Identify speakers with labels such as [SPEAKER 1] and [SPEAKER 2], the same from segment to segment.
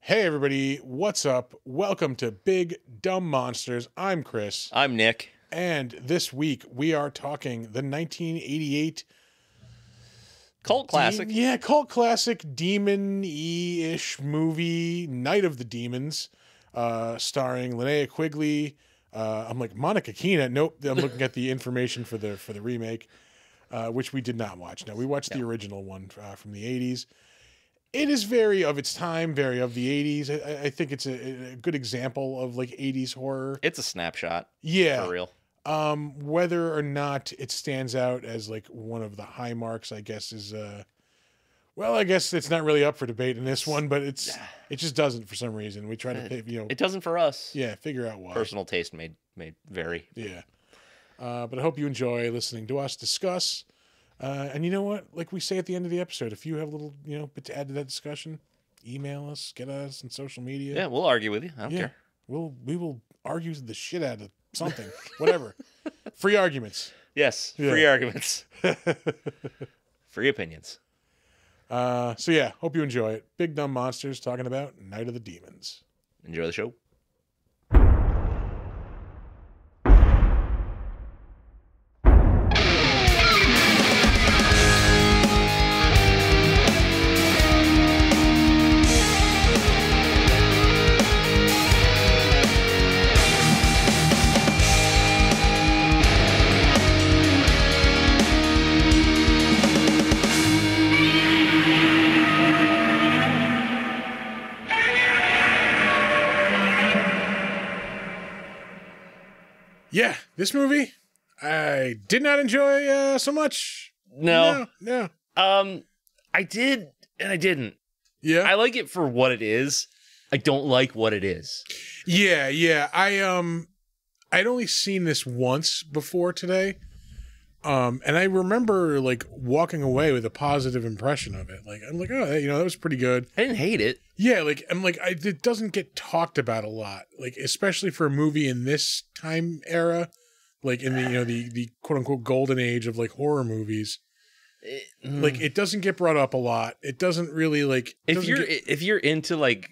[SPEAKER 1] Hey, everybody, what's up? Welcome to Big Dumb Monsters. I'm Chris,
[SPEAKER 2] I'm Nick.
[SPEAKER 1] and this week we are talking the 1988
[SPEAKER 2] Cult classic.
[SPEAKER 1] yeah, cult classic, demon y ish movie, Night of the Demons, uh, starring Linnea Quigley. Uh, I'm like Monica Keena. Nope, I'm looking at the information for the for the remake, uh, which we did not watch. No, we watched the original one uh, from the '80s. It is very of its time, very of the '80s. I- I, I think it's a, a good example of like '80s horror.
[SPEAKER 2] It's a snapshot
[SPEAKER 1] Yeah,
[SPEAKER 2] for real.
[SPEAKER 1] um, whether or not it stands out as like one of the high marks, I guess is uh, well, I guess it's not really up for debate in this one, but it's it just doesn't for some reason. We try to pick, you know,
[SPEAKER 2] It doesn't for us.
[SPEAKER 1] yeah, figure out why.
[SPEAKER 2] Personal taste made made vary.
[SPEAKER 1] Yeah, uh, but I hope you enjoy listening to us discuss. Uh, and you know what? Like we say at the end of the episode, if you have a little, you know, bit to add to that discussion, email us, get us on social media.
[SPEAKER 2] Yeah, we'll argue with you. I don't
[SPEAKER 1] Yeah.
[SPEAKER 2] care.
[SPEAKER 1] We'll we will argue the shit out of something, whatever. Free arguments.
[SPEAKER 2] Yes,
[SPEAKER 1] Yeah.
[SPEAKER 2] free arguments, free opinions.
[SPEAKER 1] Uh, so yeah, hope you enjoy it. Big Dumb Monsters talking about Night of the Demons.
[SPEAKER 2] Enjoy the show.
[SPEAKER 1] Yeah, this movie I did not enjoy uh, so much.
[SPEAKER 2] No,
[SPEAKER 1] no, no.
[SPEAKER 2] um, I did and I didn't.
[SPEAKER 1] yeah,
[SPEAKER 2] I like it for what it is. I don't like what it is.
[SPEAKER 1] yeah, yeah. I um, I'd only seen this once before today, um, and I remember like walking away with a positive impression of it. Like I'm like, oh, you know, that was pretty good.
[SPEAKER 2] I didn't hate it.
[SPEAKER 1] Yeah, like I'm like I, it doesn't get talked about a lot, like especially for a movie in this time era, like in the you know the the quote unquote golden age of like horror movies. Like it doesn't get brought up a lot. It doesn't really like it
[SPEAKER 2] Mm. if
[SPEAKER 1] doesn't
[SPEAKER 2] you're
[SPEAKER 1] get-
[SPEAKER 2] if you're into like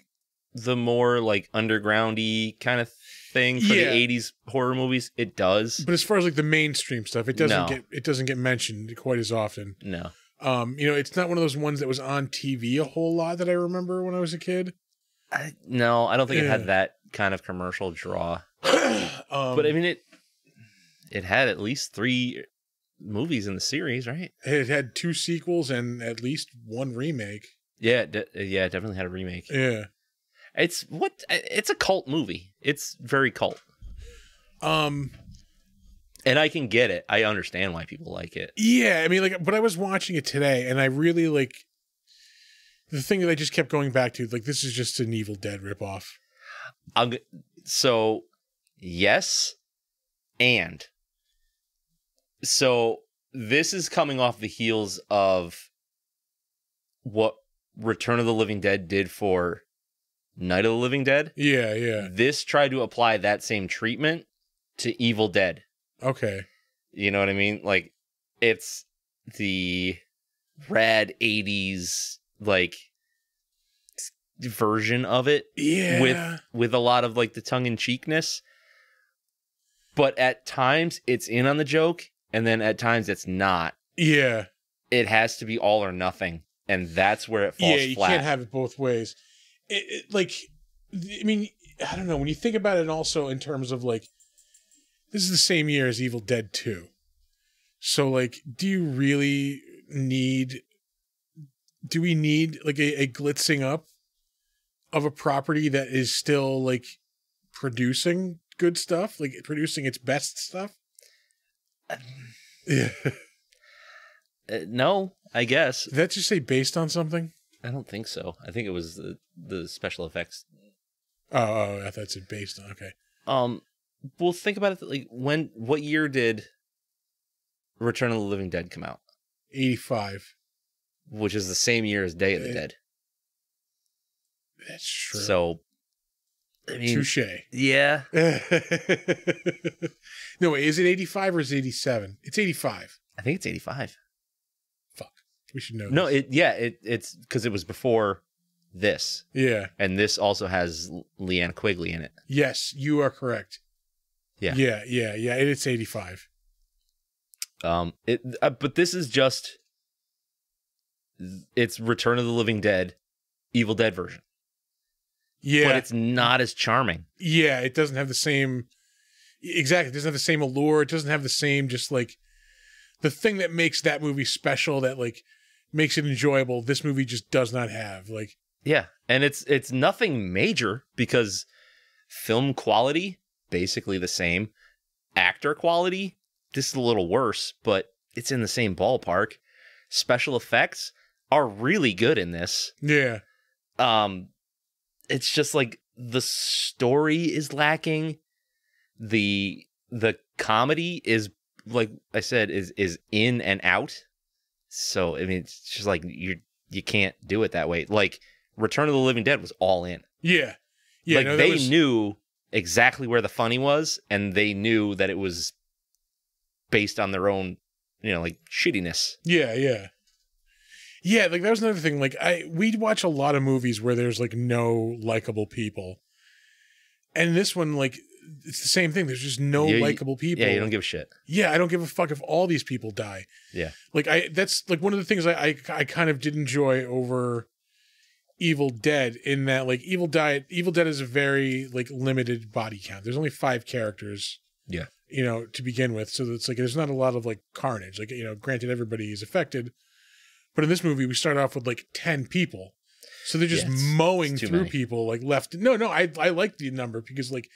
[SPEAKER 2] the more like undergroundy kind of thing for
[SPEAKER 1] Yeah.
[SPEAKER 2] the 80s horror movies, it does.
[SPEAKER 1] but as far as like the mainstream stuff, it doesn't
[SPEAKER 2] No.
[SPEAKER 1] get it doesn't get mentioned quite as often.
[SPEAKER 2] No.
[SPEAKER 1] Um, you know, it's not one of those ones that was on TV a whole lot that I remember when I was a kid.
[SPEAKER 2] I, no, I don't think it
[SPEAKER 1] Yeah.
[SPEAKER 2] had that kind of commercial draw.
[SPEAKER 1] Um,
[SPEAKER 2] but I mean it it had at least 3 movies in the series, right?
[SPEAKER 1] it had two sequels and at least one remake.
[SPEAKER 2] Yeah, it de- yeah, it definitely had a remake.
[SPEAKER 1] Yeah.
[SPEAKER 2] It's what it's a cult movie. It's very cult.
[SPEAKER 1] Um,
[SPEAKER 2] And I can get it. I understand why people like it.
[SPEAKER 1] Yeah, I mean, like, but I was watching it today, and I really like the thing that I just kept going back to. Like, this is just an Evil Dead ripoff.
[SPEAKER 2] I'm g- so yes and so this is coming off the heels of what Return of the Living Dead did for Night of the Living Dead.
[SPEAKER 1] Yeah, yeah,
[SPEAKER 2] This tried to apply that same treatment to Evil Dead.
[SPEAKER 1] okay,
[SPEAKER 2] You know what I mean? Like it's the rad 80s like s- version of it
[SPEAKER 1] yeah,
[SPEAKER 2] with with a lot of like the tongue in cheekness. But at times it's in on the joke, and then at times it's not.
[SPEAKER 1] yeah,
[SPEAKER 2] It has to be all or nothing, and that's where it
[SPEAKER 1] yeah.
[SPEAKER 2] falls
[SPEAKER 1] You
[SPEAKER 2] flat.
[SPEAKER 1] can't have it both ways. It, it, like, I mean, I don't know. When you think about it, also in terms of like, this is the same year as Evil Dead Two, so like, do you really need? Do we need like a, a glitzing up of a property that is still like producing good stuff, like producing its best stuff.
[SPEAKER 2] Um.
[SPEAKER 1] Yeah.
[SPEAKER 2] Uh, no, I guess
[SPEAKER 1] Did that just say based on something?
[SPEAKER 2] I don't think so. I think it was the, the special effects.
[SPEAKER 1] Oh, oh, I thought it said based on. Okay.
[SPEAKER 2] Um, well, think about it. Like when, what year did Return of the Living Dead come out?
[SPEAKER 1] 85.
[SPEAKER 2] Which is the same year as Day of the
[SPEAKER 1] Uh,
[SPEAKER 2] Dead.
[SPEAKER 1] That's true.
[SPEAKER 2] So, I mean,
[SPEAKER 1] Touche.
[SPEAKER 2] yeah,
[SPEAKER 1] no, wait, is it 85 or is it 87? It's 85.
[SPEAKER 2] I think it's eighty-five.
[SPEAKER 1] We should know.
[SPEAKER 2] No,
[SPEAKER 1] this.
[SPEAKER 2] it yeah, it it's because it was before this,
[SPEAKER 1] Yeah.
[SPEAKER 2] and this also has L- Leanne Quigley in it.
[SPEAKER 1] Yes, you are correct.
[SPEAKER 2] Yeah.
[SPEAKER 1] Yeah, yeah, yeah. And it's 85.
[SPEAKER 2] Um, it, uh, but this is just it's Return of the Living Dead, Evil Dead version, but
[SPEAKER 1] Yeah.
[SPEAKER 2] it's not as charming.
[SPEAKER 1] yeah, it doesn't have the same exactly, it doesn't have the same allure. It doesn't have the same just like the thing that makes that movie special that like makes it enjoyable. This movie just does not have like
[SPEAKER 2] Yeah, and it's it's nothing major because film quality basically the same, actor quality this is a little worse, but it's in the same ballpark. Special effects are really good in this.
[SPEAKER 1] yeah.
[SPEAKER 2] um it's just like the story is lacking the the comedy is like i said is is in and out so i mean it's just like you you can't do it that way like return of the living dead was all in
[SPEAKER 1] Yeah. Yeah,
[SPEAKER 2] like
[SPEAKER 1] no, that
[SPEAKER 2] they
[SPEAKER 1] was-
[SPEAKER 2] knew exactly where the funny was and they knew that it was based on their own you know like shittiness
[SPEAKER 1] Yeah, yeah. Yeah, like that was another thing. Like I we'd watch a lot of movies where there's like no likable people. And this one, like, it's the same thing. There's just no
[SPEAKER 2] Yeah, you-
[SPEAKER 1] likable people.
[SPEAKER 2] yeah you don't give a shit
[SPEAKER 1] yeah, I don't give a fuck if all these people die.
[SPEAKER 2] Yeah.
[SPEAKER 1] Like I that's like one of the things I I, I kind of did enjoy over Evil Dead in that like Evil Dead Evil Dead is a very like limited body count. There's only 5 characters.
[SPEAKER 2] Yeah.
[SPEAKER 1] You know, to begin with, so it's like there's not a lot of like carnage. Like, you know, granted everybody is affected, but in this movie we start off with like 10 people. So they're just
[SPEAKER 2] Yeah, it's-
[SPEAKER 1] mowing
[SPEAKER 2] it's too
[SPEAKER 1] through
[SPEAKER 2] many.
[SPEAKER 1] people like left. No, no, I I like the number because like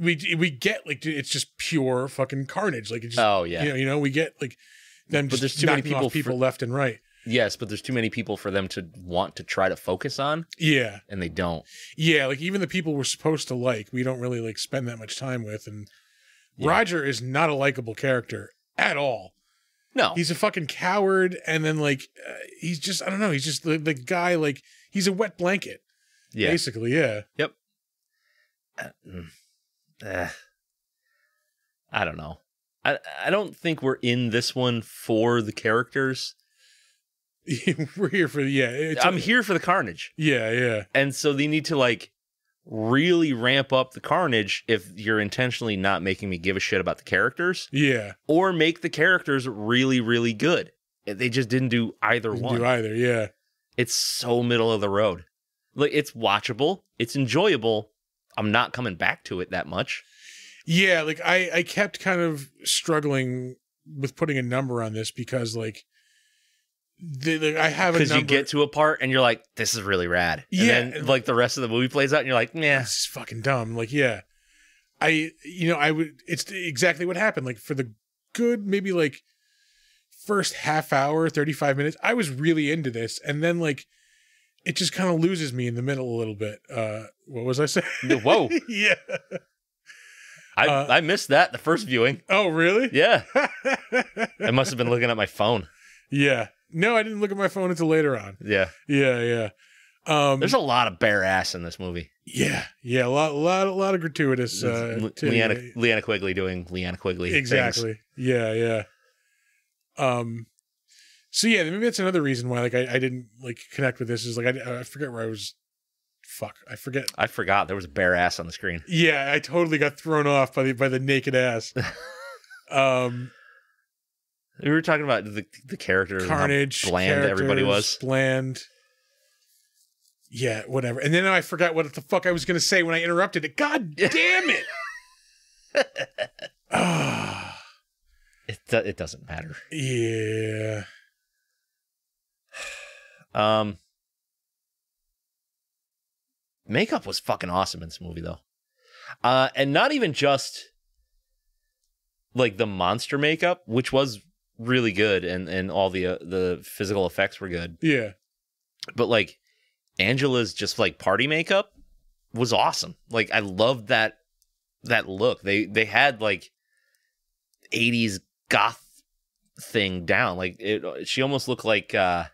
[SPEAKER 1] we we get like it's just pure fucking carnage. Like it just
[SPEAKER 2] oh yeah
[SPEAKER 1] you know, you know, we get like them
[SPEAKER 2] But
[SPEAKER 1] just
[SPEAKER 2] there's too many
[SPEAKER 1] knocking off
[SPEAKER 2] people for-
[SPEAKER 1] people left and right.
[SPEAKER 2] Yes, but there's too many people for them to want to try to focus on,
[SPEAKER 1] Yeah,
[SPEAKER 2] and they don't.
[SPEAKER 1] yeah. Like even the people we're supposed to like, we don't really like spend that much time with. And
[SPEAKER 2] Yeah.
[SPEAKER 1] Roger is not a likable character at all.
[SPEAKER 2] No,
[SPEAKER 1] He's a fucking coward, and then like uh, he's just I don't know. He's just the, the guy like he's a wet blanket,
[SPEAKER 2] yeah,
[SPEAKER 1] basically. Yeah,
[SPEAKER 2] Uh, mm. Eh. I don't know. I I don't think we're in this one for the characters.
[SPEAKER 1] we're here for yeah. It's
[SPEAKER 2] I'm here for the carnage,
[SPEAKER 1] yeah, yeah,
[SPEAKER 2] and so they need to like really ramp up the carnage if you're intentionally not making me give a shit about the characters,
[SPEAKER 1] yeah.
[SPEAKER 2] or make the characters really really good. They just didn't do either
[SPEAKER 1] Didn't
[SPEAKER 2] one.
[SPEAKER 1] do either. Yeah,
[SPEAKER 2] It's so middle of the road. Like it's watchable, it's enjoyable. I'm not coming back to it that much.
[SPEAKER 1] yeah like i i kept kind of struggling with putting a number on this because like the, the- i have a
[SPEAKER 2] Because
[SPEAKER 1] number
[SPEAKER 2] you get to a part and you're like, this is really rad.
[SPEAKER 1] Yeah,
[SPEAKER 2] And then
[SPEAKER 1] and-
[SPEAKER 2] like the rest of the movie plays out and you're like, nah.
[SPEAKER 1] this is fucking dumb like yeah i you know i would it's exactly what happened like for the good maybe like first half hour 35 minutes i was really into this and then like it just kind of loses me in the middle a little bit uh what was i saying
[SPEAKER 2] Whoa.
[SPEAKER 1] yeah
[SPEAKER 2] I,
[SPEAKER 1] Uh,
[SPEAKER 2] I missed that the first viewing.
[SPEAKER 1] oh really
[SPEAKER 2] Yeah. I must have been looking at my phone.
[SPEAKER 1] yeah no i didn't look at my phone until later on
[SPEAKER 2] Yeah.
[SPEAKER 1] yeah yeah um
[SPEAKER 2] There's a lot of bare ass in this movie.
[SPEAKER 1] Yeah, yeah, a lot, a lot, a lot of gratuitous. Uh,
[SPEAKER 2] Le-
[SPEAKER 1] titty-
[SPEAKER 2] Leanna, Leanna Quigley doing Leanna Quigley. things.
[SPEAKER 1] exactly. Yeah, yeah. Um, so yeah, maybe that's another reason why like I, I didn't like connect with this is like I, I forget where I was. Fuck, I forget.
[SPEAKER 2] I forgot there was a bare ass on the screen.
[SPEAKER 1] Yeah, I totally got thrown off by the by the naked ass. um,
[SPEAKER 2] We were talking about the, the character. and how
[SPEAKER 1] carnage,
[SPEAKER 2] bland everybody
[SPEAKER 1] characters,
[SPEAKER 2] was.
[SPEAKER 1] bland. Yeah, whatever. And then I forgot what the fuck I was gonna say when I interrupted it. God damn it! Ah.
[SPEAKER 2] It, do- it doesn't matter.
[SPEAKER 1] Yeah.
[SPEAKER 2] Um, makeup was fucking awesome in this movie, though. Uh, and not even just like the monster makeup, which was really good, and and all the uh, the physical effects were good,
[SPEAKER 1] Yeah.
[SPEAKER 2] but like Angela's just like party makeup was awesome. Like I loved that that look. They they had like eighties goth thing down. Like it, she almost looked like uh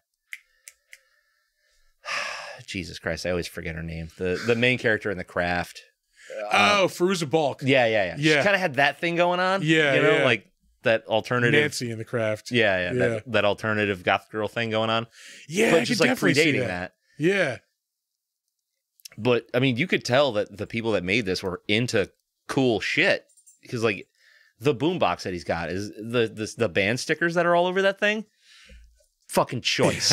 [SPEAKER 2] Jesus Christ, I always forget her name. The the main character in the craft. Uh,
[SPEAKER 1] oh, Feruza Balk.
[SPEAKER 2] yeah, yeah, yeah.
[SPEAKER 1] yeah.
[SPEAKER 2] She kind of had that thing going on.
[SPEAKER 1] Yeah,
[SPEAKER 2] you know,
[SPEAKER 1] yeah.
[SPEAKER 2] like that alternative.
[SPEAKER 1] Nancy in the craft.
[SPEAKER 2] Yeah, yeah,
[SPEAKER 1] Yeah.
[SPEAKER 2] That, that alternative goth girl thing going on.
[SPEAKER 1] Yeah, I
[SPEAKER 2] but
[SPEAKER 1] could
[SPEAKER 2] just like
[SPEAKER 1] definitely see
[SPEAKER 2] predating that.
[SPEAKER 1] Yeah.
[SPEAKER 2] But I mean, you could tell that the people that made this were into cool shit because like the boombox that he's got is the the, the band stickers that are all over that thing. Fucking choice.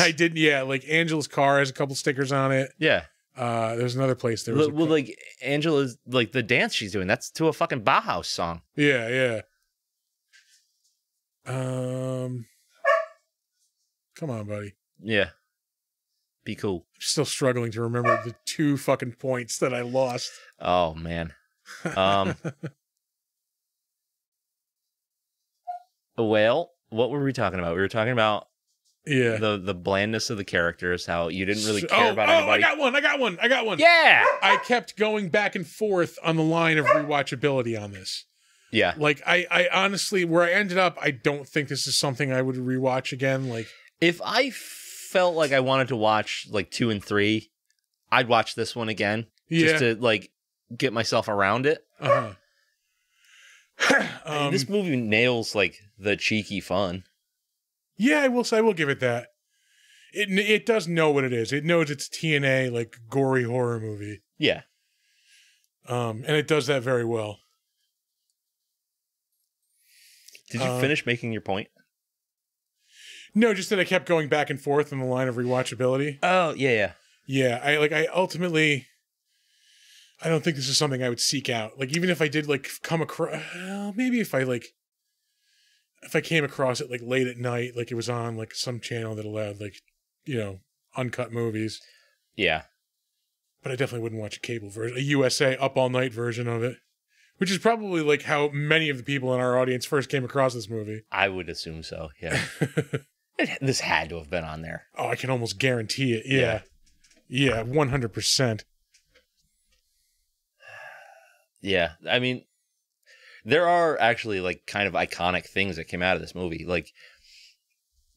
[SPEAKER 1] I didn't. Yeah, like Angela's car has a couple stickers on it.
[SPEAKER 2] yeah.
[SPEAKER 1] Uh, there's another place there was.
[SPEAKER 2] Well,
[SPEAKER 1] a
[SPEAKER 2] well,
[SPEAKER 1] cou-
[SPEAKER 2] like Angela's like the dance she's doing. That's to a fucking Bauhaus song.
[SPEAKER 1] yeah, yeah. Um, come on, buddy.
[SPEAKER 2] Yeah. Be cool.
[SPEAKER 1] I'm still struggling to remember the two fucking points that I lost.
[SPEAKER 2] Oh man. Um. well, what were we talking about? We were talking about
[SPEAKER 1] Yeah.
[SPEAKER 2] the the blandness of the characters. How you didn't really
[SPEAKER 1] So-
[SPEAKER 2] care
[SPEAKER 1] oh,
[SPEAKER 2] about
[SPEAKER 1] oh,
[SPEAKER 2] anybody.
[SPEAKER 1] I got one. I got one. I got one.
[SPEAKER 2] yeah.
[SPEAKER 1] I kept going back and forth on the line of rewatchability on this.
[SPEAKER 2] Yeah.
[SPEAKER 1] Like I, I honestly, where I ended up, I don't think this is something I would rewatch again. Like,
[SPEAKER 2] If I felt like I wanted to watch like two and three, I'd watch this one again
[SPEAKER 1] yeah,
[SPEAKER 2] just to like get myself around it.
[SPEAKER 1] uh-huh.
[SPEAKER 2] I mean,
[SPEAKER 1] um,
[SPEAKER 2] this movie nails like the cheeky fun.
[SPEAKER 1] yeah, I will say, I will give it that. It it does know what it is. It knows it's TNA like gory horror movie,
[SPEAKER 2] Yeah.
[SPEAKER 1] um, and it does that very well.
[SPEAKER 2] Did you
[SPEAKER 1] Uh,
[SPEAKER 2] finish making your point?
[SPEAKER 1] No, just that I kept going back and forth on the line of rewatchability.
[SPEAKER 2] Oh yeah, yeah.
[SPEAKER 1] Yeah, I like I ultimately I don't think this is something I would seek out. Like even if I did like come across well, maybe if I like if I came across it like late at night, like it was on like some channel that allowed like, you know, uncut movies,
[SPEAKER 2] Yeah.
[SPEAKER 1] but I definitely wouldn't watch a cable version, a USA up all night version of it, which is probably like how many of the people in our audience first came across this movie.
[SPEAKER 2] I would assume so. Yeah. It- this had to have been on there.
[SPEAKER 1] Oh, I can almost guarantee it. Yeah. Yeah, 100%.
[SPEAKER 2] Yeah. I mean, there are actually like kind of iconic things that came out of this movie. Like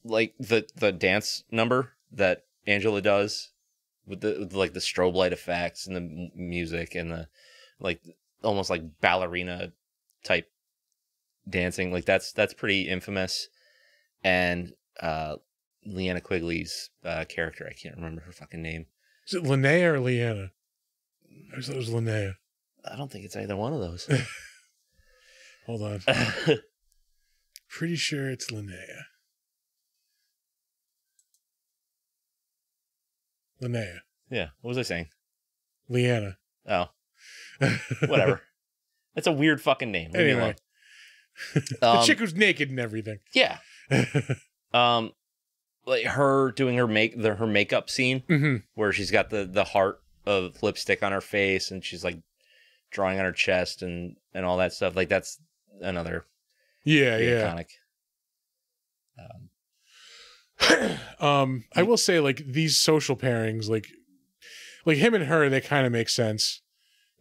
[SPEAKER 2] like the the dance number that Angela does with the with, like the strobe light effects and the m- music and the like almost like ballerina type dancing. Like that's that's pretty infamous. And uh Leanna Quigley's uh, character, I can't remember her fucking name.
[SPEAKER 1] Is it Linnea or Leanna? I always thought it was Linnea.
[SPEAKER 2] I don't think it's either one of those.
[SPEAKER 1] Hold on. Pretty sure it's Linnea. Linnea.
[SPEAKER 2] yeah. What was I saying?
[SPEAKER 1] Leanna.
[SPEAKER 2] Oh, whatever. That's a weird fucking name. Leave me
[SPEAKER 1] Anyway.
[SPEAKER 2] alone.
[SPEAKER 1] the
[SPEAKER 2] Um,
[SPEAKER 1] chick who's naked and everything.
[SPEAKER 2] yeah. Um, like her doing her make the her makeup scene
[SPEAKER 1] hmm
[SPEAKER 2] where she's got the the heart of lipstick on her face and she's like drawing on her chest and and all that stuff. Like that's another
[SPEAKER 1] Yeah,
[SPEAKER 2] pretty
[SPEAKER 1] yeah.
[SPEAKER 2] iconic. Um,
[SPEAKER 1] Um, I will say like these social pairings, like like him and her, they kind of make sense.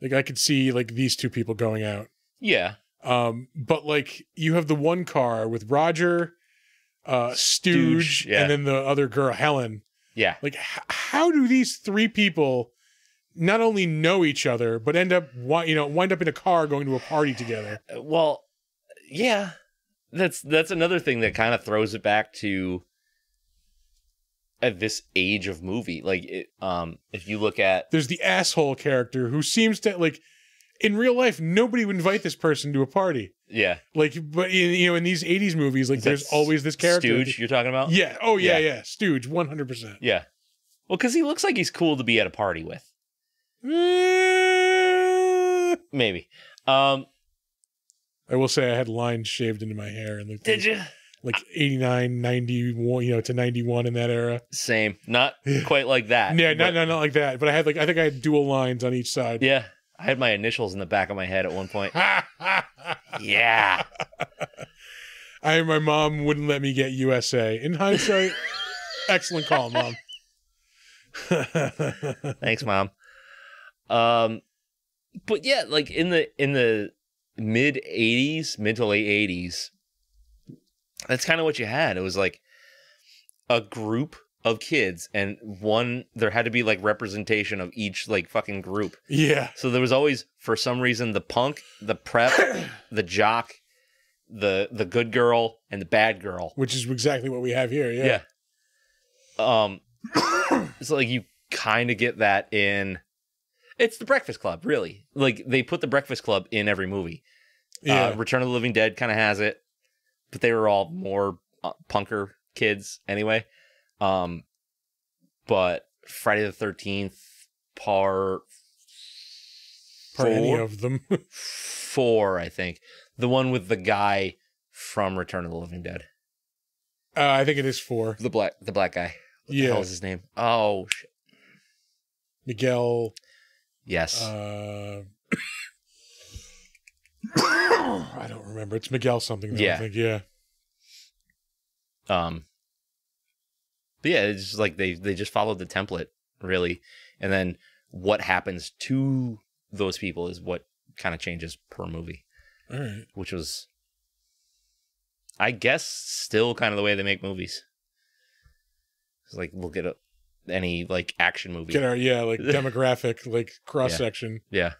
[SPEAKER 1] Like I could see like these two people going out.
[SPEAKER 2] yeah.
[SPEAKER 1] Um, but like you have the one car with Roger, uh, Stooge,
[SPEAKER 2] Stooge, yeah.
[SPEAKER 1] and then the other girl, Helen.
[SPEAKER 2] Yeah.
[SPEAKER 1] Like, h- how do these three people not only know each other, but end up, wi- you know, wind up in a car going to a party together?
[SPEAKER 2] Uh, Well, yeah. That's that's another thing that kind of throws it back to at this age of movie. Like it, um if you look at
[SPEAKER 1] There's the asshole character who seems to like, in real life, nobody would invite this person to a party.
[SPEAKER 2] yeah,
[SPEAKER 1] Like, but in, you know, in these '80s movies, like,
[SPEAKER 2] Is that
[SPEAKER 1] there's always this character.
[SPEAKER 2] Stooge you're talking about?
[SPEAKER 1] Yeah. Oh yeah, yeah.
[SPEAKER 2] Yeah.
[SPEAKER 1] Stooge, 100. percent
[SPEAKER 2] Yeah. Well, cuz he looks like he's cool to be at a party with.
[SPEAKER 1] Eh,
[SPEAKER 2] Maybe. Um
[SPEAKER 1] I will say I had lines shaved into my hair and like
[SPEAKER 2] did you
[SPEAKER 1] like 89, 91, you know, to 91 in that era.
[SPEAKER 2] same, not
[SPEAKER 1] Yeah.
[SPEAKER 2] quite like that.
[SPEAKER 1] Yeah,
[SPEAKER 2] but-
[SPEAKER 1] not, not, not like that. But I had like, I think I had dual lines on each side.
[SPEAKER 2] Yeah. I had my initials in the back of my head at one point.
[SPEAKER 1] I
[SPEAKER 2] yeah.
[SPEAKER 1] my mom wouldn't let me get USA. In hindsight, excellent call, mom.
[SPEAKER 2] Thanks, mom. Um, but yeah, like in the in the mid '80s, mid to late '80s, that's kind of what you had. It was like a group of kids, and one there had to be like representation of each like fucking group.
[SPEAKER 1] yeah.
[SPEAKER 2] So there was always, for some reason, the punk, the prep, the jock, the the good girl, and the bad girl.
[SPEAKER 1] Which is exactly what we have here. Yeah.
[SPEAKER 2] Yeah. Um, so like you kind of get that in It's the Breakfast Club, really. Like they put the Breakfast Club in every movie.
[SPEAKER 1] Yeah.
[SPEAKER 2] Uh, Return of the Living Dead kind of has it, but they were all more uh, punker kids anyway. Um, but Friday the Thirteenth Part
[SPEAKER 1] for any
[SPEAKER 2] four-
[SPEAKER 1] of them. Uh,
[SPEAKER 2] four, I think, the one with the guy from Return of the Living Dead,
[SPEAKER 1] Uh, I think it is four.
[SPEAKER 2] the black the black guy. What the
[SPEAKER 1] Yeah.
[SPEAKER 2] hell is his name? Oh, sh-
[SPEAKER 1] Miguel.
[SPEAKER 2] yes.
[SPEAKER 1] Uh, I don't remember. It's Miguel something. Though,
[SPEAKER 2] Yeah.
[SPEAKER 1] I think. Yeah.
[SPEAKER 2] Um, but yeah, it's just like they they just followed the template really, and then what happens to those people is what kind of changes per movie,
[SPEAKER 1] All right.
[SPEAKER 2] which was, I guess, still kind of the way they make movies. It's like look at a, any like action movie.
[SPEAKER 1] Get our yeah like demographic like cross section.
[SPEAKER 2] yeah,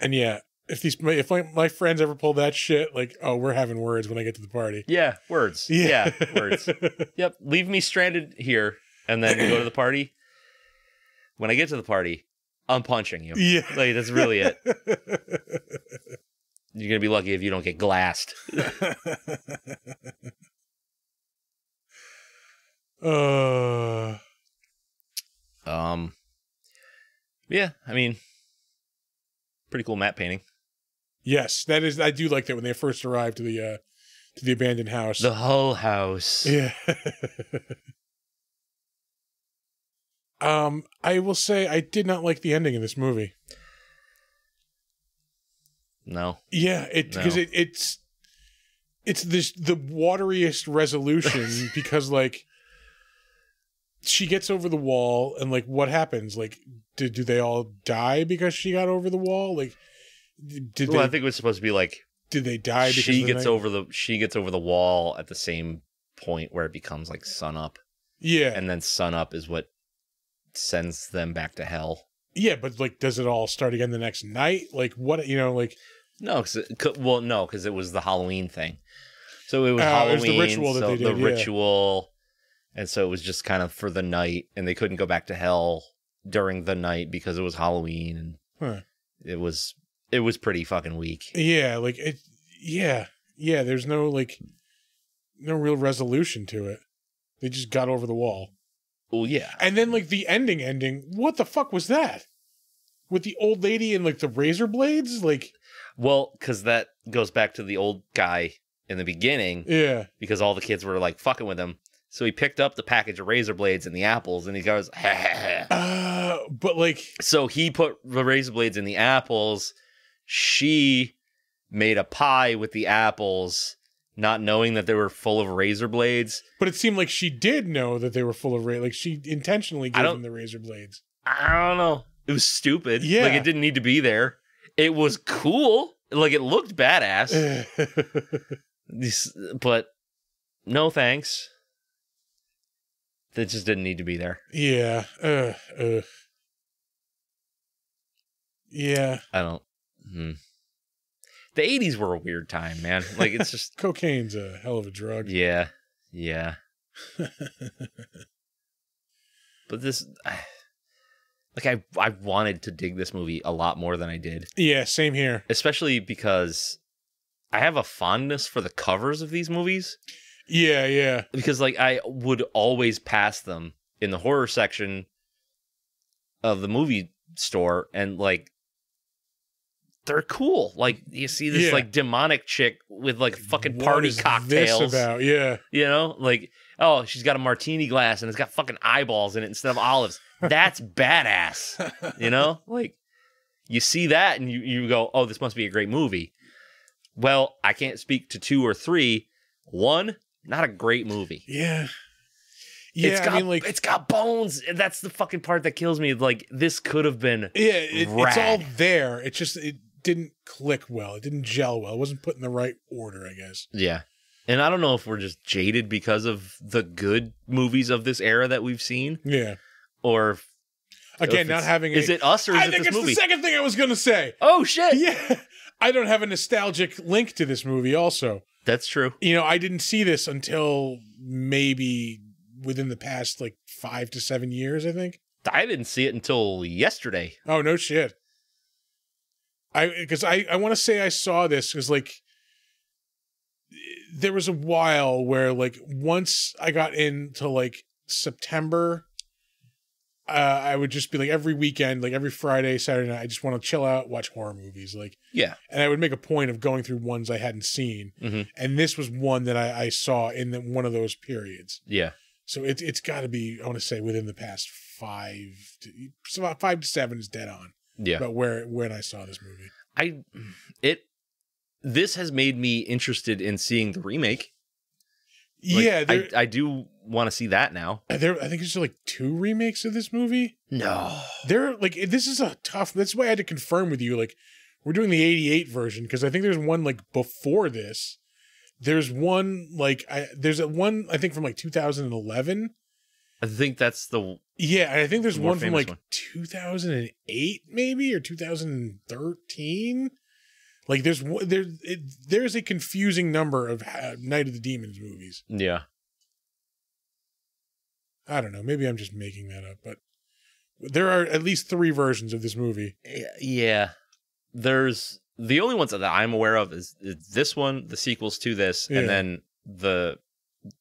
[SPEAKER 1] And yeah, if these my, if my, my friends ever pull that shit, like oh we're having words when I get to the party.
[SPEAKER 2] yeah, words. Yeah, words. Yep, leave me stranded here, and then go to the party. When I get to the party, I'm punching you.
[SPEAKER 1] yeah.
[SPEAKER 2] Like that's really it. You're gonna be lucky if you don't get glassed.
[SPEAKER 1] uh,
[SPEAKER 2] Um, yeah, I mean, pretty cool map painting.
[SPEAKER 1] yes, that is. I do like that when they first arrived to the uh, to the abandoned house.
[SPEAKER 2] The Hull House.
[SPEAKER 1] Yeah. um, I will say I did not like the ending in this movie.
[SPEAKER 2] No,
[SPEAKER 1] Yeah, it because
[SPEAKER 2] No.
[SPEAKER 1] it, it's it's this the wateriest resolution because like she gets over the wall and like what happens? Like did do they all die because she got over the wall? Like d- did
[SPEAKER 2] well, I
[SPEAKER 1] they
[SPEAKER 2] think it was supposed to be like
[SPEAKER 1] did they die because
[SPEAKER 2] she
[SPEAKER 1] of the
[SPEAKER 2] gets
[SPEAKER 1] night?
[SPEAKER 2] over the she gets over the wall at the same point where it becomes like sun up,
[SPEAKER 1] Yeah.
[SPEAKER 2] and then sun up is what sends them back to hell.
[SPEAKER 1] yeah, but like does it all start again the next night? Like what you know, like
[SPEAKER 2] No, cause it, c- well, no, because it was the Halloween thing. So it was
[SPEAKER 1] Oh, it
[SPEAKER 2] Halloween.
[SPEAKER 1] was the ritual that
[SPEAKER 2] so
[SPEAKER 1] they
[SPEAKER 2] the
[SPEAKER 1] did, yeah.
[SPEAKER 2] ritual, and so it was just kind of for the night, and they couldn't go back to hell during the night because it was Halloween, and
[SPEAKER 1] Huh.
[SPEAKER 2] it was it was pretty fucking weak.
[SPEAKER 1] Yeah, like it. Yeah, yeah. There's no like, no real resolution to it. They just got over the wall,
[SPEAKER 2] Well, yeah,
[SPEAKER 1] and then like the ending, ending. What the fuck was that? With the old lady and like the razor blades, like
[SPEAKER 2] well, because that goes back to the old guy in the beginning
[SPEAKER 1] yeah,
[SPEAKER 2] because all the kids were like fucking with him. So he picked up the package of razor blades and the apples, and he goes,
[SPEAKER 1] uh, but like
[SPEAKER 2] So he put the razor blades in the apples. She made a pie with the apples, not knowing that they were full of razor blades.
[SPEAKER 1] but it seemed like she did know that they were full of ra- like she intentionally
[SPEAKER 2] I
[SPEAKER 1] gave
[SPEAKER 2] don't-
[SPEAKER 1] them the razor blades.
[SPEAKER 2] I don't know. It was stupid.
[SPEAKER 1] Yeah.
[SPEAKER 2] Like it didn't need to be there. It was cool. Like it looked badass. This- but no thanks. That just didn't need to be there.
[SPEAKER 1] yeah, uh, uh. yeah,
[SPEAKER 2] I don't. hmm. The 80s were a weird time, man. Like it's just
[SPEAKER 1] cocaine's a hell of a drug.
[SPEAKER 2] Yeah, yeah. but this, like, I I wanted to dig this movie a lot more than I did,
[SPEAKER 1] Yeah, same here.
[SPEAKER 2] especially because I have a fondness for the covers of these movies
[SPEAKER 1] Yeah, yeah.
[SPEAKER 2] because, like, I would always pass them in the horror section of the movie store, and like. They're cool. Like you see this
[SPEAKER 1] Yeah.
[SPEAKER 2] like demonic chick with like fucking
[SPEAKER 1] What
[SPEAKER 2] party
[SPEAKER 1] is this
[SPEAKER 2] cocktails.
[SPEAKER 1] about? Yeah.
[SPEAKER 2] You know, like, oh, she's got a martini glass and it's got fucking eyeballs in it instead of olives. That's badass. You know, like, you see that and you, you go, oh, this must be a great movie. Well, I can't speak to two or three. One, not a great movie.
[SPEAKER 1] Yeah. Yeah,
[SPEAKER 2] it's got,
[SPEAKER 1] I mean, like,
[SPEAKER 2] it's got bones. That's the fucking part that kills me. Like, this could have been,
[SPEAKER 1] yeah, it, it's all
[SPEAKER 2] rad.
[SPEAKER 1] there. It just it didn't click well. It didn't gel well. It wasn't put in the right order, I guess.
[SPEAKER 2] yeah. And I don't know if we're just jaded because of the good movies of this era that we've seen,
[SPEAKER 1] Yeah.
[SPEAKER 2] or if-
[SPEAKER 1] Again,
[SPEAKER 2] if
[SPEAKER 1] not
[SPEAKER 2] it's-
[SPEAKER 1] having.
[SPEAKER 2] Is
[SPEAKER 1] a,
[SPEAKER 2] it us or is
[SPEAKER 1] I
[SPEAKER 2] it
[SPEAKER 1] think
[SPEAKER 2] this
[SPEAKER 1] it's
[SPEAKER 2] movie?
[SPEAKER 1] the second thing I was gonna say.
[SPEAKER 2] oh shit!
[SPEAKER 1] Yeah. I don't have a nostalgic link to this movie. Also,
[SPEAKER 2] That's true.
[SPEAKER 1] you know, I didn't see this until maybe within the past like five to seven years, I think.
[SPEAKER 2] I didn't see it until yesterday.
[SPEAKER 1] Oh no shit. I because I I want to say I saw this because like there was a while where like once I got into like September, uh, I would just be like every weekend, like every Friday, Saturday night, I just want to chill out, watch horror movies, like
[SPEAKER 2] Yeah.
[SPEAKER 1] and I would make a point of going through ones I hadn't seen,
[SPEAKER 2] Mhm.
[SPEAKER 1] and this was one that I, I saw in the, one of those periods.
[SPEAKER 2] Yeah.
[SPEAKER 1] So it, it's got to be I want to say within the past five, to, so about five to seven is dead on.
[SPEAKER 2] Yeah.
[SPEAKER 1] About where when I saw this movie.
[SPEAKER 2] I it this has made me interested in seeing the remake. Like,
[SPEAKER 1] yeah, there,
[SPEAKER 2] I, I do want to see that now.
[SPEAKER 1] there. I think there's like two remakes of this movie.
[SPEAKER 2] No.
[SPEAKER 1] There, like this is a tough. That's why I had to confirm with you. Like we're doing the '88 version because I think there's one like before this. There's one like I there's a one I think from like 2011.
[SPEAKER 2] I think that's the
[SPEAKER 1] Yeah, and I think there's
[SPEAKER 2] The more
[SPEAKER 1] one from
[SPEAKER 2] famous
[SPEAKER 1] like
[SPEAKER 2] one.
[SPEAKER 1] 2008 maybe or 2013. Like there's one- there it, there's a confusing number of uh, Night of the Demons movies.
[SPEAKER 2] yeah.
[SPEAKER 1] I don't know, maybe I'm just making that up, but there are at least 3 versions of this movie.
[SPEAKER 2] Yeah. There's the only ones that I'm aware of is, is this one, the sequels to this,
[SPEAKER 1] Yeah.
[SPEAKER 2] and then the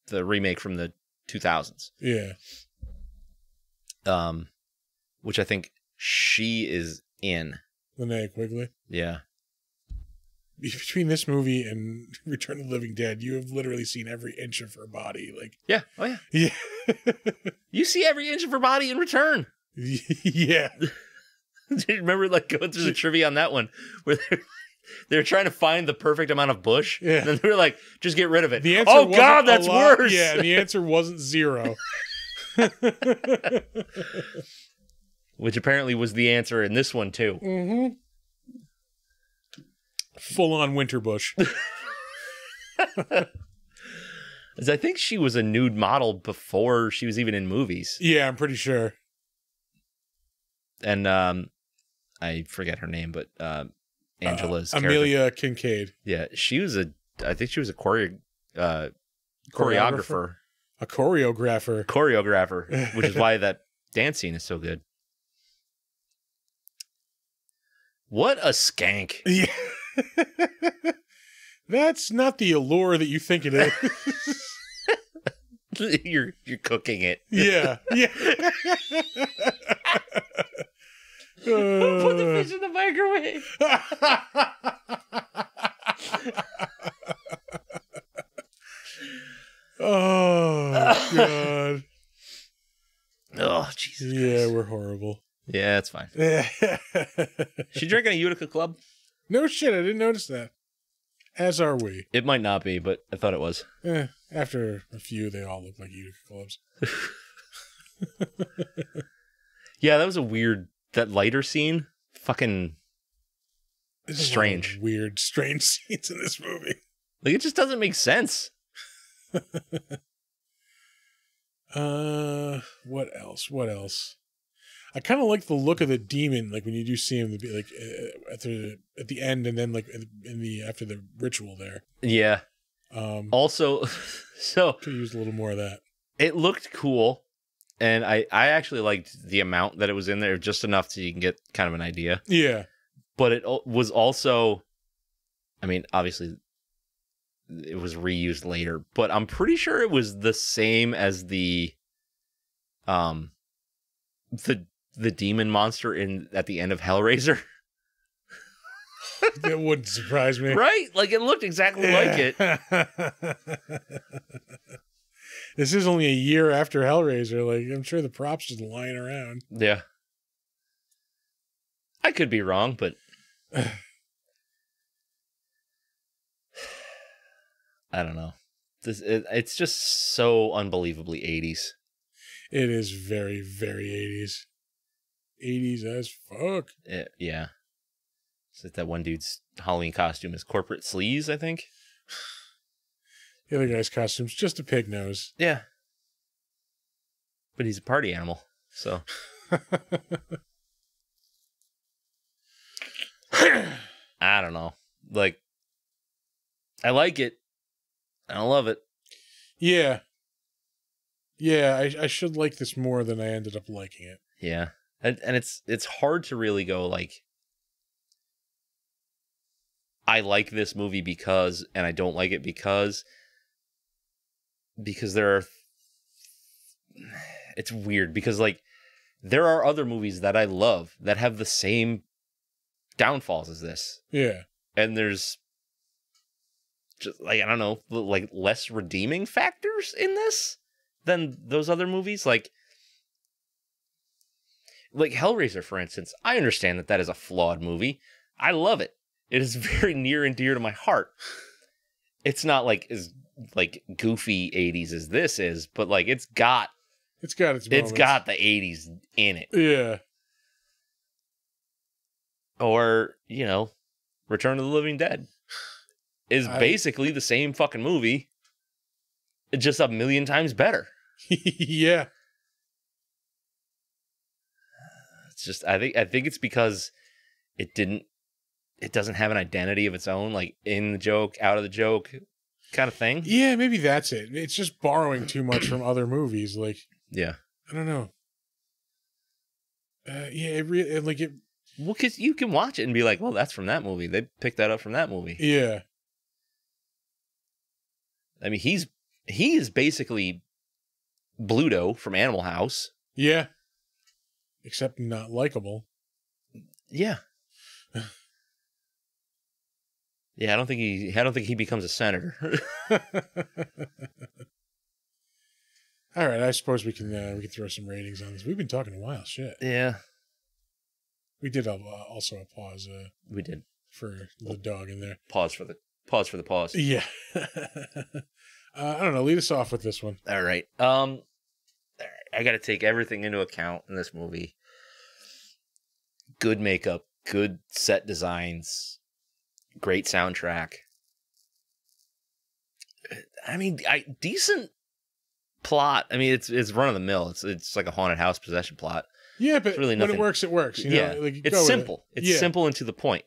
[SPEAKER 2] the remake from the 2000s.
[SPEAKER 1] Yeah.
[SPEAKER 2] Um which I think she is in.
[SPEAKER 1] Linnea Quigley.
[SPEAKER 2] Yeah.
[SPEAKER 1] Between this movie and Return of the Living Dead, you have literally seen every inch of her body. Like,
[SPEAKER 2] Yeah. Oh yeah.
[SPEAKER 1] yeah,
[SPEAKER 2] You see every inch of her body in return.
[SPEAKER 1] yeah,
[SPEAKER 2] Do you remember like going through the trivia on that one where they're, they're trying to find the perfect amount of bush?
[SPEAKER 1] Yeah.
[SPEAKER 2] And then they were like, just get rid of it.
[SPEAKER 1] The answer
[SPEAKER 2] oh,
[SPEAKER 1] wasn't
[SPEAKER 2] God,
[SPEAKER 1] a
[SPEAKER 2] that's
[SPEAKER 1] lot-
[SPEAKER 2] worse.
[SPEAKER 1] Yeah, the answer wasn't zero.
[SPEAKER 2] Which apparently was the answer in this one, too.
[SPEAKER 1] Mm-hmm. Full on Winterbush.
[SPEAKER 2] Because I think she was a nude model before she was even in movies.
[SPEAKER 1] yeah, I'm pretty sure.
[SPEAKER 2] And um, I forget her name, but um, Angela's.
[SPEAKER 1] Uh,
[SPEAKER 2] character.
[SPEAKER 1] Amelia Kincaid,
[SPEAKER 2] Yeah. She was a, I think she was a choreo- uh,
[SPEAKER 1] Choreographer?
[SPEAKER 2] choreographer,
[SPEAKER 1] a choreographer.
[SPEAKER 2] choreographer, which is why that dance scene is so good. What a skank.
[SPEAKER 1] Yeah. That's not the allure that you think it is.
[SPEAKER 2] you're you're cooking it.
[SPEAKER 1] yeah. Yeah.
[SPEAKER 2] Put the
[SPEAKER 1] Uh,
[SPEAKER 2] fish in the microwave.
[SPEAKER 1] oh god.
[SPEAKER 2] Oh Jesus.
[SPEAKER 1] Yeah, we're horrible.
[SPEAKER 2] Yeah, it's fine.
[SPEAKER 1] no
[SPEAKER 2] She drinking a Utica Club?
[SPEAKER 1] shit, I didn't notice that. As are we.
[SPEAKER 2] It might not be, but I thought it was.
[SPEAKER 1] Eh, after a few, they all look like Utica clubs.
[SPEAKER 2] Yeah, that was a weird that lighter scene. Fucking
[SPEAKER 1] This is
[SPEAKER 2] Strange.
[SPEAKER 1] one of the weird, strange scenes in this movie.
[SPEAKER 2] like it just doesn't make sense.
[SPEAKER 1] Uh, what else? What else? I kind of like the look of the demon, like when you do see him, be like uh, at the at the end, and then like in the, in the after the ritual there.
[SPEAKER 2] Yeah.
[SPEAKER 1] Um,
[SPEAKER 2] Also, so
[SPEAKER 1] could use a little more of that.
[SPEAKER 2] it looked cool. And I, I actually liked the amount that it was in there, just enough so you can get kind of an idea.
[SPEAKER 1] Yeah,
[SPEAKER 2] But it al- was also, I mean, obviously it was reused later, but I'm pretty sure it was the same as the, um, the the demon monster in at the end of Hellraiser,
[SPEAKER 1] that wouldn't surprise me.
[SPEAKER 2] right? Like it looked exactly like it.
[SPEAKER 1] it. this is only a year after Hellraiser. Like I'm sure the props just lying around.
[SPEAKER 2] Yeah. I could be wrong, but I don't know. This it, it's just so unbelievably 80s.
[SPEAKER 1] It is very, very 80s. 80s as fuck.
[SPEAKER 2] It- Eh, yeah. It's like that one dude's Halloween costume is corporate sleaze, I think.
[SPEAKER 1] The other guy's costume's just a pig nose.
[SPEAKER 2] Yeah. But he's a party animal. So, I don't know. Like I like it. I don't love it.
[SPEAKER 1] yeah. Yeah, I, I should like this more than I ended up liking it.
[SPEAKER 2] Yeah. And and it's it's hard to really go like I like this movie because and I don't like it because because there are it's weird because like there are other movies that I love that have the same downfalls as this.
[SPEAKER 1] Yeah,
[SPEAKER 2] And there's just like I don't know, like less redeeming factors in this than those other movies like like Hellraiser, for instance, I understand that that is a flawed movie. I love it. It is very near and dear to my heart. It's not like as like goofy '80s as this is, but like it's got
[SPEAKER 1] it's got its.
[SPEAKER 2] it's
[SPEAKER 1] Moments.
[SPEAKER 2] got the '80s in it.
[SPEAKER 1] Yeah,
[SPEAKER 2] Or you know, Return of the Living Dead is
[SPEAKER 1] I-
[SPEAKER 2] basically the same fucking movie, just a million times better.
[SPEAKER 1] yeah,
[SPEAKER 2] It's just I think I think it's because it didn't it doesn't have an identity of its own, like in the joke, out of the joke kind of thing.
[SPEAKER 1] yeah. Maybe that's it. It's just borrowing too much from other movies. Like
[SPEAKER 2] Yeah.
[SPEAKER 1] I don't know. Uh, yeah, it really like it.
[SPEAKER 2] Well, cause you can watch it and be like, well, that's from that movie. They picked that up from that movie.
[SPEAKER 1] Yeah,
[SPEAKER 2] I mean, he's he is basically Bluto from Animal House.
[SPEAKER 1] yeah. Except not likable.
[SPEAKER 2] Yeah. Yeah, I don't think he I don't think he becomes a senator.
[SPEAKER 1] All right, I suppose we can uh, we can throw some ratings on this. We've been talking a while. Shit,
[SPEAKER 2] yeah. we
[SPEAKER 1] we did have, uh, also a pause uh,
[SPEAKER 2] We did
[SPEAKER 1] for
[SPEAKER 2] Oh.
[SPEAKER 1] the dog in there.
[SPEAKER 2] pause for the pause for the pause.
[SPEAKER 1] Yeah, uh, I don't know. Lead us off with this one.
[SPEAKER 2] All right. Um, I got to take everything into account in this movie. Good makeup, good set designs, great soundtrack. I mean, I decent plot. I mean, it's it's run of the mill. It's it's like a haunted house possession plot.
[SPEAKER 1] Yeah, but
[SPEAKER 2] really
[SPEAKER 1] when it
[SPEAKER 2] nothing-
[SPEAKER 1] works, it works. You know?
[SPEAKER 2] Yeah,
[SPEAKER 1] like, go
[SPEAKER 2] It's
[SPEAKER 1] with it.
[SPEAKER 2] simple. It's
[SPEAKER 1] Yeah.
[SPEAKER 2] simple and to the point.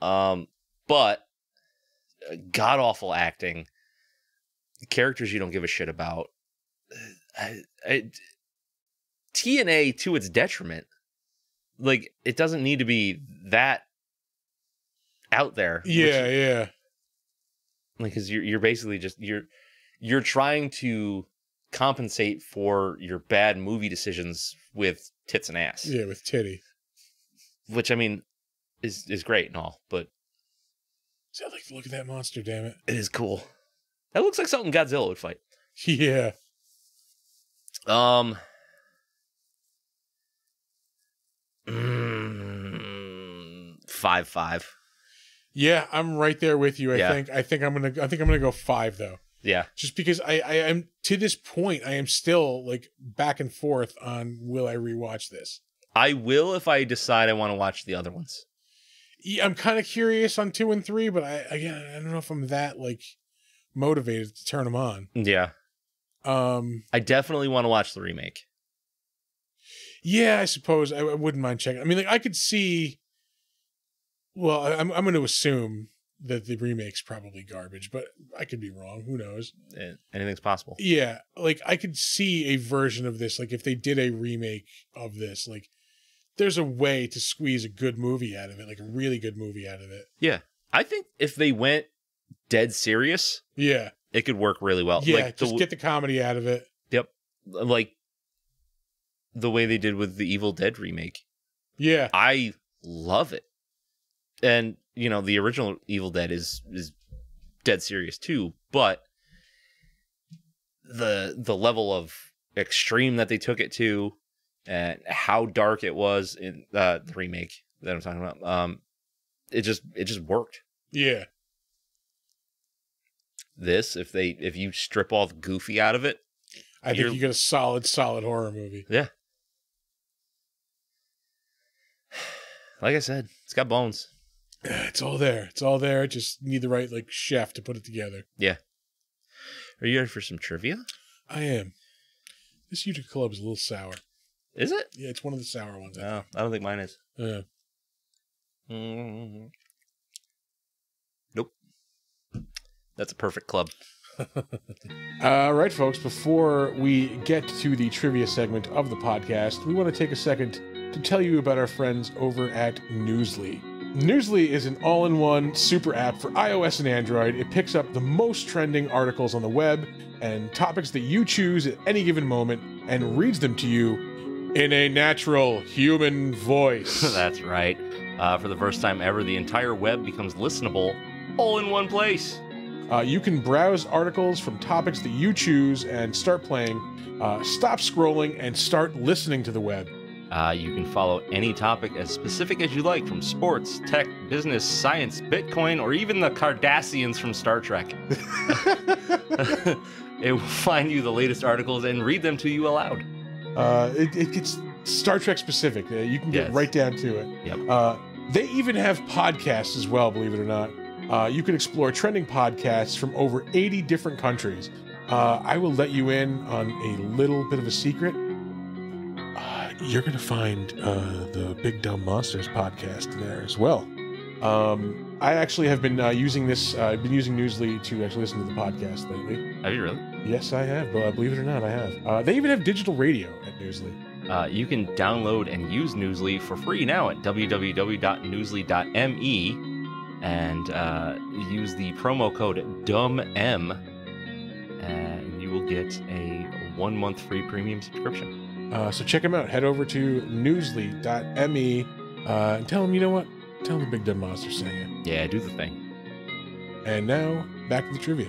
[SPEAKER 2] Um, but god awful acting, characters you don't give a shit about. Uh, I, I, TNA to its detriment. Like it doesn't need to be that out there. which-
[SPEAKER 1] Yeah, yeah,
[SPEAKER 2] like because you're you're basically just you're you're trying to compensate for your bad movie decisions with tits and ass
[SPEAKER 1] yeah. With titty.
[SPEAKER 2] which I mean is is great and all, but
[SPEAKER 1] Is that like look at that monster? Damn it.
[SPEAKER 2] it is cool. That looks like something Godzilla would fight.
[SPEAKER 1] Yeah.
[SPEAKER 2] Um mm, five five.
[SPEAKER 1] Yeah, I'm right there with you. I
[SPEAKER 2] Yeah.
[SPEAKER 1] think I think I'm gonna I think I'm gonna go five though.
[SPEAKER 2] Yeah.
[SPEAKER 1] just because I, I am to this point I am still like back and forth on will I rewatch this.
[SPEAKER 2] I will if I decide I want to watch the other ones.
[SPEAKER 1] Yeah, E, I'm kind of curious on two and three, but I again I don't know if I'm that like motivated to turn them on.
[SPEAKER 2] Yeah.
[SPEAKER 1] Um,
[SPEAKER 2] I definitely want to watch the remake.
[SPEAKER 1] yeah, I suppose I, I wouldn't mind checking. I mean, like I could see. Well, I- I'm I'm going to assume that the remake's probably garbage, but I could be wrong. Who knows?
[SPEAKER 2] Eh, Anything's possible.
[SPEAKER 1] Yeah, like I could see a version of this. Like if they did a remake of this, like there's a way to squeeze a good movie out of it, like a really good movie out of it.
[SPEAKER 2] I think if they went dead serious,
[SPEAKER 1] Yeah,
[SPEAKER 2] it could work really well.
[SPEAKER 1] yeah.
[SPEAKER 2] Uh, like the,
[SPEAKER 1] just get the comedy out of it.
[SPEAKER 2] like the way they did with the Evil Dead remake.
[SPEAKER 1] Yeah,
[SPEAKER 2] I love it. And you know, the original Evil Dead is is dead serious too, but the the level of extreme that they took it to and how dark it was in uh, the remake that I'm talking about, um, it just it just worked.
[SPEAKER 1] yeah,
[SPEAKER 2] This if they if you strip all the goofy out of it,
[SPEAKER 1] I think
[SPEAKER 2] You're-
[SPEAKER 1] you get a solid, solid horror movie.
[SPEAKER 2] like I said, it's got bones.
[SPEAKER 1] It's all there. It's all there. Just need the right like chef to put it together.
[SPEAKER 2] Are you ready for some trivia?
[SPEAKER 1] I am. This Utah Club is a little sour.
[SPEAKER 2] Is it?
[SPEAKER 1] Yeah, it's one of the sour ones.
[SPEAKER 2] No, I don't think mine is.
[SPEAKER 1] Uh,
[SPEAKER 2] Mm. Nope. That's a perfect club.
[SPEAKER 1] All Uh, right, folks, before we get to the trivia segment of the podcast, we want to take a second to tell you about our friends over at Newsly. Newsly is an all in one super app for iOS and Android. It picks up the most trending articles on the web and topics that you choose at any given moment and reads them to you in a natural human voice.
[SPEAKER 2] That's right. Uh, for the first time ever, the entire web becomes listenable all in one place.
[SPEAKER 1] Uh, you can browse articles from topics that you choose and start playing, uh, stop scrolling, and start listening to the web.
[SPEAKER 2] Uh, you can follow any topic as specific as you like from sports, tech, business, science, Bitcoin, or even the Cardassians from Star Trek. it will find you the latest articles and read them to you aloud.
[SPEAKER 1] Uh, it, it gets Star Trek specific. Uh, You can get
[SPEAKER 2] Yes.
[SPEAKER 1] right down to it.
[SPEAKER 2] Yep.
[SPEAKER 1] Uh, they even have podcasts as well, believe it or not. Uh, you can explore trending podcasts from over 80 different countries. Uh, I will let you in on a little bit of a secret. Uh, you're going to find uh, the Big Dumb Monsters podcast there as well. Um, I actually have been uh, using this. Uh, I've been using Newsly to actually listen to the podcast lately.
[SPEAKER 2] Have you really?
[SPEAKER 1] Yes, I have. But uh, believe it or not, I have. Uh, they even have digital radio at Newsly.
[SPEAKER 2] Uh, you can download and use Newsly for free now at www.newsly.me E and uh, use the promo code DUMM and you will get a one month free premium subscription.
[SPEAKER 1] Uh, so check them out. Head over to newsly.me uh, and tell them, you know what? Tell them the Big Dumb Monster sang it.
[SPEAKER 2] Yeah, do the thing.
[SPEAKER 1] And now, back to the trivia.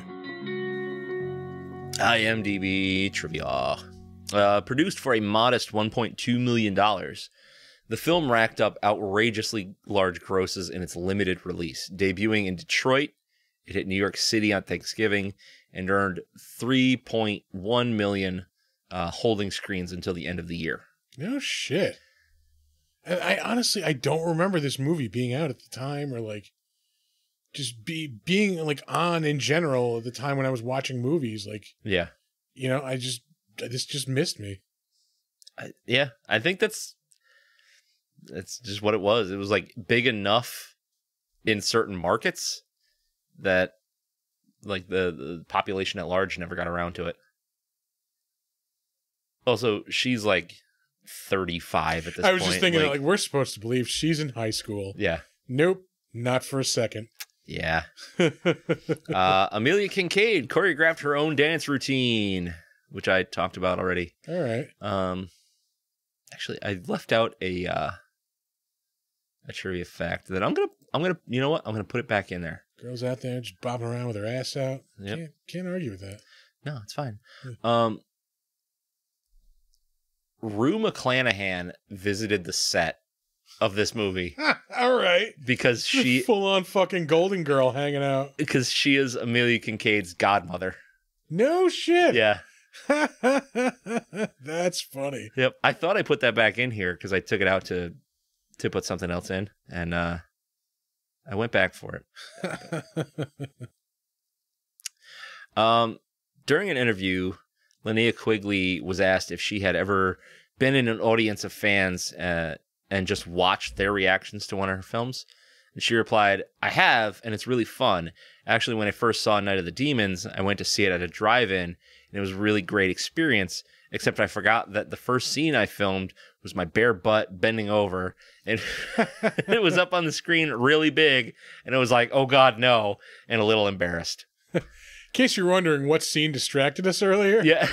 [SPEAKER 2] IMDb trivia. Uh, produced for a modest $1.2 million, the film racked up outrageously large grosses in its limited release. Debuting in Detroit, it hit New York City on Thanksgiving and earned 3.1 million uh, holding screens until the end of the year.
[SPEAKER 1] No shit. And I honestly, I don't remember this movie being out at the time or like just be being like on in general at the time when I was watching movies. Like,
[SPEAKER 2] Yeah.
[SPEAKER 1] you know, I just, this just missed me.
[SPEAKER 2] I, yeah, I think that's that's just what it was. It was like big enough in certain markets that like the, the population at large never got around to it. Also, she's like 35 at this point.
[SPEAKER 1] I was just thinking, like, we're supposed to believe she's in high school.
[SPEAKER 2] yeah.
[SPEAKER 1] Nope, not for a second.
[SPEAKER 2] Yeah. Uh, Amelia Kincaid choreographed her own dance routine, which I talked about already.
[SPEAKER 1] All right.
[SPEAKER 2] Um, actually, I left out a uh, a trivia fact that I'm gonna I'm gonna you know what I'm gonna put it back in there.
[SPEAKER 1] Girls out there just bobbing around with her ass out.
[SPEAKER 2] Yep.
[SPEAKER 1] Can't, can't argue with that.
[SPEAKER 2] No, it's fine.
[SPEAKER 1] Yeah.
[SPEAKER 2] Um, Rue McClanahan visited the set of this movie
[SPEAKER 1] All right.
[SPEAKER 2] because she
[SPEAKER 1] Full on fucking golden girl hanging out.
[SPEAKER 2] because she is Amelia Kincaid's godmother.
[SPEAKER 1] No shit.
[SPEAKER 2] Yeah.
[SPEAKER 1] That's funny.
[SPEAKER 2] Yep. I thought I put that back in here because I took it out to to put something else in, and uh, I went back for it. Um, during an interview, Linnea Quigley was asked if she had ever been in an audience of fans uh, and just watched their reactions to one of her films. And she replied, I have, and it's really fun. Actually, when I first saw Night of the Demons, I went to see it at a drive in, and it was a really great experience. Except I forgot that the first scene I filmed was my bare butt bending over, and it was up on the screen really big, and it was like, oh God, no, and a little embarrassed.
[SPEAKER 1] In case you're wondering what scene distracted us earlier.
[SPEAKER 2] Yeah.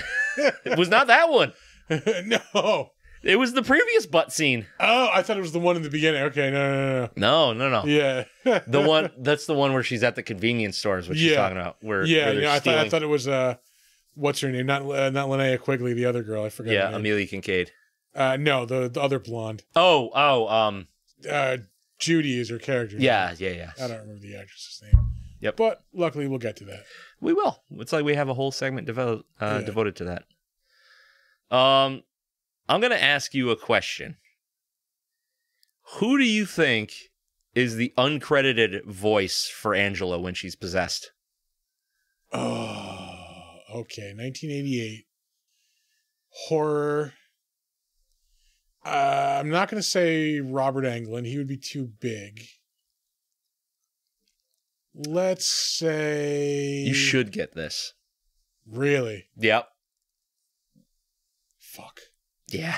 [SPEAKER 2] it was not that one.
[SPEAKER 1] no. Oh,
[SPEAKER 2] It was the previous butt scene.
[SPEAKER 1] I thought it was the one in the beginning. Okay, no, no, no,
[SPEAKER 2] No, no, no.
[SPEAKER 1] no. Yeah.
[SPEAKER 2] The one that's the one where she's at the convenience store is what she's
[SPEAKER 1] Yeah.
[SPEAKER 2] talking about. Where
[SPEAKER 1] yeah,
[SPEAKER 2] where they're
[SPEAKER 1] yeah. I thought, I
[SPEAKER 2] stealing-
[SPEAKER 1] thought it was, uh, what's her name? Not uh, not Linnea Quigley, the other girl. I forgot.
[SPEAKER 2] yeah,
[SPEAKER 1] her name.
[SPEAKER 2] Amelia Kincaid.
[SPEAKER 1] uh, no, the, the other blonde.
[SPEAKER 2] Oh, oh, um,
[SPEAKER 1] Uh, Judy is her character.
[SPEAKER 2] yeah, yeah,
[SPEAKER 1] I
[SPEAKER 2] yeah.
[SPEAKER 1] don't remember the actress's name.
[SPEAKER 2] Yep.
[SPEAKER 1] But luckily, we'll get to that.
[SPEAKER 2] We will. It's like we have a whole segment devo- uh,
[SPEAKER 1] Yeah.
[SPEAKER 2] devoted to that. Um, I'm gonna ask you a question. Who do you think is the uncredited voice for Angela when she's possessed?
[SPEAKER 1] Oh, okay. 1988 horror. Uh, I'm not going to say Robert Englund. He would be too big. Let's say
[SPEAKER 2] You should get this.
[SPEAKER 1] Really?
[SPEAKER 2] Yep.
[SPEAKER 1] Fuck.
[SPEAKER 2] Yeah.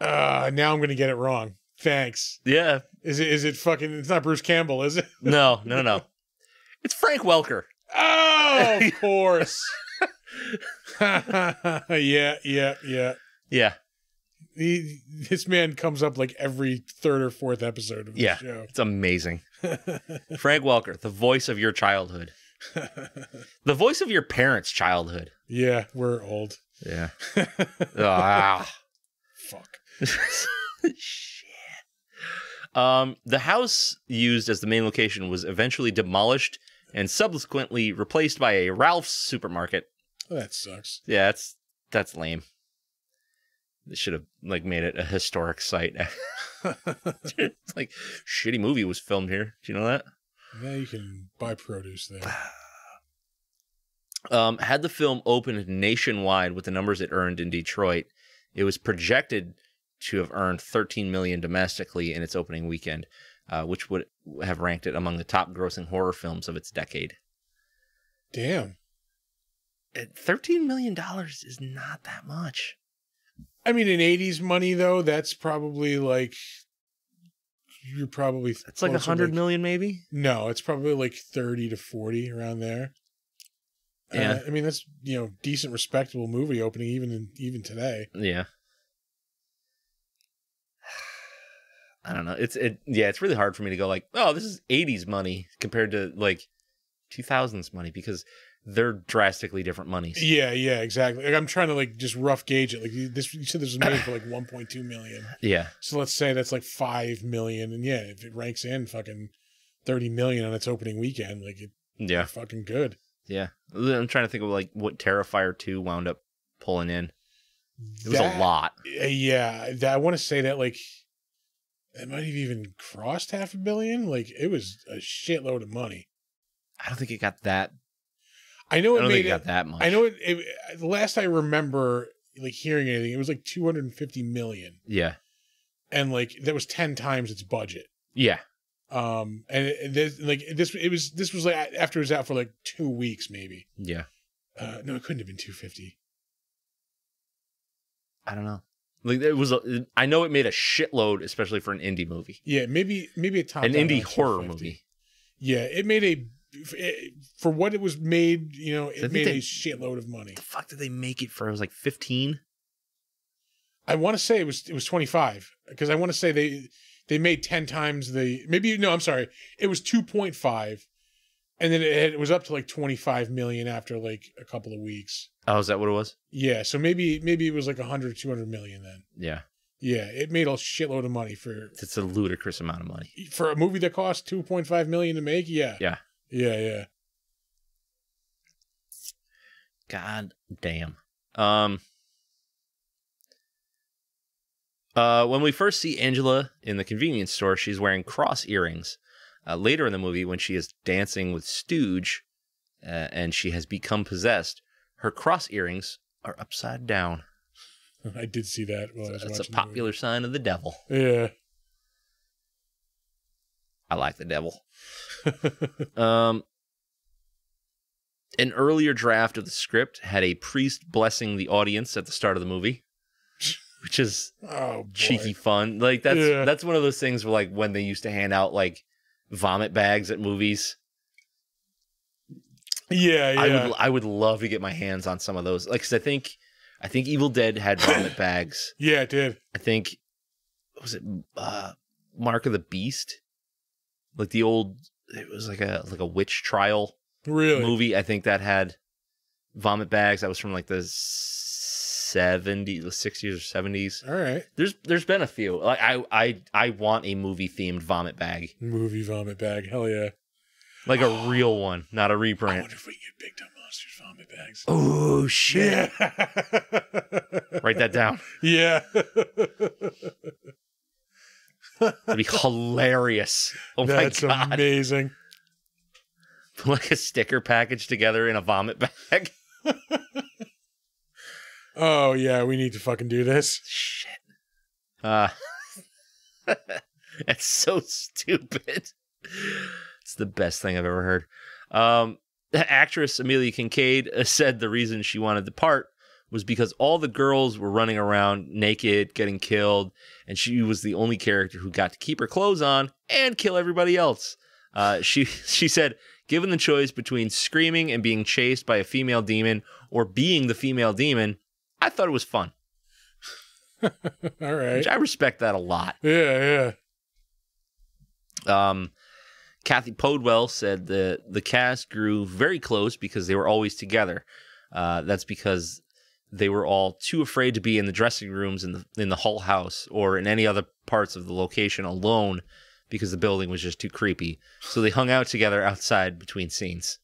[SPEAKER 1] Uh, now I'm gonna get it wrong. Thanks.
[SPEAKER 2] Yeah.
[SPEAKER 1] Is it? Is it fucking? It's not Bruce Campbell, is it?
[SPEAKER 2] No, no, no. It's Frank Welker.
[SPEAKER 1] Oh, of course. yeah, yeah, yeah.
[SPEAKER 2] Yeah.
[SPEAKER 1] He, this man comes up like every third or fourth episode of the
[SPEAKER 2] Yeah.
[SPEAKER 1] show.
[SPEAKER 2] It's amazing. Frank Welker, the voice of your childhood, the voice of your parents' childhood.
[SPEAKER 1] yeah, we're old.
[SPEAKER 2] Yeah. ah.
[SPEAKER 1] Fuck.
[SPEAKER 2] Shit. Um, the house used as the main location was eventually demolished and subsequently replaced by a Ralph's supermarket.
[SPEAKER 1] Well, that sucks.
[SPEAKER 2] Yeah, that's that's lame. They should have like made it a historic site. it's like shitty movie was filmed here. Do you know that?
[SPEAKER 1] Now you can buy produce there.
[SPEAKER 2] Um, had the film opened nationwide with the numbers it earned in Detroit, it was projected to have earned 13 million domestically in its opening weekend, uh, which would have ranked it among the top grossing horror films of its decade.
[SPEAKER 1] Damn.
[SPEAKER 2] Uh, 13 million dollars is not that much.
[SPEAKER 1] I mean, in '80s money though, that's probably like you're probably
[SPEAKER 2] It's like a
[SPEAKER 1] closer,
[SPEAKER 2] hundred
[SPEAKER 1] like-
[SPEAKER 2] million, maybe.
[SPEAKER 1] No, it's probably like 30 to 40 around there.
[SPEAKER 2] Yeah.
[SPEAKER 1] Uh, I mean, that's, you know, decent respectable movie opening even in, even today.
[SPEAKER 2] Yeah. I don't know. It's it yeah, it's really hard for me to go like, "Oh, this is 80s money compared to like 2000s money because they're drastically different monies."
[SPEAKER 1] Yeah, yeah, exactly. Like I'm trying to like just rough gauge it. Like you- this you said this was made for like 1.2 million.
[SPEAKER 2] Yeah.
[SPEAKER 1] So let's say that's like 5 million and yeah, if it ranks in fucking 30 million on its opening weekend, like it's
[SPEAKER 2] Yeah.
[SPEAKER 1] fucking good.
[SPEAKER 2] Yeah. I'm trying to think of like what Terrifier 2 wound up pulling in. It was a
[SPEAKER 1] That-
[SPEAKER 2] lot.
[SPEAKER 1] uh, Yeah, that, I want to say that like that might have even crossed half a billion. Like it was a shitload of money.
[SPEAKER 2] I don't think it got that.
[SPEAKER 1] I know
[SPEAKER 2] I
[SPEAKER 1] it
[SPEAKER 2] don't
[SPEAKER 1] made
[SPEAKER 2] think it
[SPEAKER 1] it
[SPEAKER 2] got that much.
[SPEAKER 1] I know it, it. The last I remember, like hearing anything, it was like 250 million,
[SPEAKER 2] Yeah.
[SPEAKER 1] and like that was 10 times its budget.
[SPEAKER 2] Yeah.
[SPEAKER 1] Um, and it- it- this, like this, it was this was like after it was out for like two weeks, maybe.
[SPEAKER 2] Yeah.
[SPEAKER 1] Uh, no, it couldn't have been 250.
[SPEAKER 2] I don't know. Like it was a, I know it made a shitload especially for an indie movie.
[SPEAKER 1] Yeah, maybe maybe it topped
[SPEAKER 2] An
[SPEAKER 1] out
[SPEAKER 2] indie
[SPEAKER 1] around
[SPEAKER 2] horror
[SPEAKER 1] 250.
[SPEAKER 2] movie.
[SPEAKER 1] Yeah, it made a it, for what it was made. You know,
[SPEAKER 2] I
[SPEAKER 1] it
[SPEAKER 2] think
[SPEAKER 1] made
[SPEAKER 2] they-
[SPEAKER 1] a shitload of money.
[SPEAKER 2] the fuck did they make it for? It was like 15.
[SPEAKER 1] I want to say it was it was 25 because I want to say they they made 10 times the maybe no I'm sorry it was 2.5 and then it, had- it was up to like 25 million after like a couple of weeks.
[SPEAKER 2] Oh, is that what it was?
[SPEAKER 1] Yeah, so maybe maybe it was like 100 200 million then.
[SPEAKER 2] Yeah.
[SPEAKER 1] Yeah, it made a shitload of money for
[SPEAKER 2] It's a ludicrous amount of money.
[SPEAKER 1] for a movie that cost 2.5 million to make. Yeah.
[SPEAKER 2] Yeah.
[SPEAKER 1] Yeah, yeah.
[SPEAKER 2] God damn. Um uh, when we first see Angela in the convenience store, she's wearing cross earrings. Uh, later in the movie, when she is dancing with Stooge uh, and she has become possessed, her cross earrings are upside down.
[SPEAKER 1] I did see that while I was
[SPEAKER 2] That's a
[SPEAKER 1] watching.
[SPEAKER 2] popular sign of the devil.
[SPEAKER 1] the movie. Yeah.
[SPEAKER 2] I like the devil. um, an earlier draft of the script had a priest blessing the audience at the start of the movie, which is
[SPEAKER 1] Oh, boy.
[SPEAKER 2] cheeky fun. Like that's
[SPEAKER 1] Yeah.
[SPEAKER 2] that's one of those things where like when they used to hand out like vomit bags at movies.
[SPEAKER 1] Yeah, yeah.
[SPEAKER 2] I would I would love to get my hands on some of those. Like 'cause I think I think Evil Dead had vomit bags.
[SPEAKER 1] yeah, it did.
[SPEAKER 2] I think what was it uh, Mark of the Beast? Like the old it was like a like a witch trial
[SPEAKER 1] Really.
[SPEAKER 2] movie. I think that had vomit bags. That was from like the 70s, the 60s or 70s.
[SPEAKER 1] All right.
[SPEAKER 2] There's there's been a few. Like I I I want a movie themed vomit bag,
[SPEAKER 1] Movie vomit bag. Hell yeah.
[SPEAKER 2] like a real one, not a
[SPEAKER 1] I
[SPEAKER 2] reprint.
[SPEAKER 1] wonder if we can get Big Dumb Monsters vomit bags.
[SPEAKER 2] Oh
[SPEAKER 1] Yeah.
[SPEAKER 2] Write that down.
[SPEAKER 1] yeah.
[SPEAKER 2] That'd be hilarious. Oh
[SPEAKER 1] That's
[SPEAKER 2] my god!
[SPEAKER 1] amazing.
[SPEAKER 2] Put like a sticker package together in a vomit bag.
[SPEAKER 1] Oh yeah, we need to fucking do this.
[SPEAKER 2] Shit. Uh, that's so stupid. It's the best thing I've ever heard. Um, actress Amelia Kincaid uh, said the reason she wanted to part was because all the girls were running around naked, getting killed, and she was the only character who got to keep her clothes on and kill everybody else. Uh, she she said, given the choice between screaming and being chased by a female demon or being the female demon, I thought it was fun.
[SPEAKER 1] All right.
[SPEAKER 2] Which I respect that a lot.
[SPEAKER 1] Yeah, yeah.
[SPEAKER 2] Um, Kathy Podwell said the the cast grew very close because they were always together. Uh, that's because they were all too afraid to be in the dressing rooms in the in the Hull House or in any other parts of the location alone because the building was just too creepy. So they hung out together outside between scenes.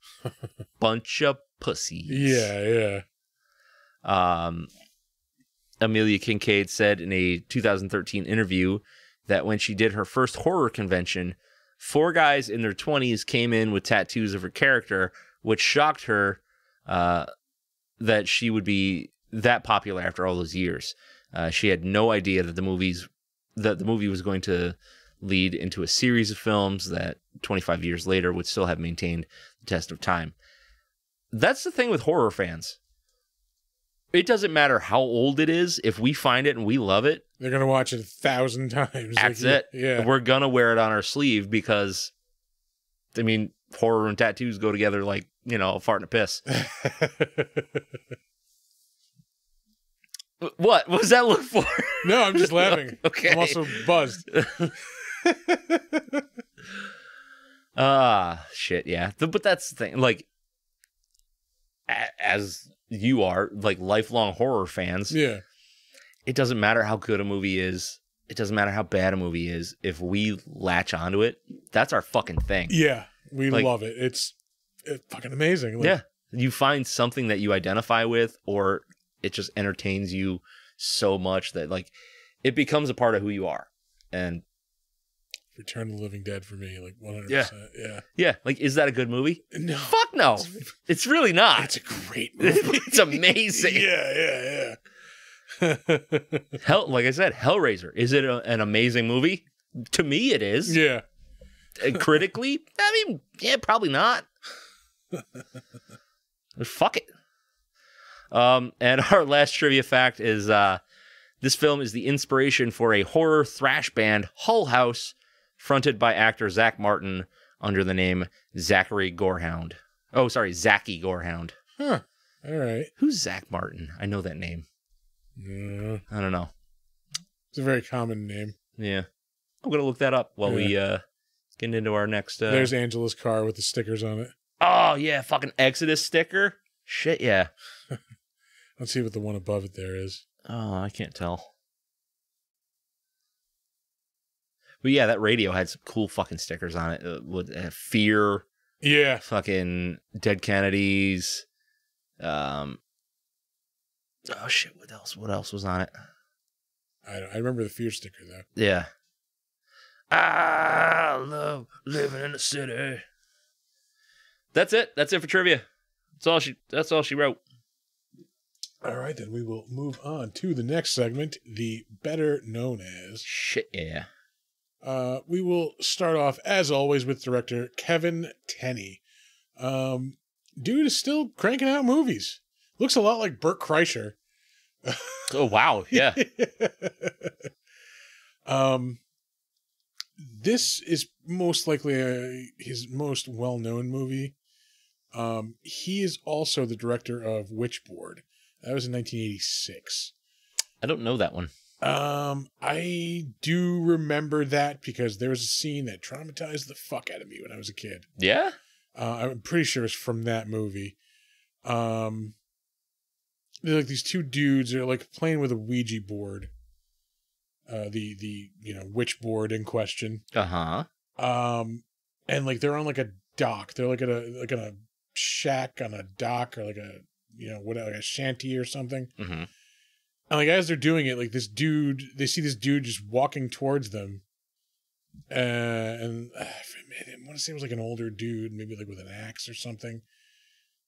[SPEAKER 2] Bunch of pussies.
[SPEAKER 1] Yeah, yeah.
[SPEAKER 2] Um, Amelia Kincaid said in a 2013 interview that when she did her first horror convention, four guys in their 20s came in with tattoos of her character, which shocked her uh, that she would be that popular after all those years. Uh, she had no idea that the movies that the movie was going to lead into a series of films that 25 years later would still have maintained the test of time. That's the thing with horror fans. It doesn't matter how old it is. If we find it and we love it,
[SPEAKER 1] They're gonna watch it a thousand times.
[SPEAKER 2] That's
[SPEAKER 1] Like,
[SPEAKER 2] it.
[SPEAKER 1] Yeah.
[SPEAKER 2] we're gonna wear it on our sleeve because, I mean, horror and tattoos go together like you know a fart and a piss. What? What does that look for?
[SPEAKER 1] no, I'm just laughing.
[SPEAKER 2] okay.
[SPEAKER 1] I'm also buzzed.
[SPEAKER 2] Ah, shit, yeah. Th- but that's the thing. Like, a- as you are, like, lifelong horror fans,
[SPEAKER 1] Yeah.
[SPEAKER 2] it doesn't matter how good a movie is. It doesn't matter how bad a movie is. If we latch onto it, that's our fucking thing.
[SPEAKER 1] Yeah. We
[SPEAKER 2] Like-
[SPEAKER 1] love it. It's, it's fucking amazing. Like,
[SPEAKER 2] yeah. You find something that you identify with, or it just entertains you so much that, like, it becomes a part of who you are. And
[SPEAKER 1] Return of the Living Dead for me, like 100%. Yeah.
[SPEAKER 2] yeah, like, is that a good movie?
[SPEAKER 1] No.
[SPEAKER 2] Fuck no. It's really not.
[SPEAKER 1] That's a great movie.
[SPEAKER 2] it's amazing.
[SPEAKER 1] yeah, yeah, yeah.
[SPEAKER 2] Hell, like I said, Hellraiser. Is it a, an amazing movie? To me, it is.
[SPEAKER 1] yeah.
[SPEAKER 2] Uh, Critically, I mean, yeah, probably not. Fuck it. Um, and our last trivia fact is uh, this film is the inspiration for a horror thrash band, Hull House, fronted by actor Zach Martin under the name Zachary Gorehound. Oh, sorry, Zachy Gorehound.
[SPEAKER 1] Huh. All right.
[SPEAKER 2] Who's Zach Martin? I know that name.
[SPEAKER 1] Yeah.
[SPEAKER 2] I don't know.
[SPEAKER 1] It's a very common name.
[SPEAKER 2] Yeah. I'm gonna look that up while we uh getting into our next uh
[SPEAKER 1] There's Angela's car with the stickers on it.
[SPEAKER 2] Oh yeah, fucking Exodus sticker. Shit yeah.
[SPEAKER 1] Let's see what the one above it there is.
[SPEAKER 2] Oh, I can't tell. But yeah, that radio had some cool fucking stickers on it. Uh, with uh, fear,
[SPEAKER 1] Yeah.
[SPEAKER 2] fucking dead Kennedys. Um. Oh shit! What else? What else was on it?
[SPEAKER 1] I, I remember the fear sticker, though.
[SPEAKER 2] Yeah. I love living in the city. That's it. That's it for trivia. That's all she. That's all she wrote.
[SPEAKER 1] All right, then we will move on to the next segment, the better known as.
[SPEAKER 2] Shit. Yeah.
[SPEAKER 1] Uh, we will start off, as always, with director Kevin Tenney. Um, dude is still cranking out movies. Looks a lot like Burt Kreischer.
[SPEAKER 2] Oh wow. Yeah.
[SPEAKER 1] um, this is most likely uh his most well known movie. Um, he is also the director of Witchboard. That was in 1986.
[SPEAKER 2] I don't know that one.
[SPEAKER 1] Um, I do remember that because there was a scene that traumatized the fuck out of me when I was a kid.
[SPEAKER 2] Yeah.
[SPEAKER 1] Uh, I'm pretty sure it's from that movie. Um, they're like these two dudes are like playing with a Ouija board, uh, the the you know witch board in question.
[SPEAKER 2] Uh huh.
[SPEAKER 1] Um, and like they're on like a dock. They're like at a like in a shack on a dock or like a you know what like a shanty or something.
[SPEAKER 2] hmm
[SPEAKER 1] And like as they're doing it, like this dude, they see this dude just walking towards them. Uh, and uh, I want to say it was like an older dude, maybe like with an axe or something.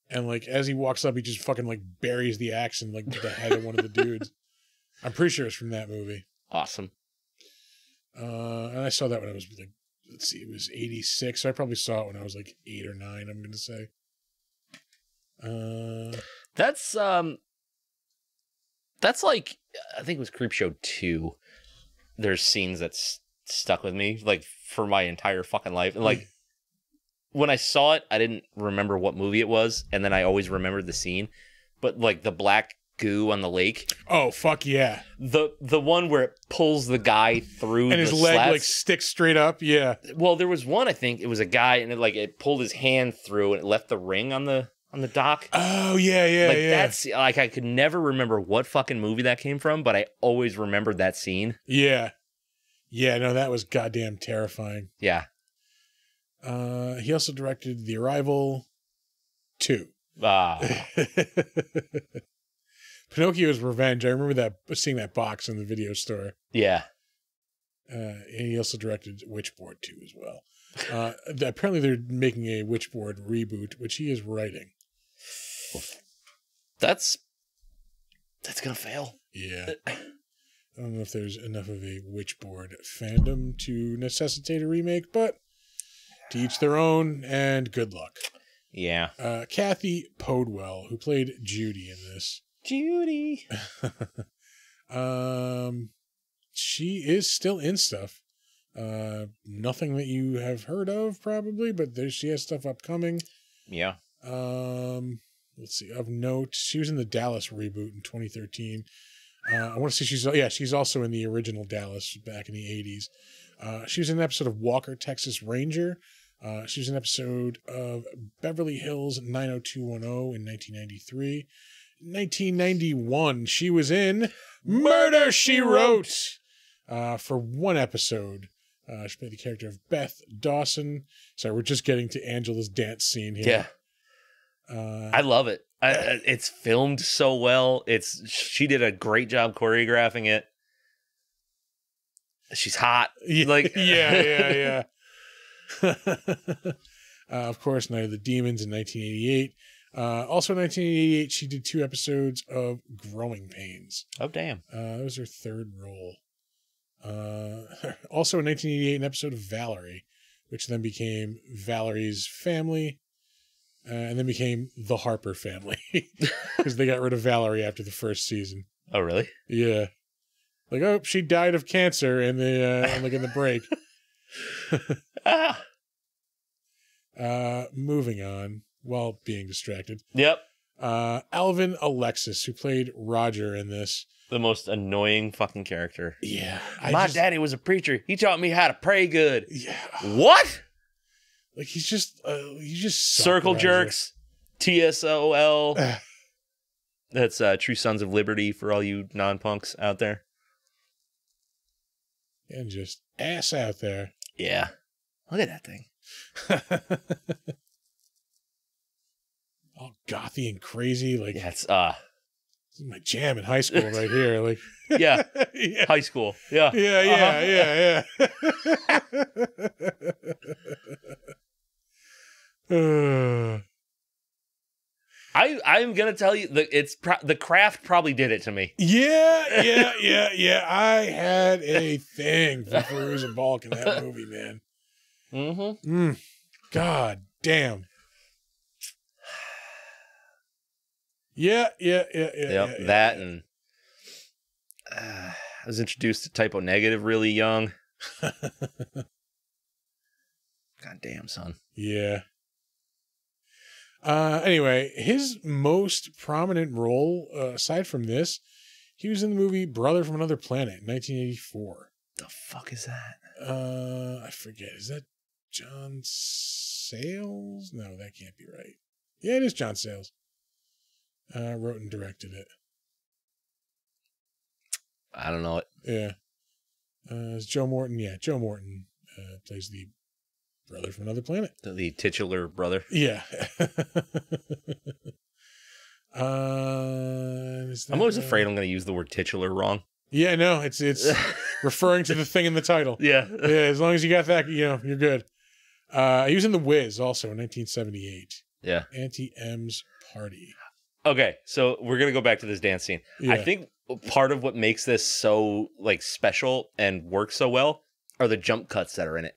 [SPEAKER 1] And like as he walks up, he just fucking like buries the axe in like the head of one of the dudes. I'm pretty sure it's from that movie.
[SPEAKER 2] Awesome.
[SPEAKER 1] Uh, and I saw that when I was like, let's see, it was 86. So I probably saw it when I was like eight or nine, I'm going to say. Uh,
[SPEAKER 2] That's um that's like I think it was Creepshow 2. There's scenes that s- stuck with me like for my entire fucking life. And like when I saw it, I didn't remember what movie it was and then I always remembered the scene. But like the black goo on the lake,
[SPEAKER 1] oh fuck yeah!
[SPEAKER 2] the the one where it pulls the guy through
[SPEAKER 1] And his
[SPEAKER 2] the
[SPEAKER 1] leg like
[SPEAKER 2] slats.
[SPEAKER 1] sticks straight up. Yeah.
[SPEAKER 2] Well, there was one I think it was a guy and it like it pulled his hand through and it left the ring on the on the dock.
[SPEAKER 1] Oh yeah, yeah,
[SPEAKER 2] like
[SPEAKER 1] yeah.
[SPEAKER 2] that's like I could never remember what fucking movie that came from, but I always remembered that scene.
[SPEAKER 1] Yeah. Yeah, no, that was goddamn terrifying.
[SPEAKER 2] Yeah.
[SPEAKER 1] Uh he also directed The Arrival 2.
[SPEAKER 2] Uh,
[SPEAKER 1] Pinocchio's Revenge. I remember that seeing that box in the video store.
[SPEAKER 2] yeah.
[SPEAKER 1] Uh and he also directed Witchboard 2 as well. Uh apparently they're making a Witchboard reboot, which he is writing.
[SPEAKER 2] That's that's gonna fail.
[SPEAKER 1] Yeah. I don't know if there's enough of a Witchboard fandom to necessitate a remake, but to each their own and good luck.
[SPEAKER 2] Yeah.
[SPEAKER 1] uh, Kathy Podwell, who played Judy in this.
[SPEAKER 2] Judy.
[SPEAKER 1] Um, she is still in stuff. Uh, nothing that you have heard of, probably, but there, she has stuff upcoming.
[SPEAKER 2] Yeah.
[SPEAKER 1] Um, let's see. Of note, she was in the Dallas reboot in 2013. Uh, I want to say she's yeah, she's also in the original Dallas back in the 80s. Uh, she was in an episode of Walker Texas Ranger. Uh, she was in an episode of Beverly Hills 90210 in 1993. 1991, she was in Murder She Wrote uh, for one episode. Uh, she played the character of Beth Dawson. Sorry, we're just getting to Angela's dance scene here.
[SPEAKER 2] Yeah.
[SPEAKER 1] Uh,
[SPEAKER 2] I love it. I, I- it's filmed so well. It's she did a great job choreographing it. She's hot.
[SPEAKER 1] yeah,
[SPEAKER 2] like-
[SPEAKER 1] yeah, yeah, yeah. uh, of course, Night of the Demons in 1988. Uh, also, in 1988, she did two episodes of Growing Pains.
[SPEAKER 2] Oh damn.
[SPEAKER 1] Uh, that was her third role. Uh, also in 1988, an episode of Valerie, which then became Valerie's family, uh, and then became the Harper family because they got rid of Valerie after the first season.
[SPEAKER 2] Oh really?
[SPEAKER 1] Yeah, like oh, she died of cancer in the uh, like in the break.
[SPEAKER 2] Ah.
[SPEAKER 1] Uh, moving on while being distracted.
[SPEAKER 2] Yep.
[SPEAKER 1] Uh, Alvin Alexis, who played Roger in this.
[SPEAKER 2] The most annoying fucking character.
[SPEAKER 1] Yeah, I
[SPEAKER 2] My
[SPEAKER 1] just-
[SPEAKER 2] daddy was a preacher. He taught me how to pray good.
[SPEAKER 1] Yeah,
[SPEAKER 2] What?
[SPEAKER 1] Like he's just uh, he's just sucked
[SPEAKER 2] Circle
[SPEAKER 1] right
[SPEAKER 2] jerks. TSOL.
[SPEAKER 1] there.
[SPEAKER 2] That's uh, True Sons of Liberty for all you non punks out there.
[SPEAKER 1] and just ass out there.
[SPEAKER 2] Yeah. Look at that thing.
[SPEAKER 1] All gothy and crazy. Like
[SPEAKER 2] Yeah, it's uh
[SPEAKER 1] this is my jam in high school right here. Like
[SPEAKER 2] yeah,
[SPEAKER 1] yeah,
[SPEAKER 2] high school. Yeah.
[SPEAKER 1] yeah, yeah,
[SPEAKER 2] Uh-huh.
[SPEAKER 1] yeah, yeah. Uh,
[SPEAKER 2] I I'm going to tell you the it's pro- the craft probably did it to me.
[SPEAKER 1] yeah, yeah, yeah, yeah. I had a thing for Farouz and Balk in that movie, man.
[SPEAKER 2] Mhm.
[SPEAKER 1] Mm, God damn. Yeah, yeah, yeah, yeah.
[SPEAKER 2] yep,
[SPEAKER 1] yeah, yeah,
[SPEAKER 2] that
[SPEAKER 1] yeah.
[SPEAKER 2] and uh, I was introduced to typo negative really young. God damn, son.
[SPEAKER 1] Yeah. Uh, anyway, his most prominent role, uh, aside from this, he was in the movie Brother from Another Planet, in 1984.
[SPEAKER 2] The fuck is that?
[SPEAKER 1] Uh, I forget. Is that John Sayles? No, that can't be right. Yeah, it is John Sayles. Uh, wrote and directed it.
[SPEAKER 2] I don't know.
[SPEAKER 1] Yeah. Uh, it's Joe Morton. Yeah, Joe Morton uh, plays the brother from another planet.
[SPEAKER 2] The, the titular brother.
[SPEAKER 1] Yeah. uh, is
[SPEAKER 2] I'm
[SPEAKER 1] that,
[SPEAKER 2] always
[SPEAKER 1] uh,
[SPEAKER 2] afraid I'm going to use the word titular wrong.
[SPEAKER 1] Yeah, no, it's it's referring to the thing in the title.
[SPEAKER 2] yeah.
[SPEAKER 1] Yeah, as long as you got that, you know, you're good. Uh, he was in The Wiz also in 1978.
[SPEAKER 2] Yeah.
[SPEAKER 1] Auntie M's Party.
[SPEAKER 2] Okay, so we're going to go back to this dance scene.
[SPEAKER 1] Yeah.
[SPEAKER 2] I think part of what makes this so like special and work so well are the jump cuts that are in it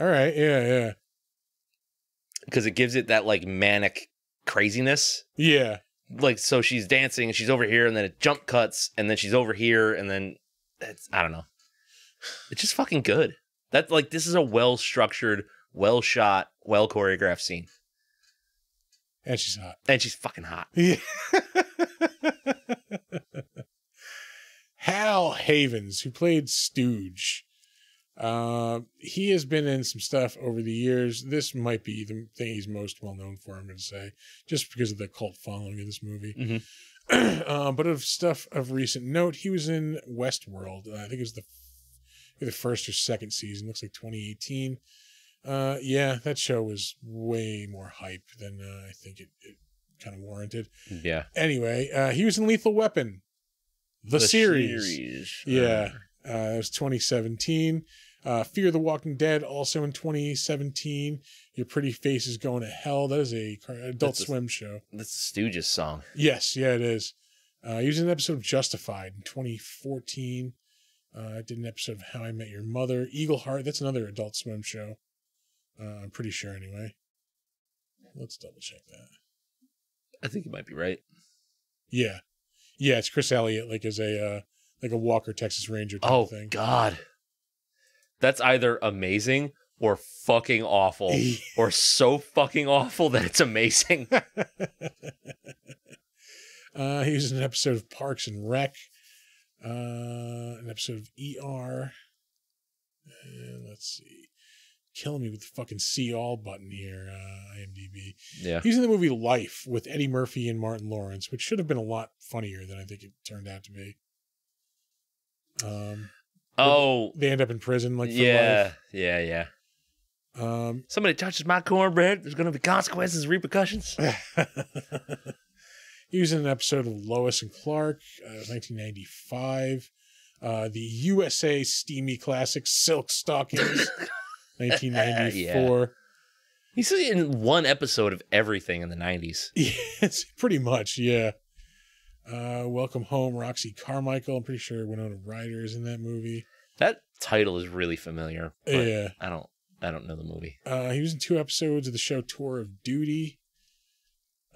[SPEAKER 1] All right. Yeah, yeah.
[SPEAKER 2] because it gives it that like manic craziness.
[SPEAKER 1] Yeah.
[SPEAKER 2] Like so, she's dancing and she's over here, and then it jump cuts, and then she's over here, and then it's I don't know. It's just fucking good. That like this is a well structured, well shot, well choreographed scene,
[SPEAKER 1] And she's hot.
[SPEAKER 2] and she's fucking hot.
[SPEAKER 1] Yeah. Hal Havens, who played Stooge, uh, he has been in some stuff over the years. This might be the thing he's most well known for. I'm going to say, just because of the cult following of this movie.
[SPEAKER 2] Mhm.
[SPEAKER 1] Uh, but of stuff of recent note, he was in Westworld. Uh, I think it was the the first or second season. Looks like 2018. Uh, yeah, that show was way more hype than uh, I think it, it kind of warranted
[SPEAKER 2] Yeah,
[SPEAKER 1] anyway, uh, he was in Lethal Weapon, the, series. Yeah, uh, it was 2017. Uh, Fear the Walking Dead, also in 2017. Your Pretty Face is Going to Hell. That is a car- Adult
[SPEAKER 2] That's a-
[SPEAKER 1] Swim show.
[SPEAKER 2] that's the Stooges song.
[SPEAKER 1] Yes, yeah, it is. Uh, he was in an episode of Justified in 2014. Uh, I did an episode of How I Met Your Mother. Eagle Heart, that's another Adult Swim show. Uh, I'm pretty sure, anyway. Let's double check that.
[SPEAKER 2] I think you might be right.
[SPEAKER 1] Yeah, yeah, it's Chris Elliott, like as a uh, like a Walker Texas Ranger type
[SPEAKER 2] Oh
[SPEAKER 1] of thing.
[SPEAKER 2] God, that's either amazing or fucking awful, or so fucking awful that it's amazing.
[SPEAKER 1] uh, he was in an episode of Parks and Rec, uh, an episode of ER. And let's see, killing me with the fucking see all button here, uh, IMDb.
[SPEAKER 2] Yeah,
[SPEAKER 1] He's in the movie Life with Eddie Murphy and Martin Lawrence, which should have been a lot funnier than I think it turned out to be. Um,
[SPEAKER 2] Oh,
[SPEAKER 1] they end up in prison, like for
[SPEAKER 2] yeah, yeah, yeah.
[SPEAKER 1] life. Um,
[SPEAKER 2] Somebody touches my cornbread. There's going to be consequences, repercussions.
[SPEAKER 1] he was in an episode of Lois and Clark, uh, 1995. Uh, the USA steamy classic Silk Stockings, 1994.
[SPEAKER 2] He's in one episode of everything in the '90s.
[SPEAKER 1] Yes, pretty much, yeah. Uh, Welcome Home, Roxy Carmichael. I'm pretty sure Winona Ryder is in that movie.
[SPEAKER 2] That title is really familiar. But
[SPEAKER 1] Yeah.
[SPEAKER 2] I don't. I don't know the movie.
[SPEAKER 1] Uh, he was in two episodes of the show Tour of Duty.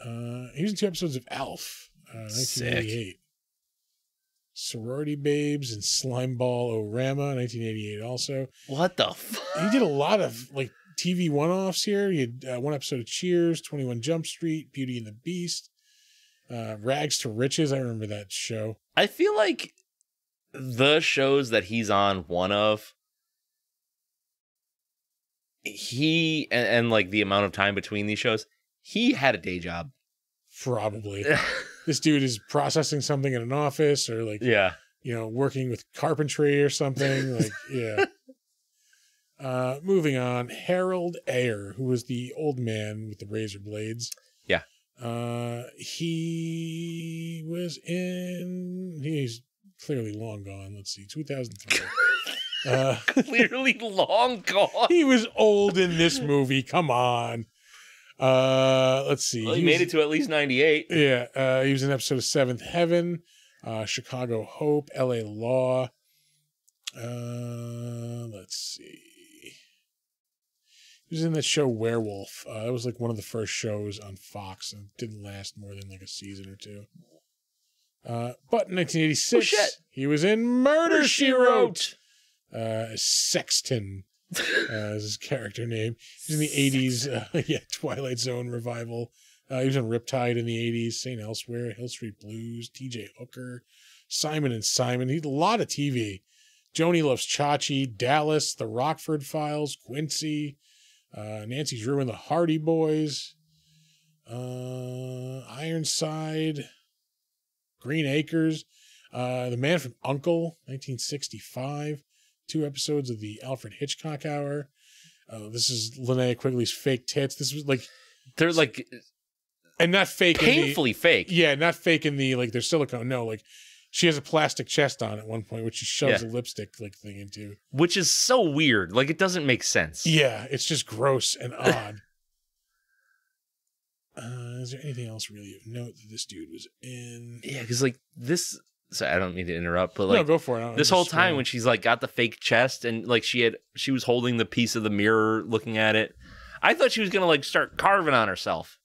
[SPEAKER 1] Uh, he was in two episodes of Alf, uh,
[SPEAKER 2] Sick.
[SPEAKER 1] 1988. Sorority Babes and Slimeball Orama, 1988. Also,
[SPEAKER 2] What the? F-
[SPEAKER 1] he did a lot of like TV one-offs here. He had uh, one episode of Cheers, 21 Jump Street, Beauty and the Beast, uh, Rags to Riches. I remember that show.
[SPEAKER 2] I feel like the shows that he's on one of he and, and like the amount of time between these shows he had a day job
[SPEAKER 1] Probably this dude is processing something in an office or like
[SPEAKER 2] yeah
[SPEAKER 1] you know, working with carpentry or something. Like, yeah. Uh, moving on, Harold Ayer, who was the old man with the razor blades.
[SPEAKER 2] Yeah.
[SPEAKER 1] Uh, he was in. He's clearly long gone. Let's see, 2003. uh,
[SPEAKER 2] clearly long gone
[SPEAKER 1] he was old in this movie. Come on. Uh, let's see.
[SPEAKER 2] well, he
[SPEAKER 1] He was-
[SPEAKER 2] made it to at least 98
[SPEAKER 1] yeah, uh, he was in an episode of Seventh Heaven, uh, Chicago Hope, L.A. Law. Uh, let's see. He was in that show Werewolf. Uh, that was like one of the first shows on Fox, and it didn't last more than like a season or two. Uh, but in 1986,
[SPEAKER 2] Oh, shit.
[SPEAKER 1] he was in Murder She Wrote. Uh, Sexton uh, is his character name. He was in the 80s, uh, yeah, Twilight Zone revival. Uh, he was in Riptide in the 80s, St. Elsewhere, Hill Street Blues, TJ Hooker, Simon and Simon. He did a lot of TV. Joni Loves Chachi, Dallas, The Rockford Files, Quincy, uh, Nancy Drew and the Hardy Boys, uh, Ironside, Green Acres, uh, The Man from Uncle, 1965, two episodes of the Alfred Hitchcock Hour. Uh, this is Linnea Quigley's fake tits. This was like,
[SPEAKER 2] they're like
[SPEAKER 1] and not fake in the-
[SPEAKER 2] painfully fake
[SPEAKER 1] yeah, not faking the like their silicone. No, like she has a plastic chest on at one point, which she shoves a lipstick like thing into.
[SPEAKER 2] which is so weird like it doesn't make sense
[SPEAKER 1] Yeah, it's just gross and odd. uh, is there anything else really of note that this dude was in?
[SPEAKER 2] yeah because like this so i don't mean to interrupt but like
[SPEAKER 1] no, go for it. I'm
[SPEAKER 2] this
[SPEAKER 1] just
[SPEAKER 2] whole time when
[SPEAKER 1] scrolling.
[SPEAKER 2] she's like got the fake chest and like she had she was holding the piece of the mirror looking at it i thought she was gonna like start carving on herself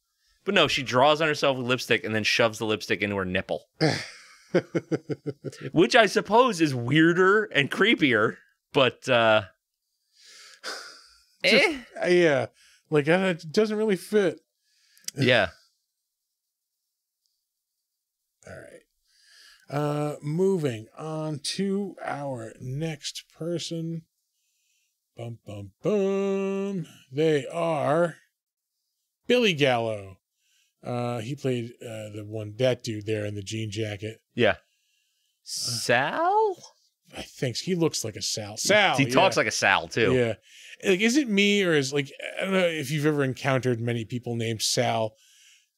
[SPEAKER 2] But no, she draws on herself with lipstick and then shoves the lipstick into her nipple. Which I suppose is weirder and creepier, but uh
[SPEAKER 1] Just-
[SPEAKER 2] eh?
[SPEAKER 1] Uh, yeah, like uh, it doesn't really fit.
[SPEAKER 2] Yeah.
[SPEAKER 1] All right. Uh, moving on to our next person. Bum bum bum. They are Billy Gallo. Uh, he played uh, the one that dude there in the jean jacket.
[SPEAKER 2] Sal?
[SPEAKER 1] I think he looks like a Sal. Sal.
[SPEAKER 2] He talks like a Sal too.
[SPEAKER 1] Yeah. Like, is it me or is like I don't know if you've ever encountered many people named Sal,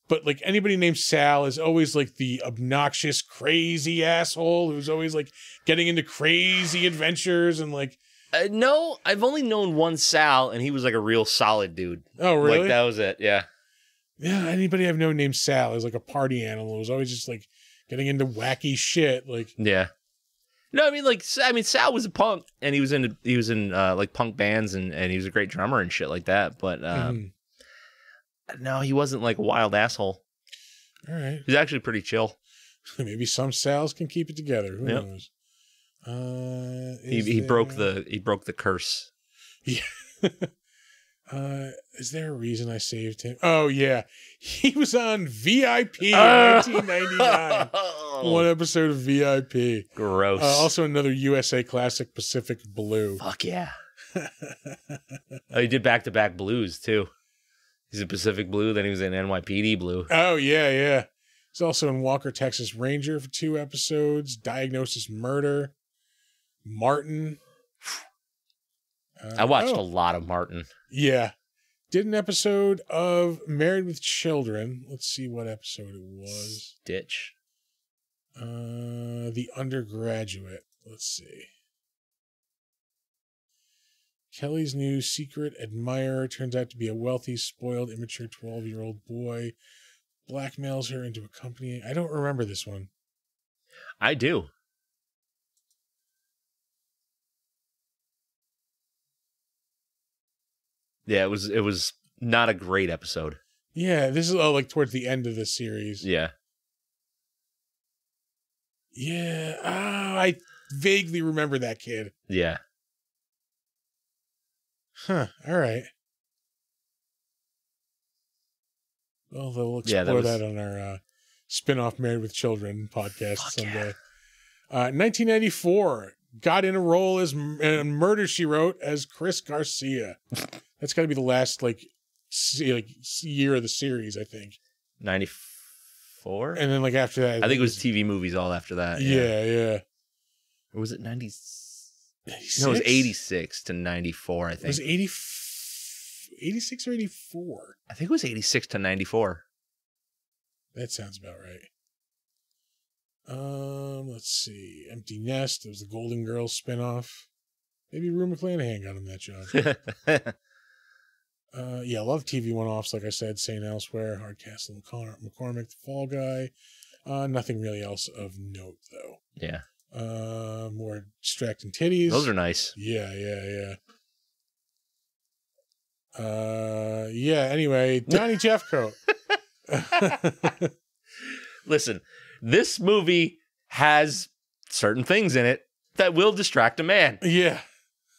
[SPEAKER 1] but like anybody named Sal is always like the obnoxious, crazy asshole who's always like getting into crazy adventures and like
[SPEAKER 2] Uh, no, I've only known one Sal, and he was like a real solid dude.
[SPEAKER 1] oh really?
[SPEAKER 2] Like that was it. Yeah.
[SPEAKER 1] Yeah, anybody I've known named Sal is like a party animal who's always just like getting into wacky shit. Like
[SPEAKER 2] Yeah. No, I mean like Sa- I mean Sal was a punk, and he was in he was in uh, like punk bands, and and he was a great drummer and shit like that. But uh,
[SPEAKER 1] mhm. Mm-hmm.
[SPEAKER 2] no, he wasn't like a wild asshole.
[SPEAKER 1] all right.
[SPEAKER 2] He was actually pretty chill.
[SPEAKER 1] Maybe some Sals can keep it together. Who
[SPEAKER 2] Yep.
[SPEAKER 1] knows? Uh
[SPEAKER 2] He,
[SPEAKER 1] is
[SPEAKER 2] he broke
[SPEAKER 1] there-
[SPEAKER 2] the he broke the curse.
[SPEAKER 1] Uh, is there a reason I saved him? Oh yeah, he was on VIP in
[SPEAKER 2] Oh.
[SPEAKER 1] 1999. One episode of VIP. Uh,
[SPEAKER 2] Gross.
[SPEAKER 1] also another USA classic, Pacific Blue.
[SPEAKER 2] Oh, Fuck yeah. Oh, he did back to back blues too. He's in Pacific Blue, then he was in NYPD Blue.
[SPEAKER 1] oh yeah, yeah. He's also in Walker Texas Ranger for two episodes. Diagnosis Murder. Martin. Uh,
[SPEAKER 2] I watched a
[SPEAKER 1] oh,
[SPEAKER 2] lot of Martin.
[SPEAKER 1] yeah. Did an episode of Married with Children. Let's see what episode it was.
[SPEAKER 2] Stitch.
[SPEAKER 1] Uh, the undergraduate. Let's see. Kelly's new secret admirer turns out to be a wealthy, spoiled, immature 12 year old boy. Blackmails her into accompanying. I don't remember this one.
[SPEAKER 2] I do. Yeah, it was it was not a great episode.
[SPEAKER 1] Yeah, this is oh, like towards the end of the series.
[SPEAKER 2] Yeah.
[SPEAKER 1] Yeah, ah, I vaguely remember that kid.
[SPEAKER 2] Yeah.
[SPEAKER 1] Huh, all right. Well, though, we'll
[SPEAKER 2] Yeah,
[SPEAKER 1] explore
[SPEAKER 2] that was-
[SPEAKER 1] that on our uh, spin off Married with Children podcast
[SPEAKER 2] Fuck
[SPEAKER 1] someday. Uh, 1994 got in a role as M- uh, Murder She Wrote as Chris Garcia. That's got to be the last like se- like s- year of the series, I think.
[SPEAKER 2] 94?
[SPEAKER 1] And then like after that,
[SPEAKER 2] I think it was TV movies all after that.
[SPEAKER 1] yeah, yeah.
[SPEAKER 2] Or was it 90 No, it was 86 to 94, I
[SPEAKER 1] It was
[SPEAKER 2] think.
[SPEAKER 1] 80, f- 86 or 84.
[SPEAKER 2] I think it was 86 to 94.
[SPEAKER 1] That sounds about right. Um, let's see. Empty Nest. It was the Golden Girls spinoff. Maybe Rue McClanahan got him that job. Uh, yeah, I love TV one-offs. Like I said, St. Elsewhere, Hardcastle, McCor- McCormick, The Fall Guy. Uh, nothing really else of note though.
[SPEAKER 2] yeah.
[SPEAKER 1] Uh, more distracting titties.
[SPEAKER 2] Those are nice.
[SPEAKER 1] Yeah, yeah, yeah. Uh, yeah. Anyway, Donnie Jeffcoat.
[SPEAKER 2] Listen, this movie has certain things in it that will distract a man.
[SPEAKER 1] Yeah.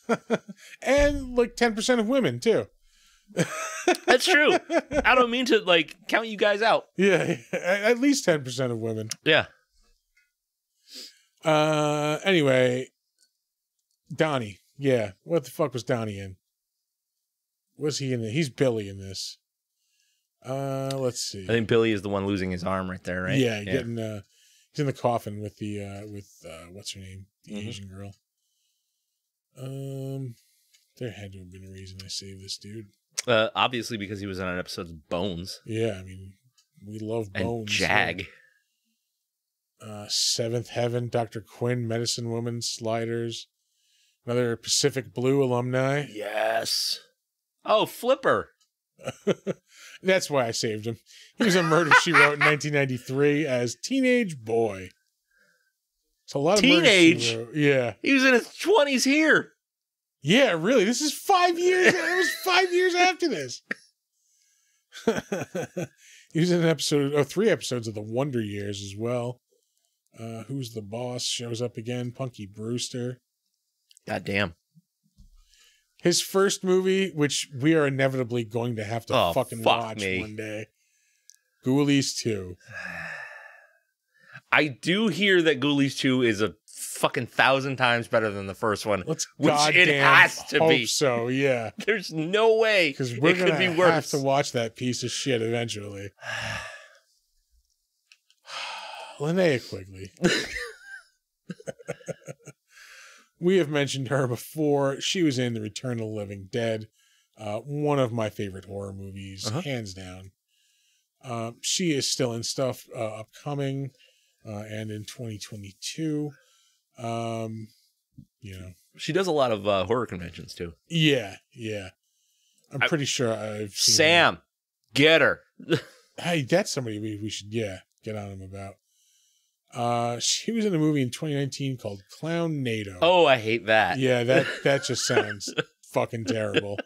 [SPEAKER 1] and like 10% of women too.
[SPEAKER 2] That's true. I don't mean to like count you guys out.
[SPEAKER 1] Yeah, a- at least 10% of women.
[SPEAKER 2] Yeah.
[SPEAKER 1] Uh anyway, Donnie. Yeah, what the fuck was Donnie in? Was he in it? He's Billy in this. Uh let's see.
[SPEAKER 2] I think Billy is the one losing his arm right there, right?
[SPEAKER 1] Yeah, getting uh he's in the coffin with the uh with uh what's her name? The
[SPEAKER 2] Mhm.
[SPEAKER 1] Asian girl. Um there had to have been a reason I saved this dude.
[SPEAKER 2] Uh, obviously because he was on an episode of Bones
[SPEAKER 1] Yeah, I mean, we love
[SPEAKER 2] and
[SPEAKER 1] bones. here.
[SPEAKER 2] Jag.
[SPEAKER 1] uh, Seventh Heaven, Dr. Quinn, Medicine Woman, Sliders, another Pacific Blue alumni.
[SPEAKER 2] Yes. Oh, Flipper.
[SPEAKER 1] That's why I saved him. He was a murder she wrote in 1993 as teenage boy. It's a lot of Murder, She
[SPEAKER 2] Teenage?
[SPEAKER 1] Wrote. Yeah,
[SPEAKER 2] He was in his twenties here.
[SPEAKER 1] yeah, really. This is five years. it was five years after this. He was in an episode or three episodes of the Wonder Years as well. Uh, Who's the boss shows up again? Punky Brewster.
[SPEAKER 2] God damn.
[SPEAKER 1] His first movie, which we are inevitably going to have to
[SPEAKER 2] Oh,
[SPEAKER 1] fucking
[SPEAKER 2] fuck
[SPEAKER 1] watch
[SPEAKER 2] me.
[SPEAKER 1] one day. Ghoulies Two.
[SPEAKER 2] I do hear that Ghoulies 2 is a fucking thousand times better than the first one.
[SPEAKER 1] Let's
[SPEAKER 2] Which it
[SPEAKER 1] goddamn
[SPEAKER 2] has to
[SPEAKER 1] hope
[SPEAKER 2] be.
[SPEAKER 1] so. Yeah,
[SPEAKER 2] There's no way
[SPEAKER 1] because we're
[SPEAKER 2] it
[SPEAKER 1] gonna
[SPEAKER 2] could be
[SPEAKER 1] have
[SPEAKER 2] worse.
[SPEAKER 1] to watch that piece of shit eventually. Linnea Quigley. we have mentioned her before. She was in The Return of the Living Dead, uh, one of my favorite horror movies,
[SPEAKER 2] Uh-huh.
[SPEAKER 1] hands down. Uh, she is still in stuff uh, upcoming uh, and in 2022. Um, you know,
[SPEAKER 2] She does a lot of uh, horror conventions too.
[SPEAKER 1] yeah, yeah. I'm
[SPEAKER 2] I-
[SPEAKER 1] pretty sure I've seen her.
[SPEAKER 2] Sam, get her.
[SPEAKER 1] Hey, that's somebody we, we should yeah get on him about. Uh, she was in a movie in 2019 called Clown NATO.
[SPEAKER 2] Oh, I hate that.
[SPEAKER 1] yeah, that that just sounds fucking terrible.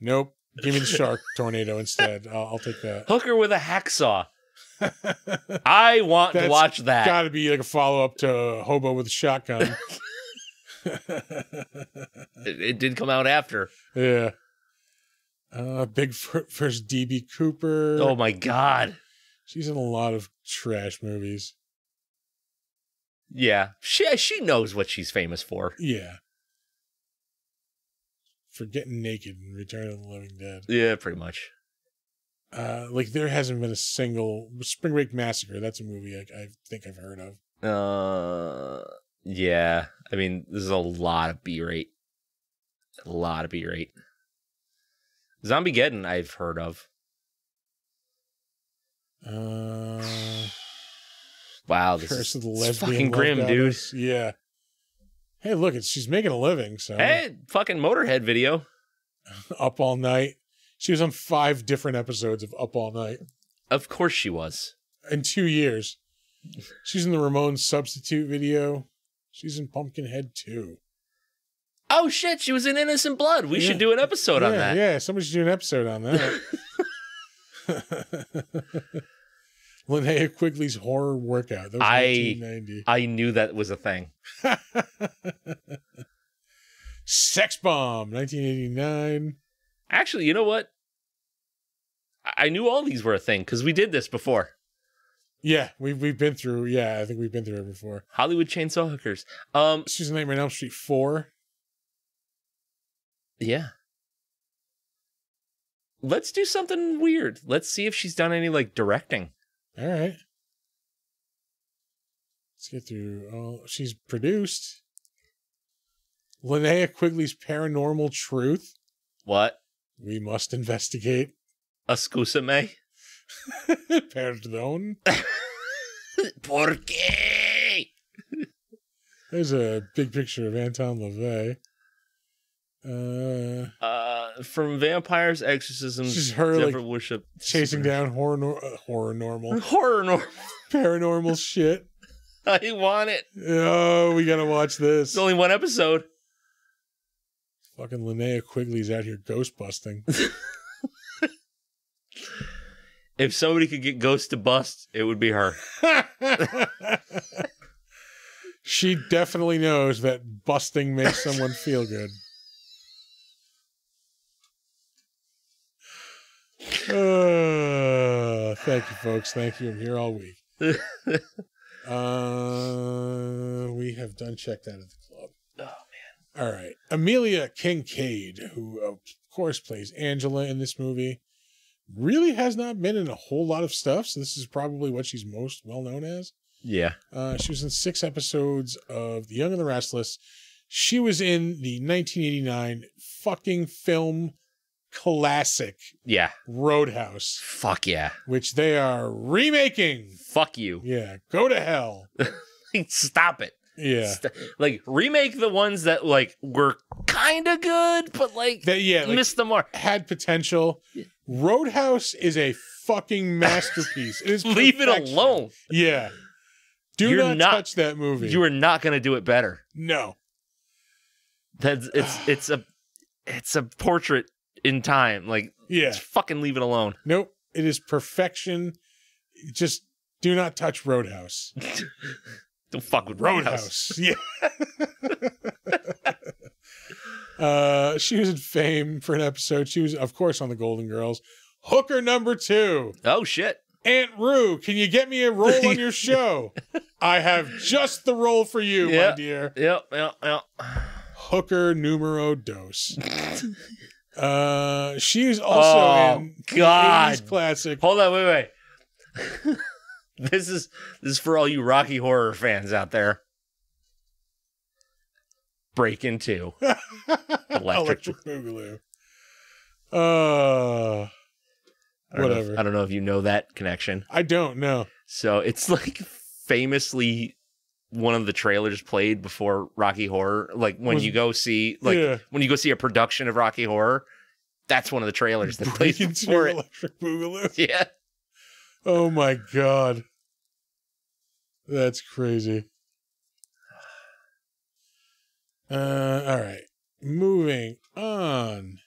[SPEAKER 1] Nope, give me the shark tornado instead. I'll, I'll take that.
[SPEAKER 2] Hook her with a hacksaw. I want to
[SPEAKER 1] That's
[SPEAKER 2] watch that.
[SPEAKER 1] Got to be like a follow up to Hobo with a Shotgun.
[SPEAKER 2] It, it did come out after.
[SPEAKER 1] yeah. Uh, Bigfoot versus DB Cooper.
[SPEAKER 2] Oh my god.
[SPEAKER 1] She's in a lot of trash movies.
[SPEAKER 2] Yeah, she she knows what she's famous for.
[SPEAKER 1] Yeah. For getting naked in Return of the Living Dead.
[SPEAKER 2] Yeah, pretty much.
[SPEAKER 1] Uh, like there hasn't been a single Spring Break Massacre. That's a movie I, I think I've heard of.
[SPEAKER 2] Uh, yeah. I mean, this is a lot of B rate. A lot of B rate. Zombie Geddon, I've heard of.
[SPEAKER 1] Uh,
[SPEAKER 2] Wow, this
[SPEAKER 1] Curse
[SPEAKER 2] is
[SPEAKER 1] of the
[SPEAKER 2] it's
[SPEAKER 1] Lesbian.
[SPEAKER 2] fucking
[SPEAKER 1] Love
[SPEAKER 2] grim, dude.
[SPEAKER 1] Goddess. Yeah. Hey, look, it's, she's making a living. So
[SPEAKER 2] Hey, fucking Motorhead video.
[SPEAKER 1] up all night. She was on five different episodes of Up All Night
[SPEAKER 2] Of course she was.
[SPEAKER 1] in two years. She's in the Ramones substitute video. She's in Pumpkinhead too.
[SPEAKER 2] Oh shit, she was in Innocent Blood. We
[SPEAKER 1] Yeah.
[SPEAKER 2] should do an episode
[SPEAKER 1] yeah,
[SPEAKER 2] on that.
[SPEAKER 1] Yeah, somebody should do an episode on that. Linnea Quigley's horror workout. That was
[SPEAKER 2] I-
[SPEAKER 1] 1990.
[SPEAKER 2] I knew that was a thing.
[SPEAKER 1] Sex Bomb, 1989.
[SPEAKER 2] Actually, you know what? I I knew all these were a thing because we did this before.
[SPEAKER 1] Yeah, we've we've been through. Yeah, I think we've been through it before.
[SPEAKER 2] Hollywood Chainsaw Hookers. Um,
[SPEAKER 1] She's in Nightmare on Elm Street 4.
[SPEAKER 2] yeah. Let's do something weird. Let's see if she's done any like directing.
[SPEAKER 1] All right. Let's get through. Oh, she's produced. Linnea Quigley's Paranormal Truth.
[SPEAKER 2] What?
[SPEAKER 1] We must investigate.
[SPEAKER 2] Escúchame.
[SPEAKER 1] Perdón.
[SPEAKER 2] Por qué?
[SPEAKER 1] There's a big picture of Anton LaVey. Uh,
[SPEAKER 2] Uh, from vampires, exorcisms,
[SPEAKER 1] This is her, like,
[SPEAKER 2] devil worship,
[SPEAKER 1] chasing down horror, nor- uh, horror normal,
[SPEAKER 2] horror. Norm.
[SPEAKER 1] paranormal shit.
[SPEAKER 2] I want it.
[SPEAKER 1] Oh, we gotta watch this.
[SPEAKER 2] It's only one episode.
[SPEAKER 1] Fucking Linnea Quigley's out here ghost busting.
[SPEAKER 2] If somebody could get Ghost to bust, it would be her.
[SPEAKER 1] she definitely knows that busting makes someone feel good. Uh, thank you, folks. Thank you. I'm here all week. uh, we have done checked out of the club.
[SPEAKER 2] Oh, man.
[SPEAKER 1] All right. Amelia Kincaid, who of course plays Angela in this movie, really has not been in a whole lot of stuff. So this is probably what she's most well known as.
[SPEAKER 2] Yeah.
[SPEAKER 1] Uh, she was in six episodes of The Young and the Restless. She was in the 1989 fucking film classic
[SPEAKER 2] Yeah.
[SPEAKER 1] Roadhouse,
[SPEAKER 2] Fuck yeah.
[SPEAKER 1] which they are remaking.
[SPEAKER 2] Fuck you.
[SPEAKER 1] Yeah, go to hell.
[SPEAKER 2] Stop it.
[SPEAKER 1] Yeah.
[SPEAKER 2] St- like remake the ones that like were kind of good, but like,
[SPEAKER 1] That, yeah, like,
[SPEAKER 2] missed the mark.
[SPEAKER 1] had potential. Roadhouse is a fucking masterpiece. It is
[SPEAKER 2] Leave it
[SPEAKER 1] perfection.
[SPEAKER 2] alone.
[SPEAKER 1] Yeah. Do
[SPEAKER 2] You're
[SPEAKER 1] not,
[SPEAKER 2] not-
[SPEAKER 1] touch that movie.
[SPEAKER 2] You are not going to do it better.
[SPEAKER 1] no.
[SPEAKER 2] That's it's it's a it's a portrait in time. Like
[SPEAKER 1] Yeah.
[SPEAKER 2] just fucking leave it alone.
[SPEAKER 1] Nope. It is perfection. Just do not touch Roadhouse.
[SPEAKER 2] Don't fuck with Roadhouse.
[SPEAKER 1] Roadhouse. Yeah. uh, she was in fame for an episode. She was, of course, on The Golden Girls. Hooker number two.
[SPEAKER 2] Oh shit.
[SPEAKER 1] Aunt Rue, can you get me a role on your show? I have just the role for you,
[SPEAKER 2] Yeah.
[SPEAKER 1] my dear.
[SPEAKER 2] Yep. Yep. Yep.
[SPEAKER 1] Hooker numero dos. Uh, she was also
[SPEAKER 2] Oh,
[SPEAKER 1] in the
[SPEAKER 2] God.
[SPEAKER 1] 80s classic.
[SPEAKER 2] Hold on. Wait. Wait. this is this is for all you Rocky Horror fans out there. Break into Electric.
[SPEAKER 1] Electric Boogaloo. Uh,
[SPEAKER 2] I don't know if-
[SPEAKER 1] Whatever.
[SPEAKER 2] I don't know if you know that connection.
[SPEAKER 1] I don't know.
[SPEAKER 2] So it's like famously one of the trailers played before Rocky Horror. Like when
[SPEAKER 1] Was-
[SPEAKER 2] you go see like
[SPEAKER 1] yeah,
[SPEAKER 2] when you go see a production of Rocky Horror, that's one of the trailers that plays
[SPEAKER 1] break into
[SPEAKER 2] before it.
[SPEAKER 1] Electric Boogaloo.
[SPEAKER 2] Yeah.
[SPEAKER 1] Oh my god, that's crazy. Uh, all right, moving on.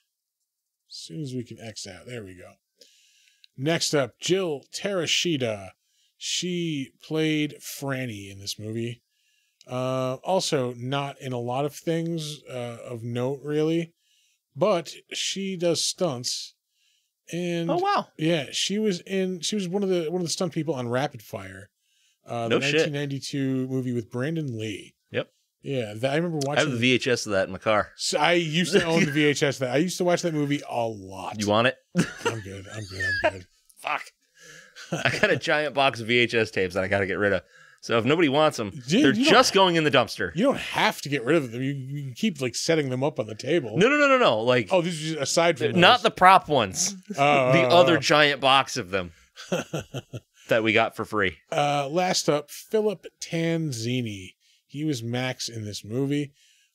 [SPEAKER 1] As soon as we can X out, there we go. Next up, Jill Terashita. She played Franny in this movie. Uh, also, not in a lot of things uh, of note, really, but she does stunts. And
[SPEAKER 2] Oh wow.
[SPEAKER 1] yeah, she was in. She was one of the one of the stunt people on Rapid Fire, uh,
[SPEAKER 2] No
[SPEAKER 1] the
[SPEAKER 2] shit.
[SPEAKER 1] 1992 movie with Brandon Lee.
[SPEAKER 2] Yep.
[SPEAKER 1] Yeah, that, I remember
[SPEAKER 2] I have
[SPEAKER 1] watching.
[SPEAKER 2] the VHS of that in my car.
[SPEAKER 1] So I used to own the VHS. That I used to watch that movie a lot.
[SPEAKER 2] You want it?
[SPEAKER 1] I'm good. I'm good. I'm good.
[SPEAKER 2] Fuck. I got a giant box of VHS tapes that I got to get rid of. So if nobody wants them,
[SPEAKER 1] Dude,
[SPEAKER 2] they're
[SPEAKER 1] you don't-
[SPEAKER 2] just going in the dumpster.
[SPEAKER 1] You don't have to get rid of them. You, you can keep like setting them up on the table.
[SPEAKER 2] No, no, no, no, no. Like
[SPEAKER 1] Oh, Uh. this is just aside from
[SPEAKER 2] not the prop ones.
[SPEAKER 1] the
[SPEAKER 2] the other giant box of them that we got for free.
[SPEAKER 1] Uh, last up, Philip Tanzini. He was Max in this movie.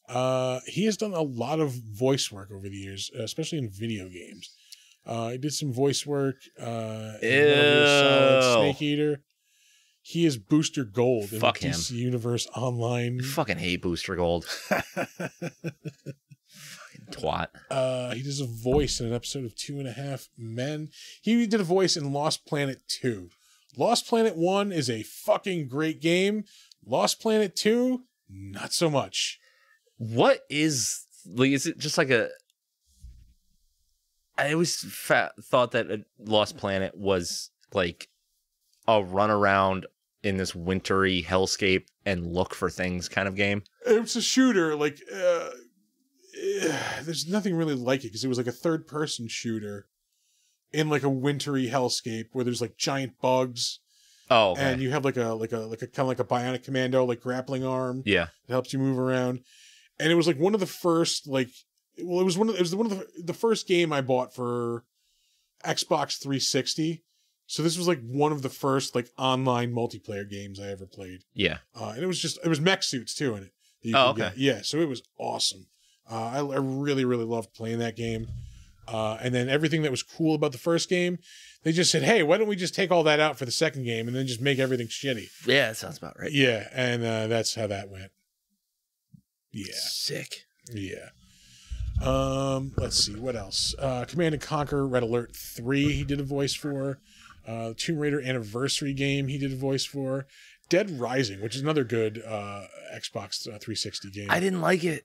[SPEAKER 1] Uh, he has done a lot of voice work over the years, uh, especially in video games. Uh, he did some voice work. Uh, in Metal Gear
[SPEAKER 2] Ew.
[SPEAKER 1] Snake Eater. He is Booster Gold in
[SPEAKER 2] Fuck
[SPEAKER 1] the
[SPEAKER 2] him.
[SPEAKER 1] DC Universe Online.
[SPEAKER 2] Fucking hate Booster Gold. Fucking twat.
[SPEAKER 1] Uh, he does a voice in an episode of Two and a Half Men. He did a voice in Lost Planet 2. Lost Planet 1 is a fucking great game. Lost Planet 2, not so much.
[SPEAKER 2] What is like? Is it just like a? I always fa- thought that uh, Lost Planet was like a runaround in this wintry hellscape and look for things kind of game.
[SPEAKER 1] It's a shooter. Like, uh, eh, there's nothing really like it because it was like a third person shooter in like a wintry hellscape where there's like giant bugs
[SPEAKER 2] Oh, okay.
[SPEAKER 1] and you have like a like a like a kind of like a bionic commando like grappling arm
[SPEAKER 2] yeah.
[SPEAKER 1] It helps you move around. And it was like one of the first like well it was one of it was one of the, the first game I bought for Xbox 360. So this was like one of the first like online multiplayer games I ever played.
[SPEAKER 2] Yeah.
[SPEAKER 1] Uh, and it was just it was mech suits too in it. that you
[SPEAKER 2] Oh,
[SPEAKER 1] could
[SPEAKER 2] okay.
[SPEAKER 1] get. Yeah, so it was awesome. Uh, I, I really really loved playing that game. Uh, and then everything that was cool about the first game, they just said, "Hey, why don't we just take all that out for the second game and then just make everything shitty?"
[SPEAKER 2] Yeah, that sounds about right.
[SPEAKER 1] Yeah, and uh, that's how that went. Yeah.
[SPEAKER 2] Sick.
[SPEAKER 1] Yeah. Um, let's see what else. Uh, Command and Conquer Red Alert 3 he did a voice for. Uh, Tomb Raider Anniversary game he did a voice for. Dead Rising, which is another good uh, Xbox uh, 360 game.
[SPEAKER 2] I didn't like it.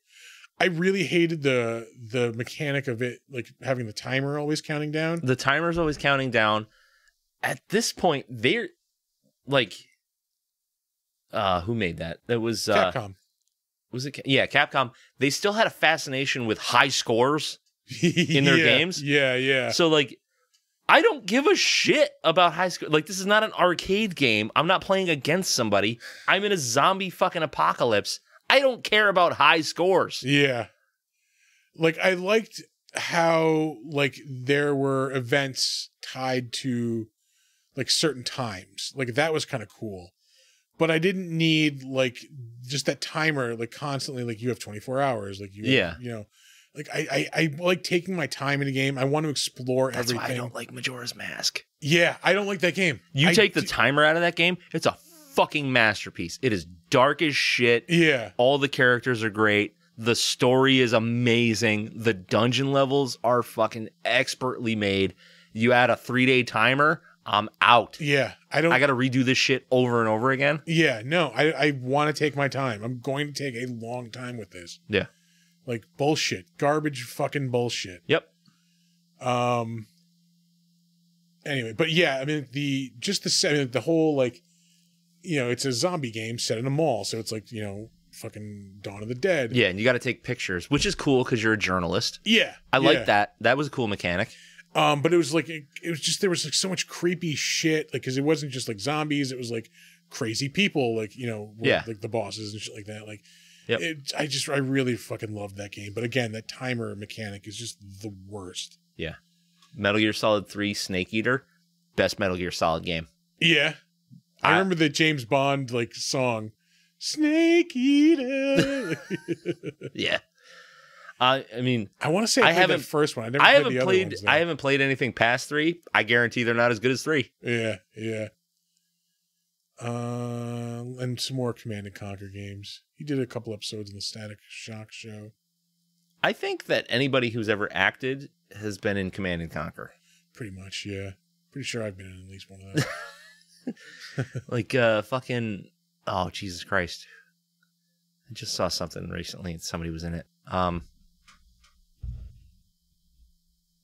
[SPEAKER 1] I really hated the the mechanic of it like having the timer always counting down.
[SPEAKER 2] the timer's always counting down. At this point, they're like, uh, who made that? That was uh,
[SPEAKER 1] Capcom.
[SPEAKER 2] was it? Ca- Yeah, Capcom. They still had a fascination with high scores, in their
[SPEAKER 1] Yeah,
[SPEAKER 2] games?
[SPEAKER 1] Yeah, yeah.
[SPEAKER 2] so like, I don't give a shit about high score. Like, this is not an arcade game. I'm not playing against somebody. I'm in a zombie fucking apocalypse. I don't care about high scores.
[SPEAKER 1] Yeah. Like I liked how like there were events tied to like certain times. Like that was kind of cool. But I didn't need like just that timer like constantly like you have 24 hours like you have-
[SPEAKER 2] Yeah.
[SPEAKER 1] you know like I, I I like taking my time in a game. I want to explore
[SPEAKER 2] That's why
[SPEAKER 1] everything.
[SPEAKER 2] I don't like Majora's Mask.
[SPEAKER 1] yeah, I don't like that game.
[SPEAKER 2] You
[SPEAKER 1] I
[SPEAKER 2] take the
[SPEAKER 1] d-
[SPEAKER 2] timer out of that game, it's a fucking masterpiece. It is dark as shit.
[SPEAKER 1] yeah.
[SPEAKER 2] All the characters are great. The story is amazing. The dungeon levels are fucking expertly made. You add a three day timer, I'm out.
[SPEAKER 1] Yeah, I don't.
[SPEAKER 2] I got to redo this shit over and over again.
[SPEAKER 1] yeah, no, I I want to take my time. I'm going to take a long time with this.
[SPEAKER 2] Yeah.
[SPEAKER 1] like bullshit, garbage, fucking bullshit.
[SPEAKER 2] Yep.
[SPEAKER 1] Um. Anyway, but yeah, I mean the just the set, I mean, the whole like, you know, it's a zombie game set in a mall, so it's like you know, fucking Dawn of the Dead.
[SPEAKER 2] Yeah, and you got to take pictures, which is cool because you're a journalist.
[SPEAKER 1] yeah,
[SPEAKER 2] I
[SPEAKER 1] yeah.
[SPEAKER 2] like that. That was a cool mechanic.
[SPEAKER 1] Um, but it was like it, it was just there was like so much creepy shit, like because it wasn't just like zombies, it was like crazy people, like you know, were,
[SPEAKER 2] Yeah.
[SPEAKER 1] like the bosses and shit like that. Like,
[SPEAKER 2] Yep.
[SPEAKER 1] it, I just I really fucking loved that game, but again, that timer mechanic is just the worst.
[SPEAKER 2] Metal Gear Solid 3 Snake Eater, best Metal Gear Solid game.
[SPEAKER 1] Yeah, I,
[SPEAKER 2] I-
[SPEAKER 1] remember the James Bond like song, Snake Eater.
[SPEAKER 2] Yeah. I I mean,
[SPEAKER 1] I want to say
[SPEAKER 2] I
[SPEAKER 1] I, played
[SPEAKER 2] haven't-
[SPEAKER 1] that first one. I never
[SPEAKER 2] I
[SPEAKER 1] played
[SPEAKER 2] haven't
[SPEAKER 1] the other
[SPEAKER 2] played
[SPEAKER 1] ones, though.
[SPEAKER 2] I haven't played anything past 3. I guarantee they're not as good as 3.
[SPEAKER 1] Yeah, yeah. Uh, and some more Command and Conquer games. He did a couple episodes in the Static Shock show.
[SPEAKER 2] I think that anybody who's ever acted has been in Command and Conquer.
[SPEAKER 1] Pretty much, yeah. Pretty sure I've been in at least one of those.
[SPEAKER 2] Like uh fucking oh Jesus Christ. I just saw something recently and somebody was in it. Um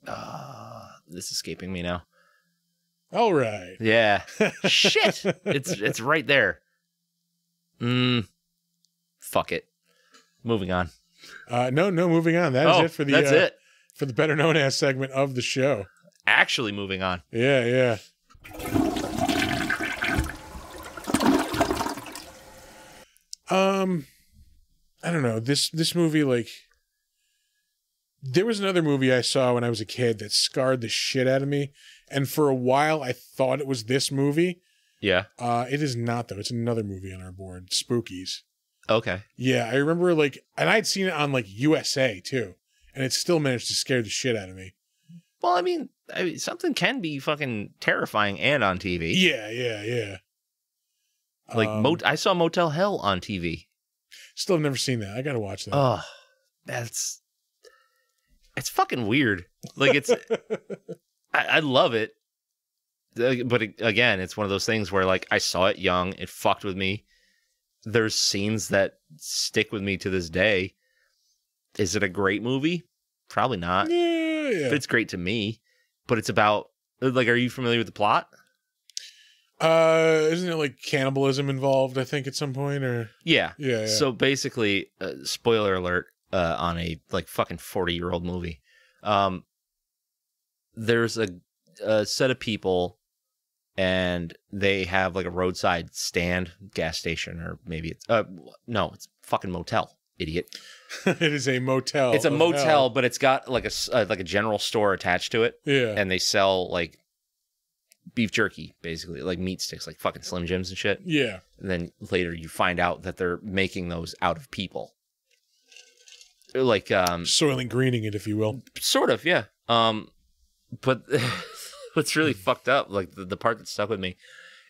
[SPEAKER 2] uh, this is escaping me now.
[SPEAKER 1] All right.
[SPEAKER 2] Yeah. Shit. It's it's right there. Mm. Fuck it. Moving on.
[SPEAKER 1] Uh, no, no. Moving on. That is
[SPEAKER 2] oh,
[SPEAKER 1] it for the
[SPEAKER 2] that's
[SPEAKER 1] uh,
[SPEAKER 2] it.
[SPEAKER 1] for the better known as segment of the show.
[SPEAKER 2] Actually moving on.
[SPEAKER 1] Yeah, yeah. Um, I don't know this this movie. Like, there was another movie I saw when I was a kid that scarred the shit out of me, and for a while I thought it was this movie.
[SPEAKER 2] Yeah.
[SPEAKER 1] Uh, it is not though. It's another movie on our board, Spookies.
[SPEAKER 2] Okay.
[SPEAKER 1] Yeah, I remember like, and I had seen it on like USA too, and it still managed to scare the shit out of me.
[SPEAKER 2] Well, I mean, I mean, something can be fucking terrifying and on TV.
[SPEAKER 1] Yeah, yeah, yeah.
[SPEAKER 2] Like
[SPEAKER 1] Um,
[SPEAKER 2] Mot- I saw Motel Hell on TV.
[SPEAKER 1] Still have never seen that. I gotta watch that.
[SPEAKER 2] Oh, that's it's fucking weird. Like it's I, I love it. Uh, But a- again, it's one of those things where like I saw it young, it fucked with me. There's scenes that stick with me to this day. Is it a great movie? Probably not.
[SPEAKER 1] yeah, yeah.
[SPEAKER 2] But it's great to me. But it's about like, are you familiar with the plot?
[SPEAKER 1] Uh, isn't it like cannibalism involved? I think at some point, or
[SPEAKER 2] Yeah.
[SPEAKER 1] yeah, yeah.
[SPEAKER 2] So basically, uh, spoiler alert uh, on a like fucking forty year old movie. Um, there's a, a set of people, and they have like a roadside stand, gas station, or maybe it's uh no, it's fucking motel, idiot.
[SPEAKER 1] it is a Oh, motel.
[SPEAKER 2] it's a
[SPEAKER 1] of
[SPEAKER 2] motel,
[SPEAKER 1] hell.
[SPEAKER 2] but it's got like a s- uh, like a general store attached to it,
[SPEAKER 1] Yeah,
[SPEAKER 2] and they sell like beef jerky, basically like meat sticks, like fucking Slim Jims and shit.
[SPEAKER 1] yeah.
[SPEAKER 2] And then later you find out that they're making those out of people. Like um
[SPEAKER 1] Soylent greening it, if you will.
[SPEAKER 2] sort of, yeah. Um but what's really fucked up, like the, the part that stuck with me,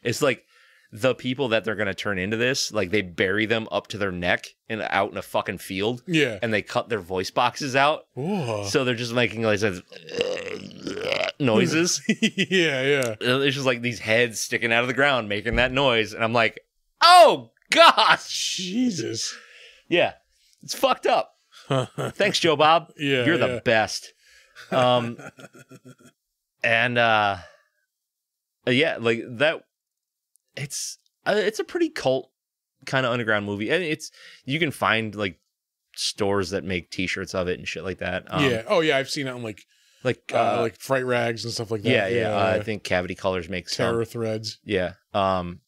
[SPEAKER 2] is like the people that they're gonna turn into this, like they bury them up to their neck and out in a fucking field
[SPEAKER 1] Yeah.
[SPEAKER 2] and they cut their voice boxes out.
[SPEAKER 1] Whoa.
[SPEAKER 2] So they're just making like those noises.
[SPEAKER 1] yeah, yeah.
[SPEAKER 2] And uh, It's just like these heads sticking out of the ground making that noise, and I'm like, oh gosh.
[SPEAKER 1] Jesus.
[SPEAKER 2] Yeah. It's fucked up.
[SPEAKER 1] yeah.
[SPEAKER 2] Thanks, Joe Bob. You're the
[SPEAKER 1] yeah.
[SPEAKER 2] best. Um and uh yeah, like that it's uh, it's a pretty cult kind of underground movie. And it's you can find like stores that make t-shirts of it and shit like that. Um
[SPEAKER 1] yeah. Oh yeah, I've seen it on like
[SPEAKER 2] like uh,
[SPEAKER 1] uh, like fright rags and stuff like that.
[SPEAKER 2] yeah, yeah, Uh, I think Cavity Colors makes some.
[SPEAKER 1] terror threads.
[SPEAKER 2] Yeah. Um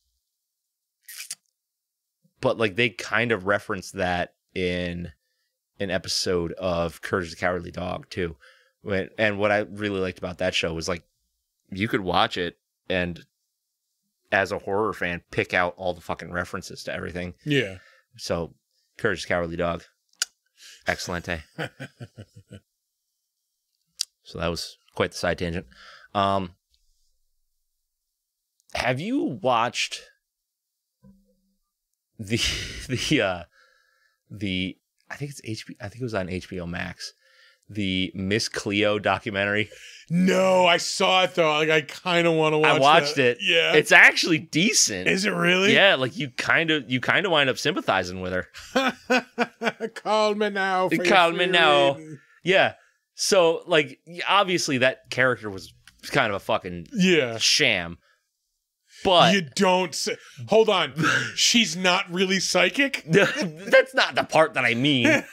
[SPEAKER 2] but like they kind of reference that in an episode of Courage the Cowardly Dog too. When, and what I really liked about that show was like you could watch it and as a horror fan pick out all the fucking references to everything.
[SPEAKER 1] Yeah.
[SPEAKER 2] So Courage the Cowardly Dog. Excellente. so that was quite the side tangent. Um have you watched the the uh the I think it's HBO I think it was on HBO Max the Miss Cleo documentary.
[SPEAKER 1] No, I saw it though. Like I kind of want to watch.
[SPEAKER 2] I watched
[SPEAKER 1] that.
[SPEAKER 2] it.
[SPEAKER 1] Yeah.
[SPEAKER 2] It's actually decent.
[SPEAKER 1] Is it really?
[SPEAKER 2] Yeah, like you kind of you kind of wind up sympathizing with her.
[SPEAKER 1] Call me now. for
[SPEAKER 2] Call
[SPEAKER 1] your
[SPEAKER 2] me
[SPEAKER 1] free
[SPEAKER 2] now.
[SPEAKER 1] reading.
[SPEAKER 2] Yeah. So like obviously that character was kind of a fucking
[SPEAKER 1] Yeah.
[SPEAKER 2] sham. But
[SPEAKER 1] you don't. Say- Hold on. She's not really psychic.
[SPEAKER 2] that's not the part that I mean.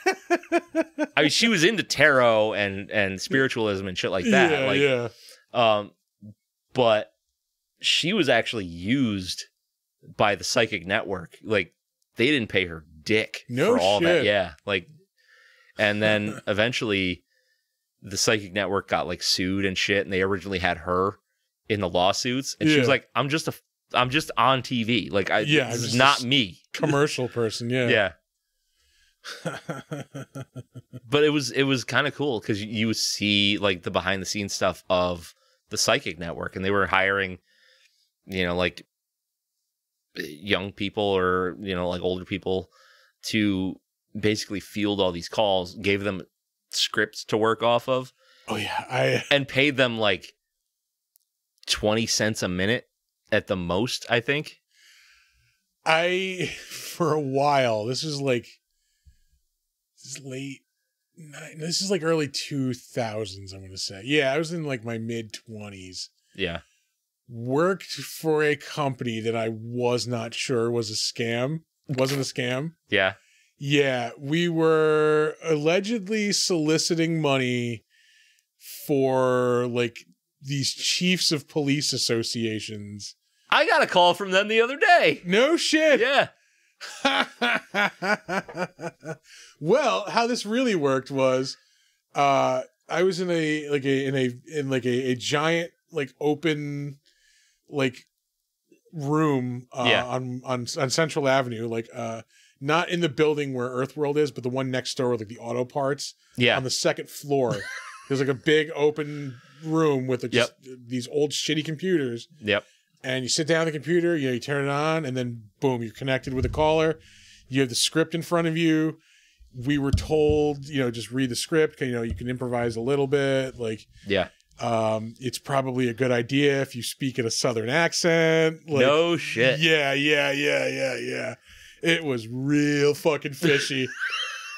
[SPEAKER 2] I mean, she was into tarot and and spiritualism and shit like that.
[SPEAKER 1] yeah.
[SPEAKER 2] like,
[SPEAKER 1] yeah.
[SPEAKER 2] um, but she was actually used by the psychic network. Like, they didn't pay her dick
[SPEAKER 1] No
[SPEAKER 2] for all that.
[SPEAKER 1] shit.
[SPEAKER 2] Yeah, like, and then eventually, the psychic network got like sued and shit, and they originally had her in the lawsuits, and she was
[SPEAKER 1] Yeah.
[SPEAKER 2] like, "I'm just a, I'm just on TV. Like, I,
[SPEAKER 1] Yeah,
[SPEAKER 2] this
[SPEAKER 1] I'm
[SPEAKER 2] is
[SPEAKER 1] just
[SPEAKER 2] not
[SPEAKER 1] a-
[SPEAKER 2] me.
[SPEAKER 1] Commercial person. Yeah.
[SPEAKER 2] yeah. but it was it was kind of cool because you would see like the behind the scenes stuff of the psychic network and they were hiring you know like eh, young people or you know like older people to basically field all these calls gave them scripts to work off of
[SPEAKER 1] oh yeah. I.
[SPEAKER 2] and paid them like 20 cents a minute at the most i think
[SPEAKER 1] I for a while. This was like this is late. Nine, this is like early two thousands. I'm gonna say. Yeah, I was in like my mid twenties.
[SPEAKER 2] yeah
[SPEAKER 1] Worked for a company that I was not sure was a scam. Wasn't a scam.
[SPEAKER 2] yeah
[SPEAKER 1] Yeah, we were allegedly soliciting money for like these chiefs of police associations.
[SPEAKER 2] i got a call from them the other day
[SPEAKER 1] No shit.
[SPEAKER 2] yeah
[SPEAKER 1] well, how this really worked was uh I was in a like a in a in like a, a giant like open like room uh,
[SPEAKER 2] Yeah.
[SPEAKER 1] on on on Central Avenue like uh not in the building where Earthworld is, but the one next door with like the auto parts
[SPEAKER 2] yeah
[SPEAKER 1] on the second floor. There's like a big open room with like, just these old shitty computers
[SPEAKER 2] yep
[SPEAKER 1] and you sit down at the computer, you, know, you turn it on, and then boom, you're connected with a caller. You have the script in front of you. We were told, you know, just read the script. 'cause, You know, you can improvise a little bit. Like,
[SPEAKER 2] yeah
[SPEAKER 1] um, it's probably a good idea if you speak in a southern accent. Like,
[SPEAKER 2] no shit
[SPEAKER 1] yeah, yeah, yeah, yeah, yeah. It was real fucking fishy.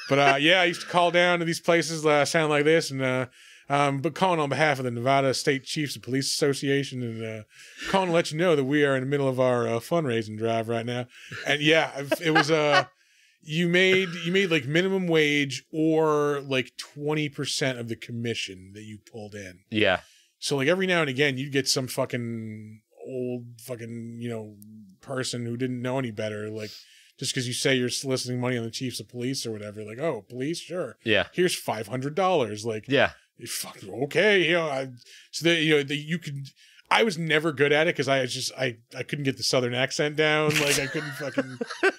[SPEAKER 1] but uh, yeah, I used to call down to these places that sound like this, and uh, um, but calling on behalf of the Nevada State Chiefs of Police Association, and uh, calling to let you know that we are in the middle of our uh, fundraising drive right now. And yeah, I've- it was uh, you made you made like minimum wage or like twenty percent of the commission that you pulled in.
[SPEAKER 2] yeah
[SPEAKER 1] So like every now and again, you'd get some fucking old fucking you know person who didn't know any better, like just because you say you're soliciting money on the chiefs of police or whatever, like oh police, sure,
[SPEAKER 2] Yeah.
[SPEAKER 1] here's five hundred dollars, like
[SPEAKER 2] Yeah.
[SPEAKER 1] fuck, okay, you know, I, so that you know that you could. I was never good at it because I was just I I couldn't get the southern accent down, like I couldn't fucking. and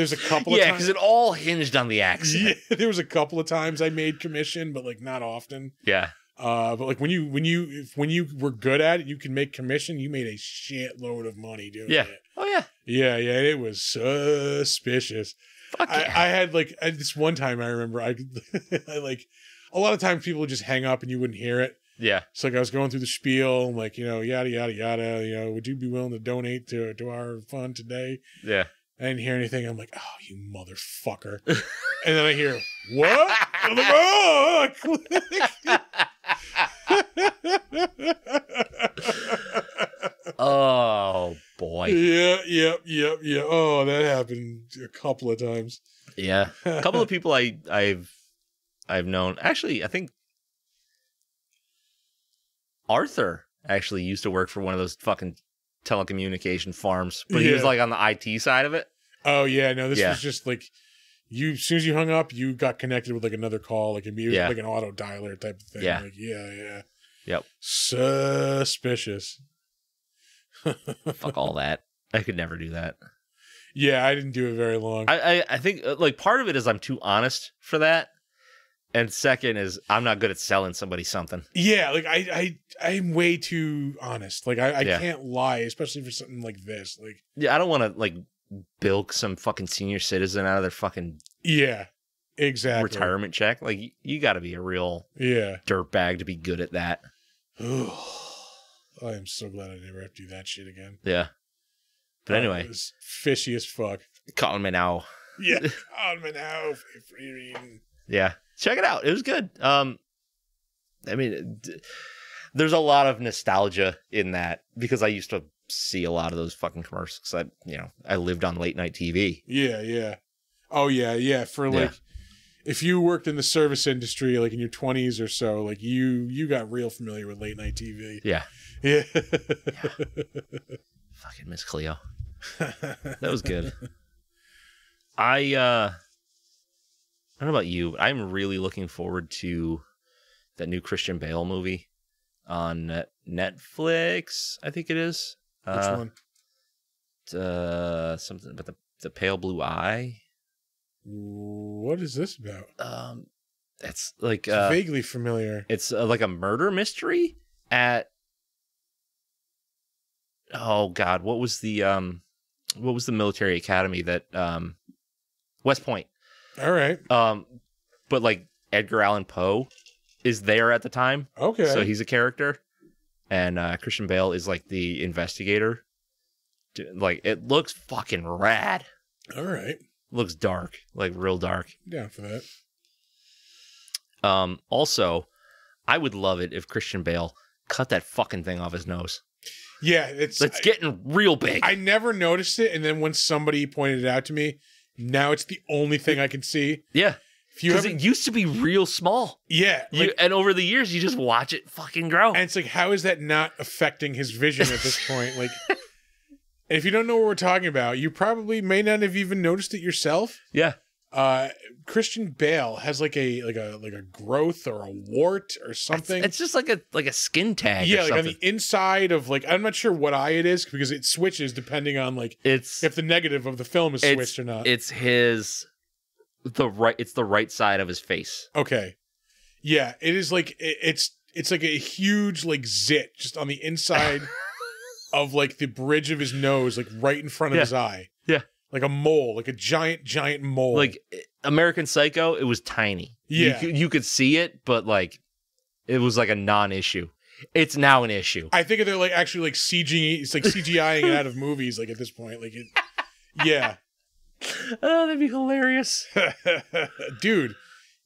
[SPEAKER 1] there's a couple of
[SPEAKER 2] Yeah,
[SPEAKER 1] times.
[SPEAKER 2] because it all hinged on the accent.
[SPEAKER 1] Yeah, there was a couple of times I made commission, but like not often.
[SPEAKER 2] Yeah.
[SPEAKER 1] Uh, but like when you when you if, when you were good at it, you can make commission. You made a shitload of money doing
[SPEAKER 2] Yeah.
[SPEAKER 1] it.
[SPEAKER 2] Oh yeah.
[SPEAKER 1] Yeah, yeah, it was suspicious.
[SPEAKER 2] Fuck
[SPEAKER 1] I,
[SPEAKER 2] yeah.
[SPEAKER 1] I had like I, this one time I remember I, I like a lot of times people would just hang up and you wouldn't hear it.
[SPEAKER 2] yeah.
[SPEAKER 1] So like I was going through the spiel, I'm like you know yada yada yada. You know, would you be willing to donate to to our fund today?
[SPEAKER 2] Yeah.
[SPEAKER 1] I didn't hear anything. I'm like, oh, you motherfucker. and then I hear, what? I'm like, oh,
[SPEAKER 2] Oh boy.
[SPEAKER 1] yeah, yeah, yeah, yeah. Oh, that happened a couple of times.
[SPEAKER 2] Yeah. A couple of people I I've I've known actually I think Arthur actually used to work for one of those fucking telecommunication farms, but he was
[SPEAKER 1] Yeah.
[SPEAKER 2] like on the IT side of it.
[SPEAKER 1] oh yeah, no, this
[SPEAKER 2] Yeah.
[SPEAKER 1] was just like you. As soon as you hung up, you got connected with like another call, like a music,
[SPEAKER 2] Yeah.
[SPEAKER 1] like an auto dialer type of thing.
[SPEAKER 2] Yeah.
[SPEAKER 1] like, yeah, yeah.
[SPEAKER 2] Yep.
[SPEAKER 1] Suspicious.
[SPEAKER 2] Fuck all that. I could never do that.
[SPEAKER 1] Yeah, I didn't do it very long.
[SPEAKER 2] I, I I think uh, like part of it is I'm too honest for that, and second is I'm not good at selling somebody something.
[SPEAKER 1] yeah, like I, I, I'm way too honest. Like I, I
[SPEAKER 2] Yeah.
[SPEAKER 1] can't lie, especially for something like this. Like,
[SPEAKER 2] Yeah, I don't want to like bilk some fucking senior citizen out of their fucking
[SPEAKER 1] yeah, exactly.
[SPEAKER 2] retirement check. Like y- you got to be a real
[SPEAKER 1] Yeah.
[SPEAKER 2] dirtbag to be good at that.
[SPEAKER 1] I am so glad I never have to do that shit again.
[SPEAKER 2] Yeah. But
[SPEAKER 1] Oh,
[SPEAKER 2] anyway,
[SPEAKER 1] it was fishy as fuck.
[SPEAKER 2] Colin Minow.
[SPEAKER 1] Yeah, on Manow free reading.
[SPEAKER 2] Yeah, check it out. It was good. Um, I mean, d- there's a lot of nostalgia in that because I used to see a lot of those fucking commercials. I, you know, I lived on late night TV.
[SPEAKER 1] Yeah, yeah. Oh yeah, yeah. For
[SPEAKER 2] Yeah.
[SPEAKER 1] like, if you worked in the service industry, like in your twenties or so, like you you got real familiar with late night TV.
[SPEAKER 2] Yeah.
[SPEAKER 1] Yeah.
[SPEAKER 2] Fucking Miss Cleo. That was good. I uh I don't know about you, but I'm really looking forward to that new Christian Bale movie on uh, Netflix, I think it is.
[SPEAKER 1] Which
[SPEAKER 2] uh,
[SPEAKER 1] one?
[SPEAKER 2] uh something about the the pale blue eye.
[SPEAKER 1] What is this about?
[SPEAKER 2] Um that's like
[SPEAKER 1] It's
[SPEAKER 2] uh
[SPEAKER 1] vaguely familiar.
[SPEAKER 2] it's uh, like a murder mystery at oh god what was the um what was the military academy that um west point
[SPEAKER 1] All right.
[SPEAKER 2] um but like edgar allan poe is there at the time
[SPEAKER 1] Okay.
[SPEAKER 2] so he's a character and uh christian bale is like the investigator D- like it looks fucking rad
[SPEAKER 1] All right.
[SPEAKER 2] looks dark like real dark
[SPEAKER 1] Down for that.
[SPEAKER 2] um also i would love it if christian bale cut that fucking thing off his nose
[SPEAKER 1] Yeah, it's.
[SPEAKER 2] It's getting real big.
[SPEAKER 1] I never noticed it, and then when somebody pointed it out to me, now it's the only thing I can see.
[SPEAKER 2] yeah,
[SPEAKER 1] If you
[SPEAKER 2] because
[SPEAKER 1] haven't,
[SPEAKER 2] it used to be real small.
[SPEAKER 1] yeah, like,
[SPEAKER 2] you, and over the years, you just watch it fucking grow.
[SPEAKER 1] And it's like, how is that not affecting his vision at this point? Like, if you don't know what we're talking about, you probably may not have even noticed it yourself.
[SPEAKER 2] yeah,
[SPEAKER 1] Uh, Christian Bale has like a like a like a growth or a wart or
[SPEAKER 2] it's,
[SPEAKER 1] something.
[SPEAKER 2] it's just like a like a skin tag.
[SPEAKER 1] yeah,
[SPEAKER 2] or
[SPEAKER 1] like on
[SPEAKER 2] something.
[SPEAKER 1] the inside of like I'm not sure what eye it is because it switches depending on like
[SPEAKER 2] it's
[SPEAKER 1] if the negative of the film is
[SPEAKER 2] It's-
[SPEAKER 1] switched or not.
[SPEAKER 2] it's his the right. It's the right side of his face.
[SPEAKER 1] okay, yeah, it is like it, it's it's like a huge like zit just on the inside of like the bridge of his nose, like right in front of
[SPEAKER 2] Yeah.
[SPEAKER 1] his eye.
[SPEAKER 2] Yeah.
[SPEAKER 1] Like a mole, like a giant, giant mole.
[SPEAKER 2] Like eh, American Psycho, it was tiny.
[SPEAKER 1] Yeah.
[SPEAKER 2] you, could- you could see it, but like it was like a non-issue. It's now an issue.
[SPEAKER 1] I think they're like actually like CG it's like CGIing it out of movies like at this point. Like it Yeah.
[SPEAKER 2] Oh, that'd be hilarious.
[SPEAKER 1] Dude,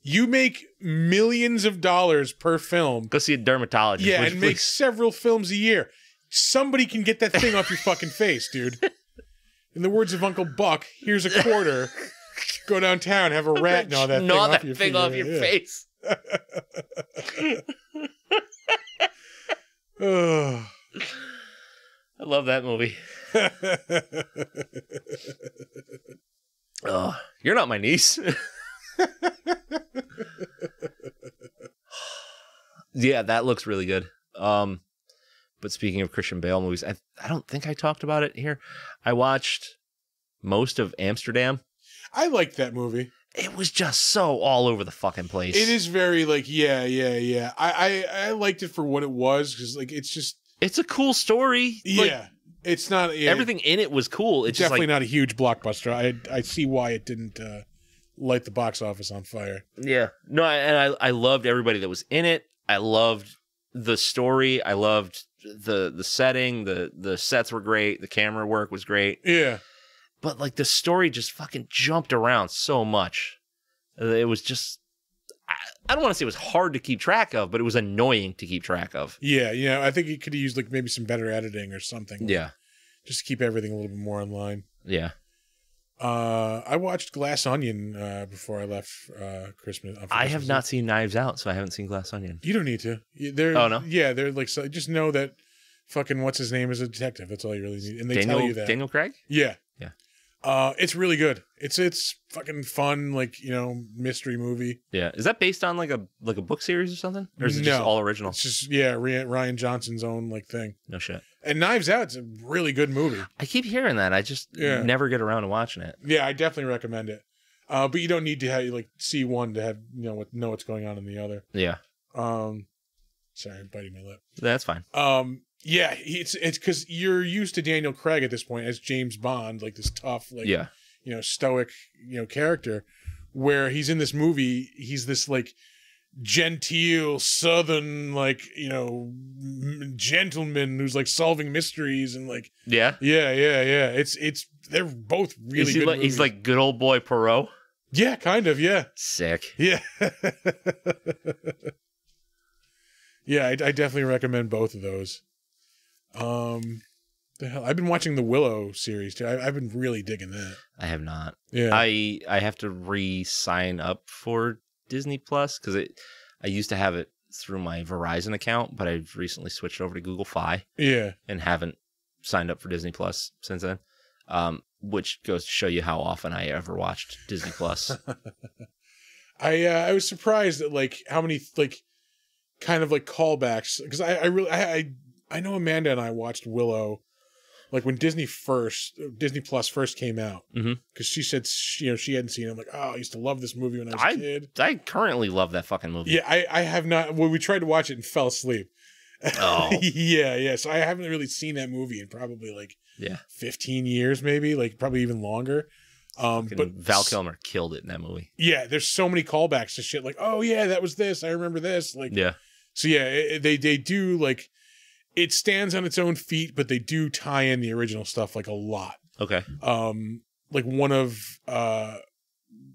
[SPEAKER 1] you make millions of dollars per film.
[SPEAKER 2] Go see a dermatologist.
[SPEAKER 1] Yeah,
[SPEAKER 2] would you
[SPEAKER 1] and
[SPEAKER 2] please?
[SPEAKER 1] make several films a year. Somebody can get that thing off your fucking face, dude. In the words of Uncle Buck, here's a quarter. Go downtown, have a rat, gnaw that
[SPEAKER 2] Gnaw
[SPEAKER 1] thing off
[SPEAKER 2] that
[SPEAKER 1] your,
[SPEAKER 2] thing off
[SPEAKER 1] finger.
[SPEAKER 2] your
[SPEAKER 1] Yeah.
[SPEAKER 2] face.
[SPEAKER 1] Ugh.
[SPEAKER 2] I love that movie. Ugh, you're not my niece. yeah, that looks really good. Um, but speaking of Christian Bale movies, I I don't think I talked about it here. I watched most of Amsterdam.
[SPEAKER 1] I liked that movie.
[SPEAKER 2] It was just so all over the fucking place.
[SPEAKER 1] It is very like, yeah, yeah, yeah. I I, I liked it for what it was because like it's just
[SPEAKER 2] It's a cool story.
[SPEAKER 1] yeah.
[SPEAKER 2] Like,
[SPEAKER 1] it's not yeah,
[SPEAKER 2] everything in it was cool. It's
[SPEAKER 1] It's
[SPEAKER 2] just
[SPEAKER 1] definitely
[SPEAKER 2] like
[SPEAKER 1] not a huge blockbuster. I I see why it didn't uh, light the box office on fire.
[SPEAKER 2] Yeah. No, I, and I I loved everybody that was in it. I loved the story. I loved the the setting. The the sets were great. The camera work was great.
[SPEAKER 1] Yeah,
[SPEAKER 2] But like the story just fucking jumped around so much. Uh, It was just I, I don't want to say it was hard to keep track of, but it was annoying to keep track of.
[SPEAKER 1] yeah, you know. I think you could have used like maybe some better editing or something.
[SPEAKER 2] Yeah.
[SPEAKER 1] just to keep everything a little bit more in line.
[SPEAKER 2] Yeah.
[SPEAKER 1] Uh, I watched Glass Onion uh, before I left uh, Christmas. on
[SPEAKER 2] I have
[SPEAKER 1] Christmas.
[SPEAKER 2] not seen Knives Out, so I haven't seen Glass Onion.
[SPEAKER 1] You don't need to. You- They're,
[SPEAKER 2] Oh, no?
[SPEAKER 1] Yeah, they're like so, just know that fucking what's his name is a detective. That's all you really need, and they
[SPEAKER 2] Daniel
[SPEAKER 1] tell you that.
[SPEAKER 2] Daniel Craig?
[SPEAKER 1] Yeah.
[SPEAKER 2] Yeah.
[SPEAKER 1] Uh, it's really good. It's it's fucking fun, like you know, mystery movie.
[SPEAKER 2] Yeah. Is that based on like a like a book series or something? Or is it just
[SPEAKER 1] No.
[SPEAKER 2] all original?
[SPEAKER 1] It's just yeah, Ri- Ryan Johnson's own like thing.
[SPEAKER 2] No shit.
[SPEAKER 1] And Knives Out's a really good movie.
[SPEAKER 2] I keep hearing that. I just
[SPEAKER 1] Yeah.
[SPEAKER 2] never get around to watching it.
[SPEAKER 1] Yeah, I definitely recommend it. Uh, but you don't need to have, like see one to have you know what know what's going on in the other.
[SPEAKER 2] Yeah,
[SPEAKER 1] Um, sorry, I'm biting my lip.
[SPEAKER 2] that's fine.
[SPEAKER 1] Um, yeah, he- it's it's because you're used to Daniel Craig at this point as James Bond, like this tough, like
[SPEAKER 2] yeah,
[SPEAKER 1] you know stoic you know character where he's in this movie, he's this like genteel southern like you know m- gentleman who's like solving mysteries and like
[SPEAKER 2] Yeah.
[SPEAKER 1] yeah yeah yeah it's it's they're both really
[SPEAKER 2] Is he
[SPEAKER 1] good
[SPEAKER 2] like,
[SPEAKER 1] movies.
[SPEAKER 2] he's like good old boy Perot.
[SPEAKER 1] yeah kind of yeah
[SPEAKER 2] Sick.
[SPEAKER 1] yeah yeah I, I definitely recommend both of those um the hell i've been watching the willow series too I, i've been really digging that
[SPEAKER 2] I have not.
[SPEAKER 1] yeah
[SPEAKER 2] I I have to re-sign up for Disney Plus because it I used to have it through my Verizon account, but I've recently switched over to Google Fi
[SPEAKER 1] yeah
[SPEAKER 2] and haven't signed up for Disney Plus since then. Um, which goes to show you how often I ever watched Disney Plus.
[SPEAKER 1] I uh, I was surprised at like how many like kind of like callbacks because I I really I, I I know Amanda and I watched Willow like when Disney first uh, Disney Plus first came out because
[SPEAKER 2] Mhm.
[SPEAKER 1] she said sh- you know she hadn't seen it. I'm like oh I used to love this movie when I was
[SPEAKER 2] I-
[SPEAKER 1] a kid.
[SPEAKER 2] I currently love that fucking movie.
[SPEAKER 1] Yeah, I I have not. Well, we tried to watch it and fell asleep.
[SPEAKER 2] Oh.
[SPEAKER 1] yeah, yeah. So I haven't really seen that movie in probably like
[SPEAKER 2] Yeah.
[SPEAKER 1] 15 years maybe like probably even longer. Um,
[SPEAKER 2] Fucking
[SPEAKER 1] but
[SPEAKER 2] Val Kilmer killed it in that movie.
[SPEAKER 1] yeah, there's so many callbacks to shit like, oh yeah, that was this. I remember this. Like,
[SPEAKER 2] Yeah.
[SPEAKER 1] so yeah, it, it- they they do like it stands on its own feet, but they do tie in the original stuff like a lot.
[SPEAKER 2] Okay.
[SPEAKER 1] Um, like one of uh,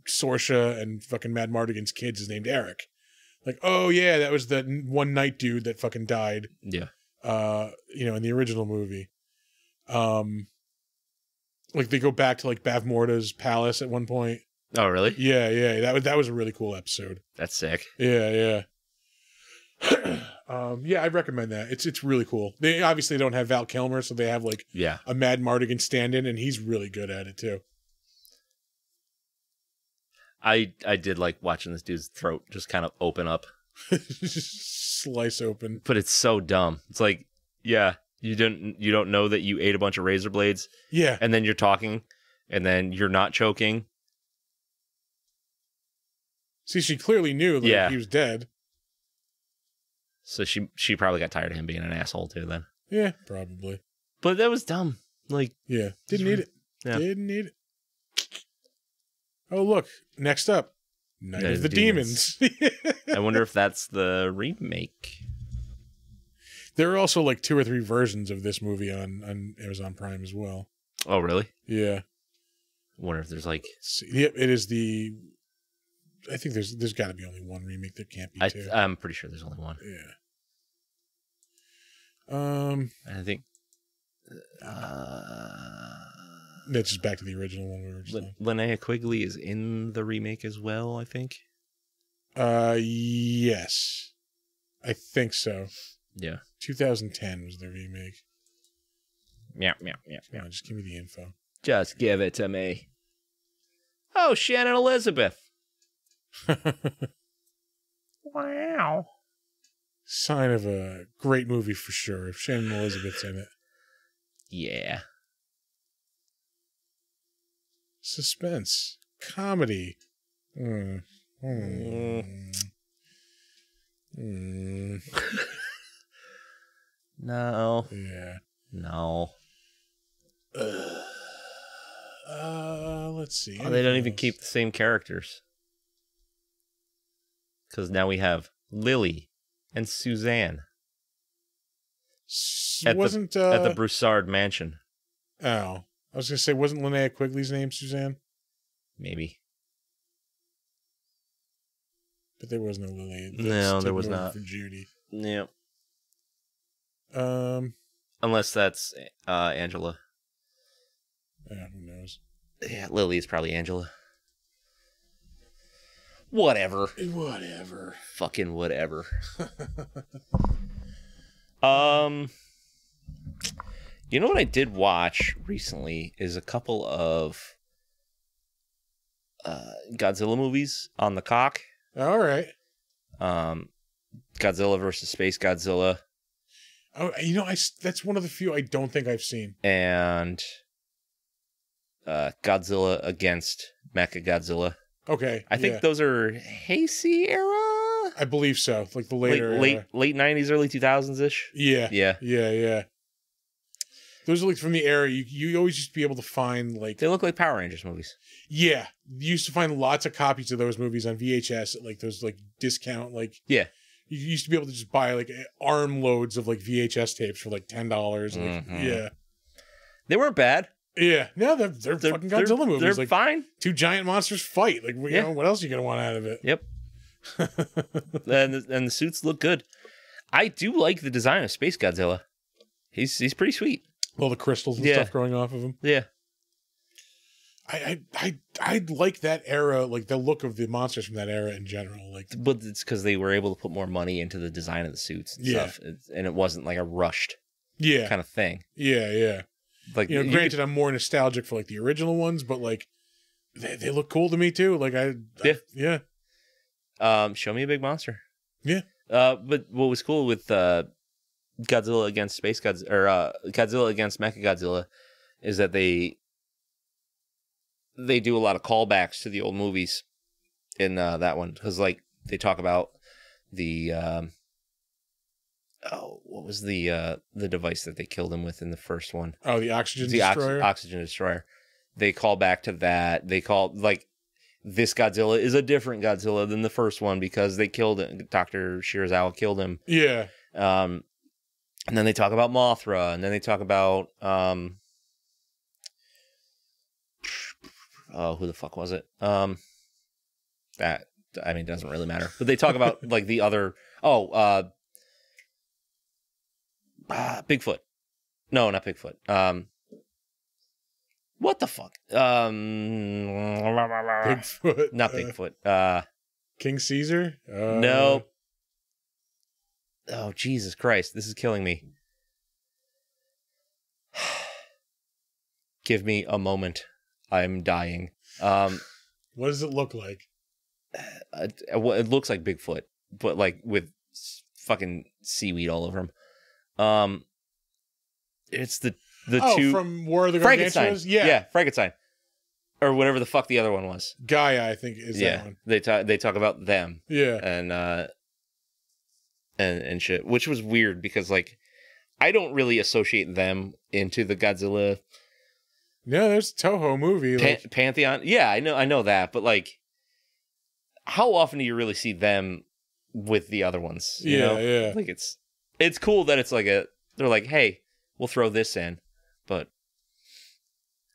[SPEAKER 1] Sorsha and fucking Mad Mardigan's kids is named Eric. Like, oh yeah, that was the n- one night dude that fucking died.
[SPEAKER 2] Yeah.
[SPEAKER 1] Uh, you know, in the original movie. Um, like they go back to like Bav Morta's palace at one point.
[SPEAKER 2] Oh, really?
[SPEAKER 1] Yeah, yeah, that was that was a really cool episode.
[SPEAKER 2] That's sick.
[SPEAKER 1] Yeah, yeah. um, yeah, I recommend that. It's it's really cool. They obviously don't have Val Kilmer, so they have like
[SPEAKER 2] Yeah.
[SPEAKER 1] a Mad Mardigan stand-in, and he's really good at it too.
[SPEAKER 2] I I did like watching this dude's throat just kind of open up
[SPEAKER 1] Slice open.
[SPEAKER 2] but it's so dumb. It's like, yeah, you didn't you don't know that you ate a bunch of razor blades
[SPEAKER 1] Yeah,
[SPEAKER 2] and then you're talking and then you're not choking.
[SPEAKER 1] see, she clearly knew like,
[SPEAKER 2] Yeah.
[SPEAKER 1] he was dead.
[SPEAKER 2] So she she probably got tired of him being an asshole too then.
[SPEAKER 1] Yeah, probably.
[SPEAKER 2] But that was dumb. Like
[SPEAKER 1] Yeah, didn't
[SPEAKER 2] He's
[SPEAKER 1] need it.
[SPEAKER 2] re- yeah.
[SPEAKER 1] Didn't need it. Oh look, next up, Night
[SPEAKER 2] Night
[SPEAKER 1] of the Demons.
[SPEAKER 2] I wonder if that's the remake.
[SPEAKER 1] there are also like two or three versions of this movie on on Amazon Prime as well.
[SPEAKER 2] Oh really?
[SPEAKER 1] Yeah.
[SPEAKER 2] I wonder if there's like
[SPEAKER 1] See, Yep, it is the. I think there's there's got to be only one remake. There can't be
[SPEAKER 2] I
[SPEAKER 1] two.
[SPEAKER 2] I'm pretty sure there's only one.
[SPEAKER 1] yeah. Um,
[SPEAKER 2] And I think uh
[SPEAKER 1] that's just back to the original one we were just.
[SPEAKER 2] Lin- Linnea Quigley is in the remake as well, I think.
[SPEAKER 1] on. Uh, yes, I think so.
[SPEAKER 2] Yeah.
[SPEAKER 1] 2010 was the remake.
[SPEAKER 2] Yeah, yeah, yeah, yeah.
[SPEAKER 1] Come on, just give me the info.
[SPEAKER 2] Just give it to me. Oh, Shannon Elizabeth. Wow.
[SPEAKER 1] Sign of a great movie for sure. If Shannon Elizabeth's in it,
[SPEAKER 2] Yeah.
[SPEAKER 1] suspense, comedy. Hmm. Hmm. Hmm.
[SPEAKER 2] No.
[SPEAKER 1] Yeah.
[SPEAKER 2] No.
[SPEAKER 1] Uh, let's see.
[SPEAKER 2] Oh, they don't
[SPEAKER 1] Anything
[SPEAKER 2] even
[SPEAKER 1] else?
[SPEAKER 2] keep the same characters. Because now we have Lily and Suzanne
[SPEAKER 1] S-
[SPEAKER 2] at the-
[SPEAKER 1] wasn't uh,
[SPEAKER 2] at the Broussard Mansion.
[SPEAKER 1] oh, I was gonna say wasn't Linnea Quigley's name Suzanne,
[SPEAKER 2] Maybe.
[SPEAKER 1] but there was no Lily.
[SPEAKER 2] No,
[SPEAKER 1] That's
[SPEAKER 2] there
[SPEAKER 1] taken
[SPEAKER 2] was
[SPEAKER 1] over
[SPEAKER 2] not.
[SPEAKER 1] for Judy.
[SPEAKER 2] Yeah.
[SPEAKER 1] Um,
[SPEAKER 2] Unless that's uh, Angela.
[SPEAKER 1] yeah, who knows?
[SPEAKER 2] Yeah, Lily is probably Angela. Whatever.
[SPEAKER 1] Whatever.
[SPEAKER 2] fucking whatever. um, you know what I did watch recently is a couple of uh, Godzilla movies on the cock.
[SPEAKER 1] All right.
[SPEAKER 2] Um, Godzilla versus Space Godzilla
[SPEAKER 1] Oh, you know, I s- that's one of the few I don't think I've seen.
[SPEAKER 2] and uh, Godzilla against Mecha Godzilla.
[SPEAKER 1] Okay,
[SPEAKER 2] I think
[SPEAKER 1] yeah.
[SPEAKER 2] those are Heisei era,
[SPEAKER 1] I believe so. Like the
[SPEAKER 2] Like
[SPEAKER 1] later,
[SPEAKER 2] late
[SPEAKER 1] era.
[SPEAKER 2] late nineties, early two thousands ish.
[SPEAKER 1] yeah,
[SPEAKER 2] Yeah,
[SPEAKER 1] yeah, yeah. Those are like from the era. You, you always used to be able to find like
[SPEAKER 2] They look like Power Rangers movies.
[SPEAKER 1] yeah, you used to find lots of copies of those movies on VHS at like those like discount like
[SPEAKER 2] Yeah.
[SPEAKER 1] You used to be able to just buy like armloads of like VHS tapes for like ten dollars. Like
[SPEAKER 2] Mhm.
[SPEAKER 1] yeah,
[SPEAKER 2] They weren't bad.
[SPEAKER 1] yeah. No, they're they're,
[SPEAKER 2] They're
[SPEAKER 1] fucking
[SPEAKER 2] they're-
[SPEAKER 1] Godzilla movies.
[SPEAKER 2] They're
[SPEAKER 1] like
[SPEAKER 2] fine.
[SPEAKER 1] two giant monsters fight. Like you
[SPEAKER 2] Yeah.
[SPEAKER 1] know what else are you gonna want out of it?
[SPEAKER 2] Yep. and the, and the suits look good. I do like the design of Space Godzilla. He's he's pretty sweet.
[SPEAKER 1] All the crystals and
[SPEAKER 2] Yeah.
[SPEAKER 1] stuff growing off of them.
[SPEAKER 2] Yeah.
[SPEAKER 1] I I I I like that era, like the look of the monsters from that era in general. Like
[SPEAKER 2] But it's because they were able to put more money into the design of the suits and
[SPEAKER 1] Yeah.
[SPEAKER 2] stuff, It's- and it wasn't like a rushed
[SPEAKER 1] yeah,
[SPEAKER 2] kind of thing.
[SPEAKER 1] yeah, yeah.
[SPEAKER 2] Like
[SPEAKER 1] You know,
[SPEAKER 2] you
[SPEAKER 1] granted, I'm more nostalgic for like the original ones, but like they, they look cool to me too. Like I,
[SPEAKER 2] Yeah.
[SPEAKER 1] yeah,
[SPEAKER 2] could, um, show me a big monster.
[SPEAKER 1] Yeah.
[SPEAKER 2] Uh, but what was cool with uh, Godzilla against Space Gods or uh, Godzilla against Mechagodzilla is that they they do a lot of callbacks to the old movies in uh, that one because like they talk about the um, oh what was the uh, the device that they killed him with in the first one
[SPEAKER 1] Oh, the oxygen
[SPEAKER 2] the ox-
[SPEAKER 1] destroyer.
[SPEAKER 2] oxygen destroyer they call back to that they call like this Godzilla is a different Godzilla than the first one because they killed it. Dr. Shirazawa killed him
[SPEAKER 1] yeah,
[SPEAKER 2] um, and then they talk about Mothra, and then they talk about um, oh, who the fuck was it? Um, that I mean, it doesn't really matter. But they talk about like the other. Oh, uh, ah, Bigfoot. No, not Bigfoot. Um, what the fuck? Um,
[SPEAKER 1] Bigfoot.
[SPEAKER 2] not
[SPEAKER 1] uh,
[SPEAKER 2] Bigfoot. Uh,
[SPEAKER 1] King Caesar. Uh,
[SPEAKER 2] no. Oh Jesus Christ! This is killing me. Give me a moment. I'm dying. Um,
[SPEAKER 1] What does it look like?
[SPEAKER 2] uh, well, it looks like Bigfoot, but like with s- fucking seaweed all over him. Um, it's the the
[SPEAKER 1] oh,
[SPEAKER 2] two
[SPEAKER 1] from War of the
[SPEAKER 2] Frankenstein.
[SPEAKER 1] Gargantuas. Yeah.
[SPEAKER 2] yeah, Frankenstein, or whatever the fuck the other one was.
[SPEAKER 1] Gaia, I think is
[SPEAKER 2] yeah,
[SPEAKER 1] that one.
[SPEAKER 2] they talk they talk about them.
[SPEAKER 1] Yeah,
[SPEAKER 2] and uh and and shit which was weird because like i don't really associate them into the godzilla
[SPEAKER 1] yeah. There's a Toho movie.
[SPEAKER 2] pan-
[SPEAKER 1] Like,
[SPEAKER 2] pantheon yeah i know i know that but like how often do you really see them with the other ones you
[SPEAKER 1] yeah,
[SPEAKER 2] know?
[SPEAKER 1] yeah.
[SPEAKER 2] like it's it's cool that it's like a they're like hey we'll throw this in but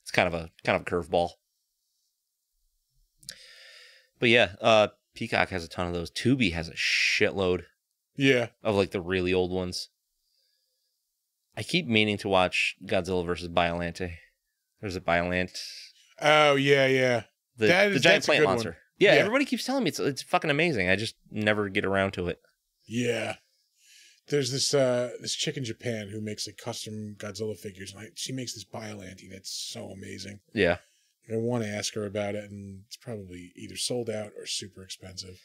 [SPEAKER 2] it's kind of a kind of a curveball but yeah uh peacock has a ton of those tubi has a shitload
[SPEAKER 1] Yeah.
[SPEAKER 2] of like the really old ones. I keep meaning to watch Godzilla versus Biolante. There's a Biolant,
[SPEAKER 1] Oh yeah, yeah.
[SPEAKER 2] the,
[SPEAKER 1] That
[SPEAKER 2] the
[SPEAKER 1] is- that's
[SPEAKER 2] giant
[SPEAKER 1] a
[SPEAKER 2] plant
[SPEAKER 1] good one.
[SPEAKER 2] monster. Yeah,
[SPEAKER 1] Yeah.
[SPEAKER 2] everybody keeps telling me it's it's fucking amazing. I just never get around to it.
[SPEAKER 1] Yeah. There's this uh this chick in Japan who makes like custom Godzilla figures and I, she makes this Biollante that's so amazing.
[SPEAKER 2] Yeah,
[SPEAKER 1] I want to ask her about it and it's probably either sold out or super expensive.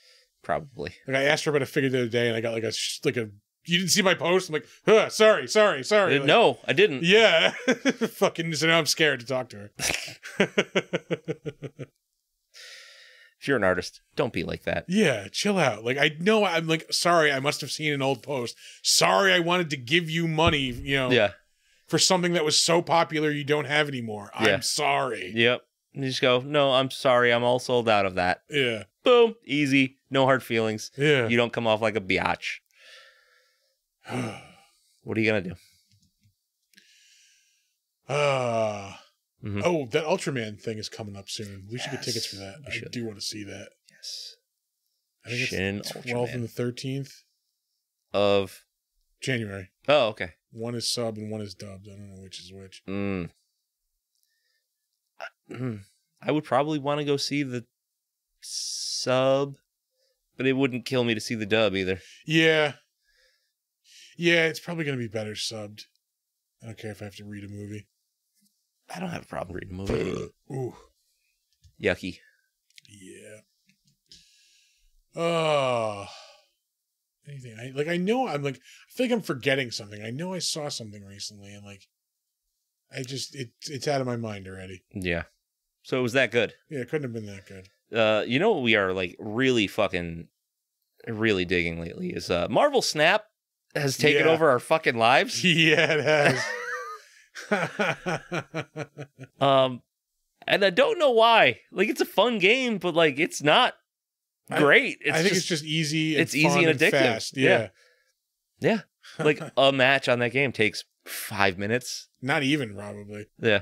[SPEAKER 2] probably.
[SPEAKER 1] Like I asked her about a figure the other day and I got like a sh- like a you didn't see my post? I'm like, huh, sorry, sorry, sorry. Like,
[SPEAKER 2] Uh, no, I didn't.
[SPEAKER 1] Yeah. Fucking so now I'm scared to talk to her.
[SPEAKER 2] If you're an artist, don't be like that.
[SPEAKER 1] yeah, chill out. Like I know I'm like sorry, I must have seen an old post. Sorry I wanted to give you money, you know.
[SPEAKER 2] Yeah.
[SPEAKER 1] for something that was so popular you don't have anymore.
[SPEAKER 2] Yeah.
[SPEAKER 1] I'm sorry.
[SPEAKER 2] Yep. You just go, no, I'm sorry, I'm all sold out of that.
[SPEAKER 1] Yeah.
[SPEAKER 2] Boom, easy, no hard feelings.
[SPEAKER 1] Yeah.
[SPEAKER 2] You don't come off like a biatch. What are you gonna do?
[SPEAKER 1] Ah.
[SPEAKER 2] Mhm.
[SPEAKER 1] Oh, that Ultraman thing is coming up soon. We should get
[SPEAKER 2] Yes,
[SPEAKER 1] tickets for that.
[SPEAKER 2] we
[SPEAKER 1] I
[SPEAKER 2] should.
[SPEAKER 1] do want to see that.
[SPEAKER 2] Yes,
[SPEAKER 1] I think it's
[SPEAKER 2] Shin
[SPEAKER 1] 12th and
[SPEAKER 2] Ultraman
[SPEAKER 1] the 13th
[SPEAKER 2] of
[SPEAKER 1] January.
[SPEAKER 2] oh okay.
[SPEAKER 1] One is sub and one is dubbed. I don't know which is which.
[SPEAKER 2] Mm. Mm. I would probably want to go see the sub, but it wouldn't kill me to see the dub either.
[SPEAKER 1] Yeah. Yeah, it's probably going to be better subbed. I don't care if I have to read a movie.
[SPEAKER 2] I don't have a problem reading a movie.
[SPEAKER 1] Ooh.
[SPEAKER 2] Yucky.
[SPEAKER 1] Yeah. Oh. Anything I like I know I'm like I feel like I'm forgetting something. I know I saw something recently and like I just it it's out of my mind already.
[SPEAKER 2] Yeah. So it was that good.
[SPEAKER 1] Yeah, it couldn't have been that good.
[SPEAKER 2] Uh, you know what we are like really fucking, really digging lately is uh Marvel Snap has taken
[SPEAKER 1] Yeah.
[SPEAKER 2] over our fucking lives.
[SPEAKER 1] yeah, it has.
[SPEAKER 2] Um, and I don't know why. Like, it's a fun game, but like, it's not
[SPEAKER 1] I-
[SPEAKER 2] great.
[SPEAKER 1] I think it's just easy. And
[SPEAKER 2] it's easy
[SPEAKER 1] fun
[SPEAKER 2] and addictive.
[SPEAKER 1] Fast. Yeah.
[SPEAKER 2] Yeah. like a match on that game takes five minutes.
[SPEAKER 1] Not even probably.
[SPEAKER 2] Yeah.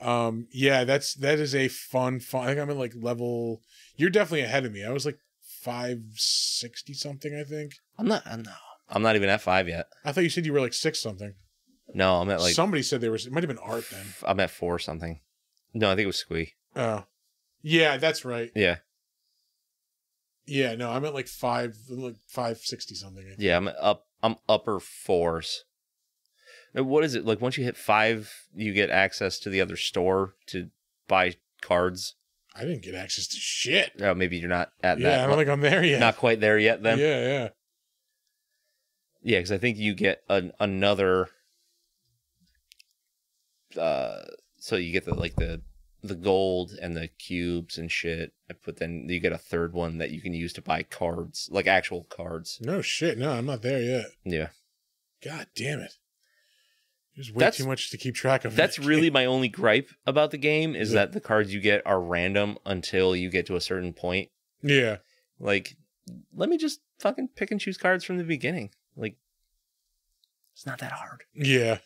[SPEAKER 1] Um. Yeah. That's that is a fun. Fun. I think I'm at like level. You're definitely ahead of me. I was like five sixty something. I think.
[SPEAKER 2] I'm not. uh, I'm not. I'm not even at five yet.
[SPEAKER 1] I thought you said you were like six something.
[SPEAKER 2] No, I'm at like.
[SPEAKER 1] Somebody said there was. It might have been Art then.
[SPEAKER 2] I'm at four something. No, I think it was Squee.
[SPEAKER 1] Oh. Yeah, that's right.
[SPEAKER 2] Yeah,
[SPEAKER 1] Yeah, no, I'm at like five, like five sixty something. I think.
[SPEAKER 2] yeah. I'm up. I'm upper fours. And What is it like? Once you hit five, you get access to the other store to buy cards.
[SPEAKER 1] I didn't get access to shit.
[SPEAKER 2] Oh, maybe you're not at
[SPEAKER 1] yeah,
[SPEAKER 2] that.
[SPEAKER 1] I don't think I'm there yet.
[SPEAKER 2] Not quite there yet. Then
[SPEAKER 1] Yeah, yeah.
[SPEAKER 2] Yeah, because I think you get an, another. Uh, so you get the like the the gold and the cubes and shit, but then you get a third one that you can use to buy cards, like actual cards.
[SPEAKER 1] No shit. No, I'm not there yet.
[SPEAKER 2] Yeah,
[SPEAKER 1] God damn it. There's way
[SPEAKER 2] That's-
[SPEAKER 1] too much to keep track of. in
[SPEAKER 2] that's
[SPEAKER 1] that
[SPEAKER 2] really
[SPEAKER 1] game.
[SPEAKER 2] my only gripe about the game is
[SPEAKER 1] Yeah.
[SPEAKER 2] that the cards you get are random until you get to a certain point.
[SPEAKER 1] Yeah.
[SPEAKER 2] Like, let me just fucking pick and choose cards from the beginning. Like, it's not that hard.
[SPEAKER 1] Yeah.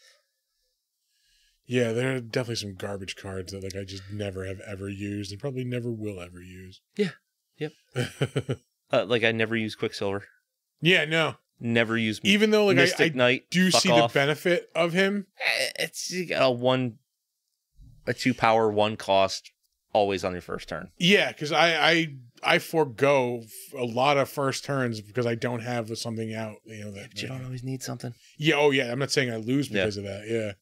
[SPEAKER 1] Yeah, there are definitely some garbage cards that like I just never have ever used and probably never will ever use.
[SPEAKER 2] Yeah. Yep.
[SPEAKER 1] Yep.
[SPEAKER 2] Uh, like, I never use Quicksilver.
[SPEAKER 1] yeah, no.
[SPEAKER 2] Never use
[SPEAKER 1] Even though like I,
[SPEAKER 2] Mystic
[SPEAKER 1] I
[SPEAKER 2] Knight.
[SPEAKER 1] do
[SPEAKER 2] fuck
[SPEAKER 1] see
[SPEAKER 2] off.
[SPEAKER 1] the benefit of him.
[SPEAKER 2] Eh, it's you got a one a two power one cost always on your first turn
[SPEAKER 1] Yeah, because I I I forego f- a lot of first turns because I don't have something out. You know that.
[SPEAKER 2] but you don't always need something
[SPEAKER 1] yeah. Oh yeah. I'm not saying I lose
[SPEAKER 2] Yeah.
[SPEAKER 1] because of that. Yeah.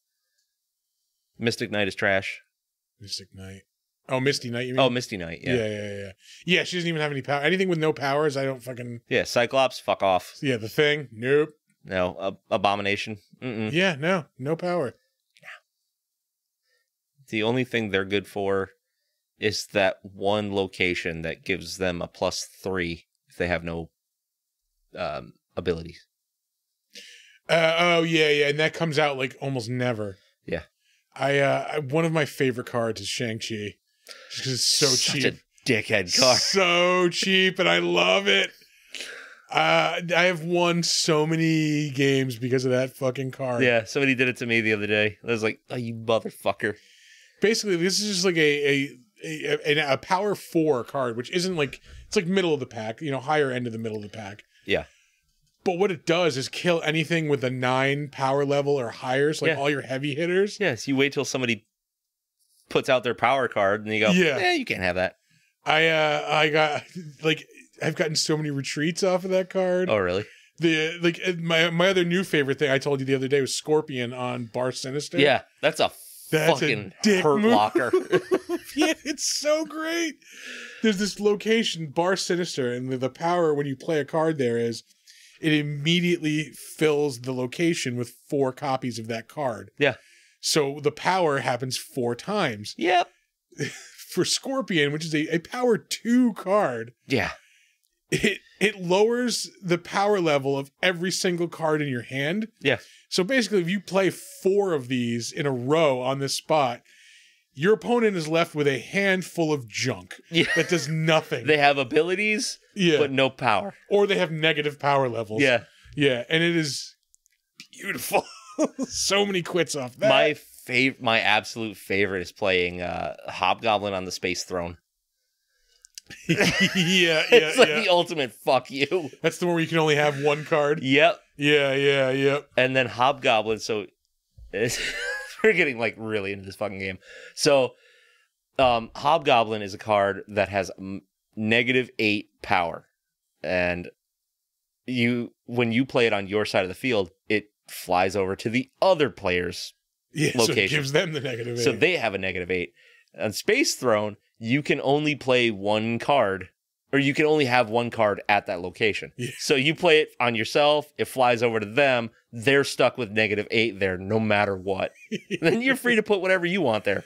[SPEAKER 2] mystic knight is trash
[SPEAKER 1] Mystic Knight. Oh, Misty Knight. You mean?
[SPEAKER 2] oh misty knight yeah.
[SPEAKER 1] yeah.
[SPEAKER 2] yeah
[SPEAKER 1] yeah, yeah, yeah. Yeah, she doesn't even have any power. Anything with no powers, I don't fucking.
[SPEAKER 2] cyclops fuck off
[SPEAKER 1] Yeah, the thing. Nope.
[SPEAKER 2] no ab- abomination Mm-mm.
[SPEAKER 1] Yeah, no, no power.
[SPEAKER 2] the only thing they're good for is that one location that gives them a plus three if they have no um abilities
[SPEAKER 1] Uh, oh yeah, yeah, and that comes out like almost never.
[SPEAKER 2] Yeah.
[SPEAKER 1] I, uh, I one of my favorite cards is Shang Chi, just because it's so
[SPEAKER 2] Such
[SPEAKER 1] cheap.
[SPEAKER 2] a dickhead car
[SPEAKER 1] So cheap, and I love it. Uh, I have won so many games because of that fucking card.
[SPEAKER 2] yeah somebody did it to me the other day i was like oh you motherfucker
[SPEAKER 1] Basically, this is just like a a, a, a a power four card, which isn't like it's like middle of the pack, you know, higher end of the middle of the pack.
[SPEAKER 2] Yeah.
[SPEAKER 1] But what it does is kill anything with a nine power level or higher, so like
[SPEAKER 2] Yeah.
[SPEAKER 1] all your heavy hitters.
[SPEAKER 2] Yes, you wait till somebody puts out their power card and you go,
[SPEAKER 1] Yeah.
[SPEAKER 2] yeah, you can't have that.
[SPEAKER 1] I uh I got like I've gotten so many retreats off of that card.
[SPEAKER 2] Oh, really?
[SPEAKER 1] The like uh, my my other new favorite thing I told you the other day was Scorpion on Bar Sinister.
[SPEAKER 2] Yeah, that's a
[SPEAKER 1] That's a
[SPEAKER 2] fucking
[SPEAKER 1] dick
[SPEAKER 2] hurt
[SPEAKER 1] move.
[SPEAKER 2] locker.
[SPEAKER 1] yeah, it's so great. There's this location, Bar Sinister, and the, the power when you play a card there is it immediately fills the location with four copies of that card.
[SPEAKER 2] Yeah.
[SPEAKER 1] So the power happens four times.
[SPEAKER 2] yep.
[SPEAKER 1] For Scorpion, which is a, a power two card,
[SPEAKER 2] Yeah.
[SPEAKER 1] it it lowers the power level of every single card in your hand.
[SPEAKER 2] Yeah.
[SPEAKER 1] So basically, if you play four of these in a row on this spot, your opponent is left with a handful of junk
[SPEAKER 2] Yeah.
[SPEAKER 1] that does nothing.
[SPEAKER 2] They have abilities,
[SPEAKER 1] yeah.
[SPEAKER 2] but no power.
[SPEAKER 1] or they have negative power levels.
[SPEAKER 2] Yeah.
[SPEAKER 1] Yeah. And it is beautiful. so many quits off that.
[SPEAKER 2] My favorite, my absolute favorite is playing uh, Hobgoblin on the Space Throne.
[SPEAKER 1] yeah, yeah,
[SPEAKER 2] It's like
[SPEAKER 1] yeah.
[SPEAKER 2] the ultimate fuck you.
[SPEAKER 1] That's the one where you can only have one card.
[SPEAKER 2] Yep.
[SPEAKER 1] Yeah, yeah, yeah.
[SPEAKER 2] and then Hobgoblin. So it's- we're getting like really into this fucking game. So um, Hobgoblin is a card that has mm, negative eight power, and you when you play it on your side of the field, it flies over to the other players,
[SPEAKER 1] Yeah, so it
[SPEAKER 2] Location.
[SPEAKER 1] gives them the negative.
[SPEAKER 2] so
[SPEAKER 1] eight.
[SPEAKER 2] they have a negative eight. On Space Throne, you can only play one card. Or you can only have one card at that location.
[SPEAKER 1] Yeah.
[SPEAKER 2] So you play it on yourself, it flies over to them, they're stuck with negative eight there no matter what. then you're free to put whatever you want there.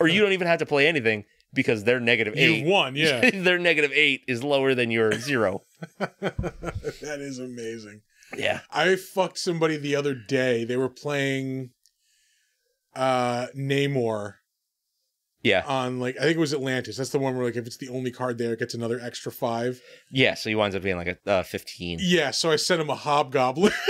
[SPEAKER 2] Or you don't even have to play anything because their negative
[SPEAKER 1] you
[SPEAKER 2] eight
[SPEAKER 1] won. Yeah,
[SPEAKER 2] their negative eight is lower than your zero.
[SPEAKER 1] that is amazing.
[SPEAKER 2] yeah.
[SPEAKER 1] I fucked somebody the other day. They were playing uh Namor
[SPEAKER 2] Yeah.
[SPEAKER 1] on like I think it was Atlantis. That's the one where like if it's the only card there, it gets another extra five.
[SPEAKER 2] Yeah. So he winds up being like a uh, 15.
[SPEAKER 1] Yeah, so I sent him a hobgoblin.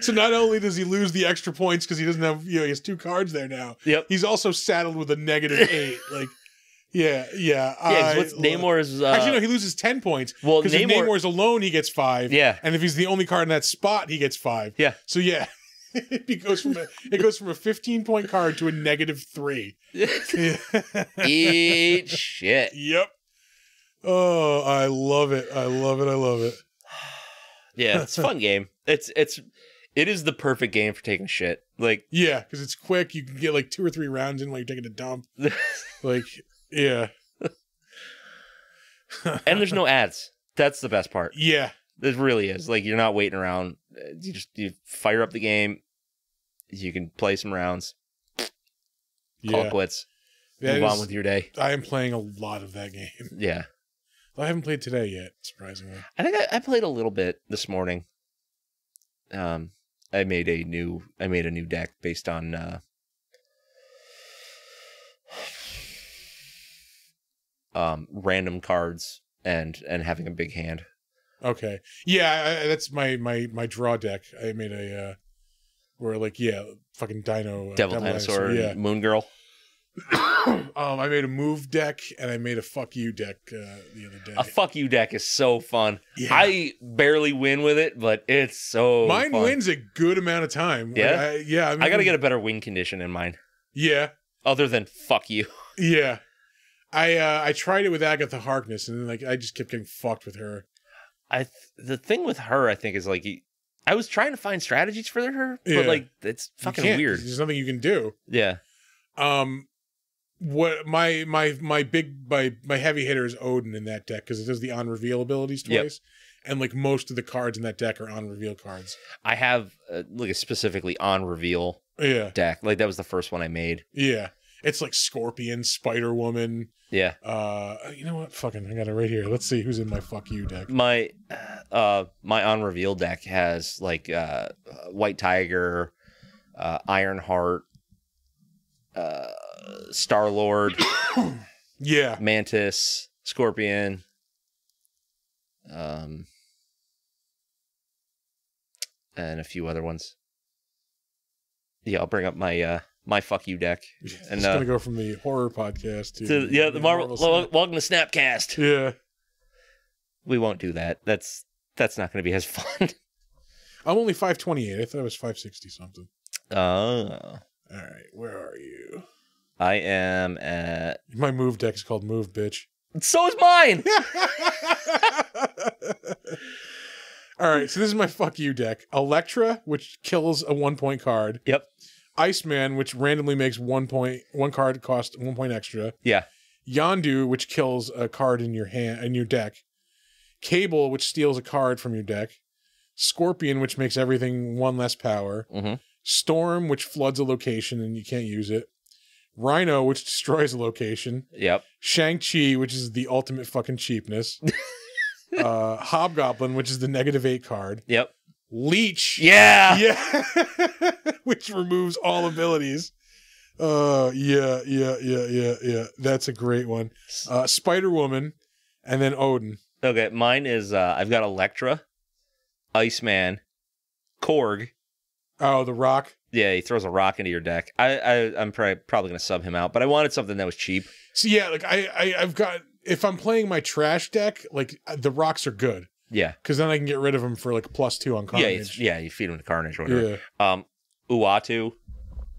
[SPEAKER 1] so not only does he lose the extra points because he doesn't have you know he has two cards there now,
[SPEAKER 2] Yep.
[SPEAKER 1] he's also saddled with a negative eight. Like, yeah, yeah,
[SPEAKER 2] Yeah. 'cause
[SPEAKER 1] I
[SPEAKER 2] what's
[SPEAKER 1] love-
[SPEAKER 2] Namor's? Uh,
[SPEAKER 1] Actually, no, he loses ten points
[SPEAKER 2] well,
[SPEAKER 1] because if
[SPEAKER 2] Namor.
[SPEAKER 1] Namor's alone, he gets five.
[SPEAKER 2] Yeah.
[SPEAKER 1] And if he's the only card in that spot, he gets five.
[SPEAKER 2] Yeah.
[SPEAKER 1] So yeah, it goes from a, it goes from a fifteen point card to a negative three. Yeah.
[SPEAKER 2] Eat shit.
[SPEAKER 1] yep. Oh, I love it! I love it! I love it.
[SPEAKER 2] Yeah. It's a fun game. It's it's it is the perfect game for taking shit. Like
[SPEAKER 1] Yeah, because it's quick. You can get like two or three rounds in while you're taking a dump. Like, yeah,
[SPEAKER 2] and there's no ads. That's the best part.
[SPEAKER 1] yeah,
[SPEAKER 2] It really is. Like you're not waiting around. You just you fire up the game. You can play some rounds. Call it
[SPEAKER 1] yeah.
[SPEAKER 2] quits.
[SPEAKER 1] That
[SPEAKER 2] move on
[SPEAKER 1] is-
[SPEAKER 2] with your day.
[SPEAKER 1] I am playing a lot of that game.
[SPEAKER 2] Yeah.
[SPEAKER 1] I haven't played today yet, surprisingly.
[SPEAKER 2] I think I, I played a little bit this morning. Um, I made a new I made a new deck based on uh, um random cards and and having a big hand.
[SPEAKER 1] Okay, yeah, I, I- that's my my my draw deck. I made a uh where like yeah, fucking dino uh,
[SPEAKER 2] Devil, dinosaur,
[SPEAKER 1] Yeah,
[SPEAKER 2] and Moon Girl.
[SPEAKER 1] um, I made a move deck and I made a fuck you deck uh, the other day.
[SPEAKER 2] A fuck you deck is so fun.
[SPEAKER 1] yeah.
[SPEAKER 2] I barely win with it, but it's so
[SPEAKER 1] Mine
[SPEAKER 2] fun.
[SPEAKER 1] wins a good amount of time. Like,
[SPEAKER 2] Yeah?
[SPEAKER 1] I, yeah. I, mean,
[SPEAKER 2] I gotta get a better win condition in mine,
[SPEAKER 1] Yeah,
[SPEAKER 2] other than fuck you.
[SPEAKER 1] yeah. I uh, I tried it with Agatha Harkness and then like I just kept getting fucked with her.
[SPEAKER 2] I th- the thing with her, I think, is like y- I was trying to find strategies for her,
[SPEAKER 1] Yeah.
[SPEAKER 2] but like it's
[SPEAKER 1] You
[SPEAKER 2] fucking
[SPEAKER 1] can't,
[SPEAKER 2] weird.
[SPEAKER 1] There's nothing you can do.
[SPEAKER 2] Yeah,
[SPEAKER 1] Um, what my my my big my my heavy hitter is Odin in that deck because it does the on reveal abilities
[SPEAKER 2] Yep.
[SPEAKER 1] twice, and like most of the cards in that deck are on reveal cards.
[SPEAKER 2] I have uh, like a specifically on reveal
[SPEAKER 1] Yeah,
[SPEAKER 2] deck. Like that was the first one I made.
[SPEAKER 1] yeah. It's like Scorpion, Spider Woman.
[SPEAKER 2] Yeah,
[SPEAKER 1] Uh, you know what? Fucking, I got it right here. Let's see who's in my fuck you deck.
[SPEAKER 2] my uh my on reveal deck has like uh White Tiger, uh Ironheart, uh Star Lord,
[SPEAKER 1] Yeah,
[SPEAKER 2] Mantis, Scorpion. Um. And a few other ones. Yeah, I'll bring up my uh my fuck you deck.
[SPEAKER 1] it's
[SPEAKER 2] uh,
[SPEAKER 1] gonna go from the horror podcast to,
[SPEAKER 2] To- yeah, the Marvel.
[SPEAKER 1] stuff.
[SPEAKER 2] welcome to Snapcast.
[SPEAKER 1] Yeah,
[SPEAKER 2] We won't do that. That's that's not going to be as fun.
[SPEAKER 1] I'm only five twenty eight. I thought I was five sixty something.
[SPEAKER 2] Oh,
[SPEAKER 1] All right, where are you?
[SPEAKER 2] I am at.
[SPEAKER 1] My move deck's called Move, bitch.
[SPEAKER 2] So is mine.
[SPEAKER 1] All right, so this is my fuck you deck. Electra, which kills a one point card.
[SPEAKER 2] Yep.
[SPEAKER 1] Iceman, which randomly makes one point one card cost one point extra.
[SPEAKER 2] Yeah.
[SPEAKER 1] Yondu, which kills a card in your hand in your deck. Cable, which steals a card from your deck. Scorpion, which makes everything one less power.
[SPEAKER 2] Mhm.
[SPEAKER 1] Storm, which floods a location and you can't use it. Rhino, which destroys a location.
[SPEAKER 2] Yep.
[SPEAKER 1] Shang-Chi, which is the ultimate fucking cheapness. uh, Hobgoblin, which is the negative eight card.
[SPEAKER 2] Yep.
[SPEAKER 1] Leech.
[SPEAKER 2] Yeah.
[SPEAKER 1] Yeah. which removes all abilities. Uh, yeah, yeah, yeah, yeah, yeah. That's a great one. Uh, Spider-Woman and then Odin.
[SPEAKER 2] Okay, mine is. uh I've got Electra, Iceman, Korg.
[SPEAKER 1] Oh, The Rock.
[SPEAKER 2] Yeah, he throws a rock into your deck. I, I I'm probably probably gonna sub him out, but I wanted something that was cheap.
[SPEAKER 1] So yeah, like I, I I've got if I'm playing my trash deck, like the rocks are good
[SPEAKER 2] Yeah,
[SPEAKER 1] because then I can get rid of them for like plus two on
[SPEAKER 2] yeah, it's,
[SPEAKER 1] carnage.
[SPEAKER 2] yeah. You feed him to Carnage or whatever.
[SPEAKER 1] yeah,
[SPEAKER 2] Um, Uatu,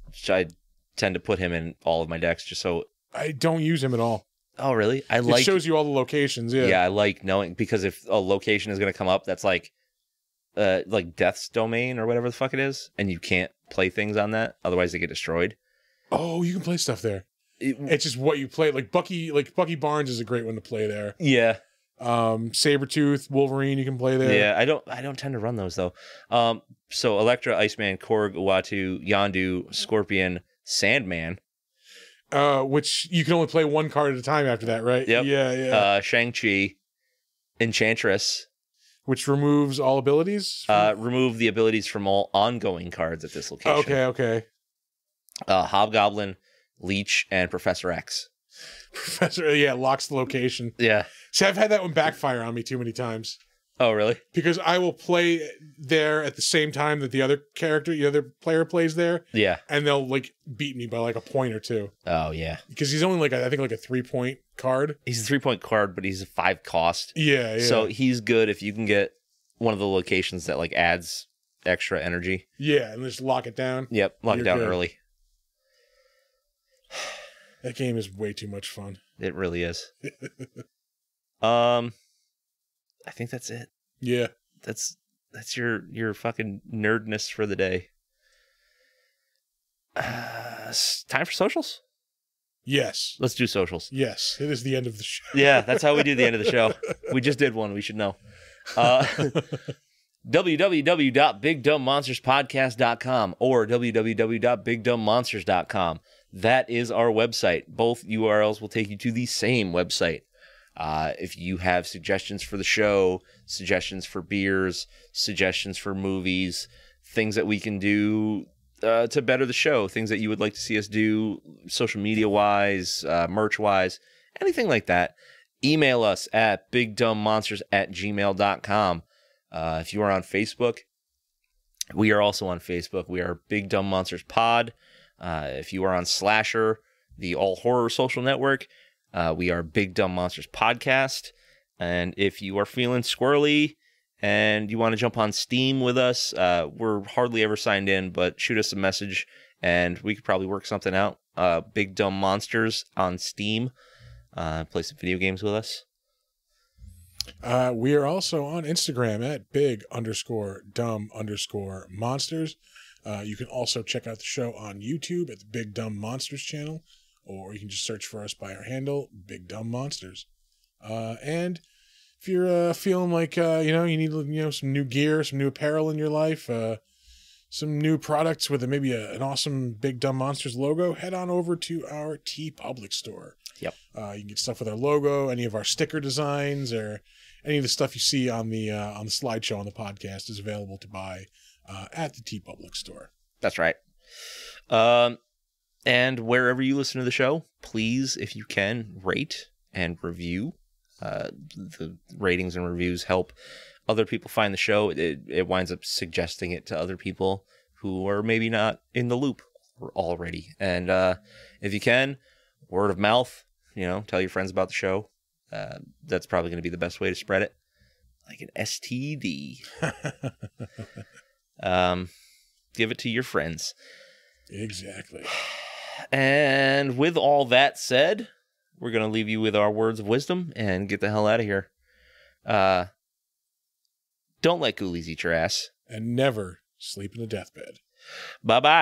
[SPEAKER 2] which I tend to put him in all of my decks just so.
[SPEAKER 1] I don't use him at all.
[SPEAKER 2] Oh, really? I
[SPEAKER 1] it
[SPEAKER 2] like.
[SPEAKER 1] shows you all the locations.
[SPEAKER 2] yeah.
[SPEAKER 1] Yeah,
[SPEAKER 2] I like knowing because if a location is gonna come up, that's like, uh, like Death's Domain or whatever the fuck it is, and you can't play things on that, otherwise they get destroyed.
[SPEAKER 1] Oh, you can play stuff there.
[SPEAKER 2] It-
[SPEAKER 1] It's just what you play. Like Bucky, like Bucky Barnes is a great one to play there.
[SPEAKER 2] yeah.
[SPEAKER 1] Um, Sabretooth, Wolverine, you can play there.
[SPEAKER 2] Yeah, I don't I don't tend to run those though. Um so Electra, Iceman, Korg, Uatu, Yondu, Scorpion, Sandman,
[SPEAKER 1] Uh, which you can only play one
[SPEAKER 2] Uh,
[SPEAKER 1] card at a time after that, right?
[SPEAKER 2] Yep.
[SPEAKER 1] Yeah, yeah.
[SPEAKER 2] uh Shang-Chi, Enchantress,
[SPEAKER 1] which removes all abilities. from-
[SPEAKER 2] Uh, remove the abilities from all ongoing cards at this location.
[SPEAKER 1] Oh, okay, okay.
[SPEAKER 2] Uh, Hobgoblin, Leech, and Professor X.
[SPEAKER 1] Professor, yeah, locks the location.
[SPEAKER 2] Yeah.
[SPEAKER 1] See, I've had that one backfire on me too many times
[SPEAKER 2] Oh, really?
[SPEAKER 1] because I will play there at the same time that the other character, the other player plays there,
[SPEAKER 2] Yeah.
[SPEAKER 1] and they'll like beat me by like a point or two
[SPEAKER 2] Oh, yeah.
[SPEAKER 1] because he's only like a- I think like a three point card.
[SPEAKER 2] He's a three point card, but he's a five cost.
[SPEAKER 1] Yeah, yeah.
[SPEAKER 2] So he's good if you can get one of the locations that like adds extra energy.
[SPEAKER 1] yeah, and just lock it down.
[SPEAKER 2] Yep, lock it
[SPEAKER 1] You're
[SPEAKER 2] down
[SPEAKER 1] good.
[SPEAKER 2] early.
[SPEAKER 1] That game is way too much fun.
[SPEAKER 2] It really is. um, I think that's it.
[SPEAKER 1] Yeah.
[SPEAKER 2] That's that's your your fucking nerdness for the day. Uh, s- time for socials.
[SPEAKER 1] Yes.
[SPEAKER 2] Let's do socials.
[SPEAKER 1] Yes. It is the end of the show.
[SPEAKER 2] Yeah, that's how we do the end of the show. We just did one. We should know. Uh, www.bigdumbmonsterspodcast.com or www.bigdumbmonsters.com. That is our website. Both URLs will take you to the same website. Uh, if you have suggestions for the show, suggestions for beers, suggestions for movies, things that we can do uh, to better the show, things that you would like to see us do, social media wise, uh, merch wise, anything like that, email us at bigdumbmonsters at gmail.com. Uh, if you are on Facebook, we are also on Facebook. We are Big Dumb Monsters Pod. Uh, if you are on Slasher, the all horror social network, uh, we are Big Dumb Monsters Podcast. And if you are feeling squirrely and you want to jump on Steam with us, uh, we're hardly ever signed in, but shoot us a message and we could probably work something out. Uh, Big Dumb Monsters on Steam. Uh, play some video games with us.
[SPEAKER 1] Uh, we are also on Instagram at big underscore dumb underscore monsters. Uh, you can also check out the show on YouTube at the Big Dumb Monsters channel, or you can just search for us by our handle, Big Dumb Monsters. Uh, and if you're uh, feeling like uh, you know you need you know some new gear, some new apparel in your life, uh, some new products with maybe a, an awesome Big Dumb Monsters logo, head on over to our T Public store.
[SPEAKER 2] Yep.
[SPEAKER 1] Uh, you can get stuff with our logo, any of our sticker designs, or any of the stuff you see on the uh, on the slideshow on the podcast is available to buy uh, at the T Public store.
[SPEAKER 2] That's right. Um, and wherever you listen to the show, please, if you can, rate and review. Uh, the ratings and reviews help other people find the show. It, it winds up suggesting it to other people who are maybe not in the loop already. And uh, if you can, word of mouth, you know, tell your friends about the show. Uh, that's probably going to be the best way to spread it. Like an STD. Um, give it to your friends.
[SPEAKER 1] exactly.
[SPEAKER 2] And with all that said, we're going to leave you with our words of wisdom and get the hell out of here. Uh, don't let ghoulies eat your ass.
[SPEAKER 1] And never sleep in a deathbed.
[SPEAKER 2] Bye bye.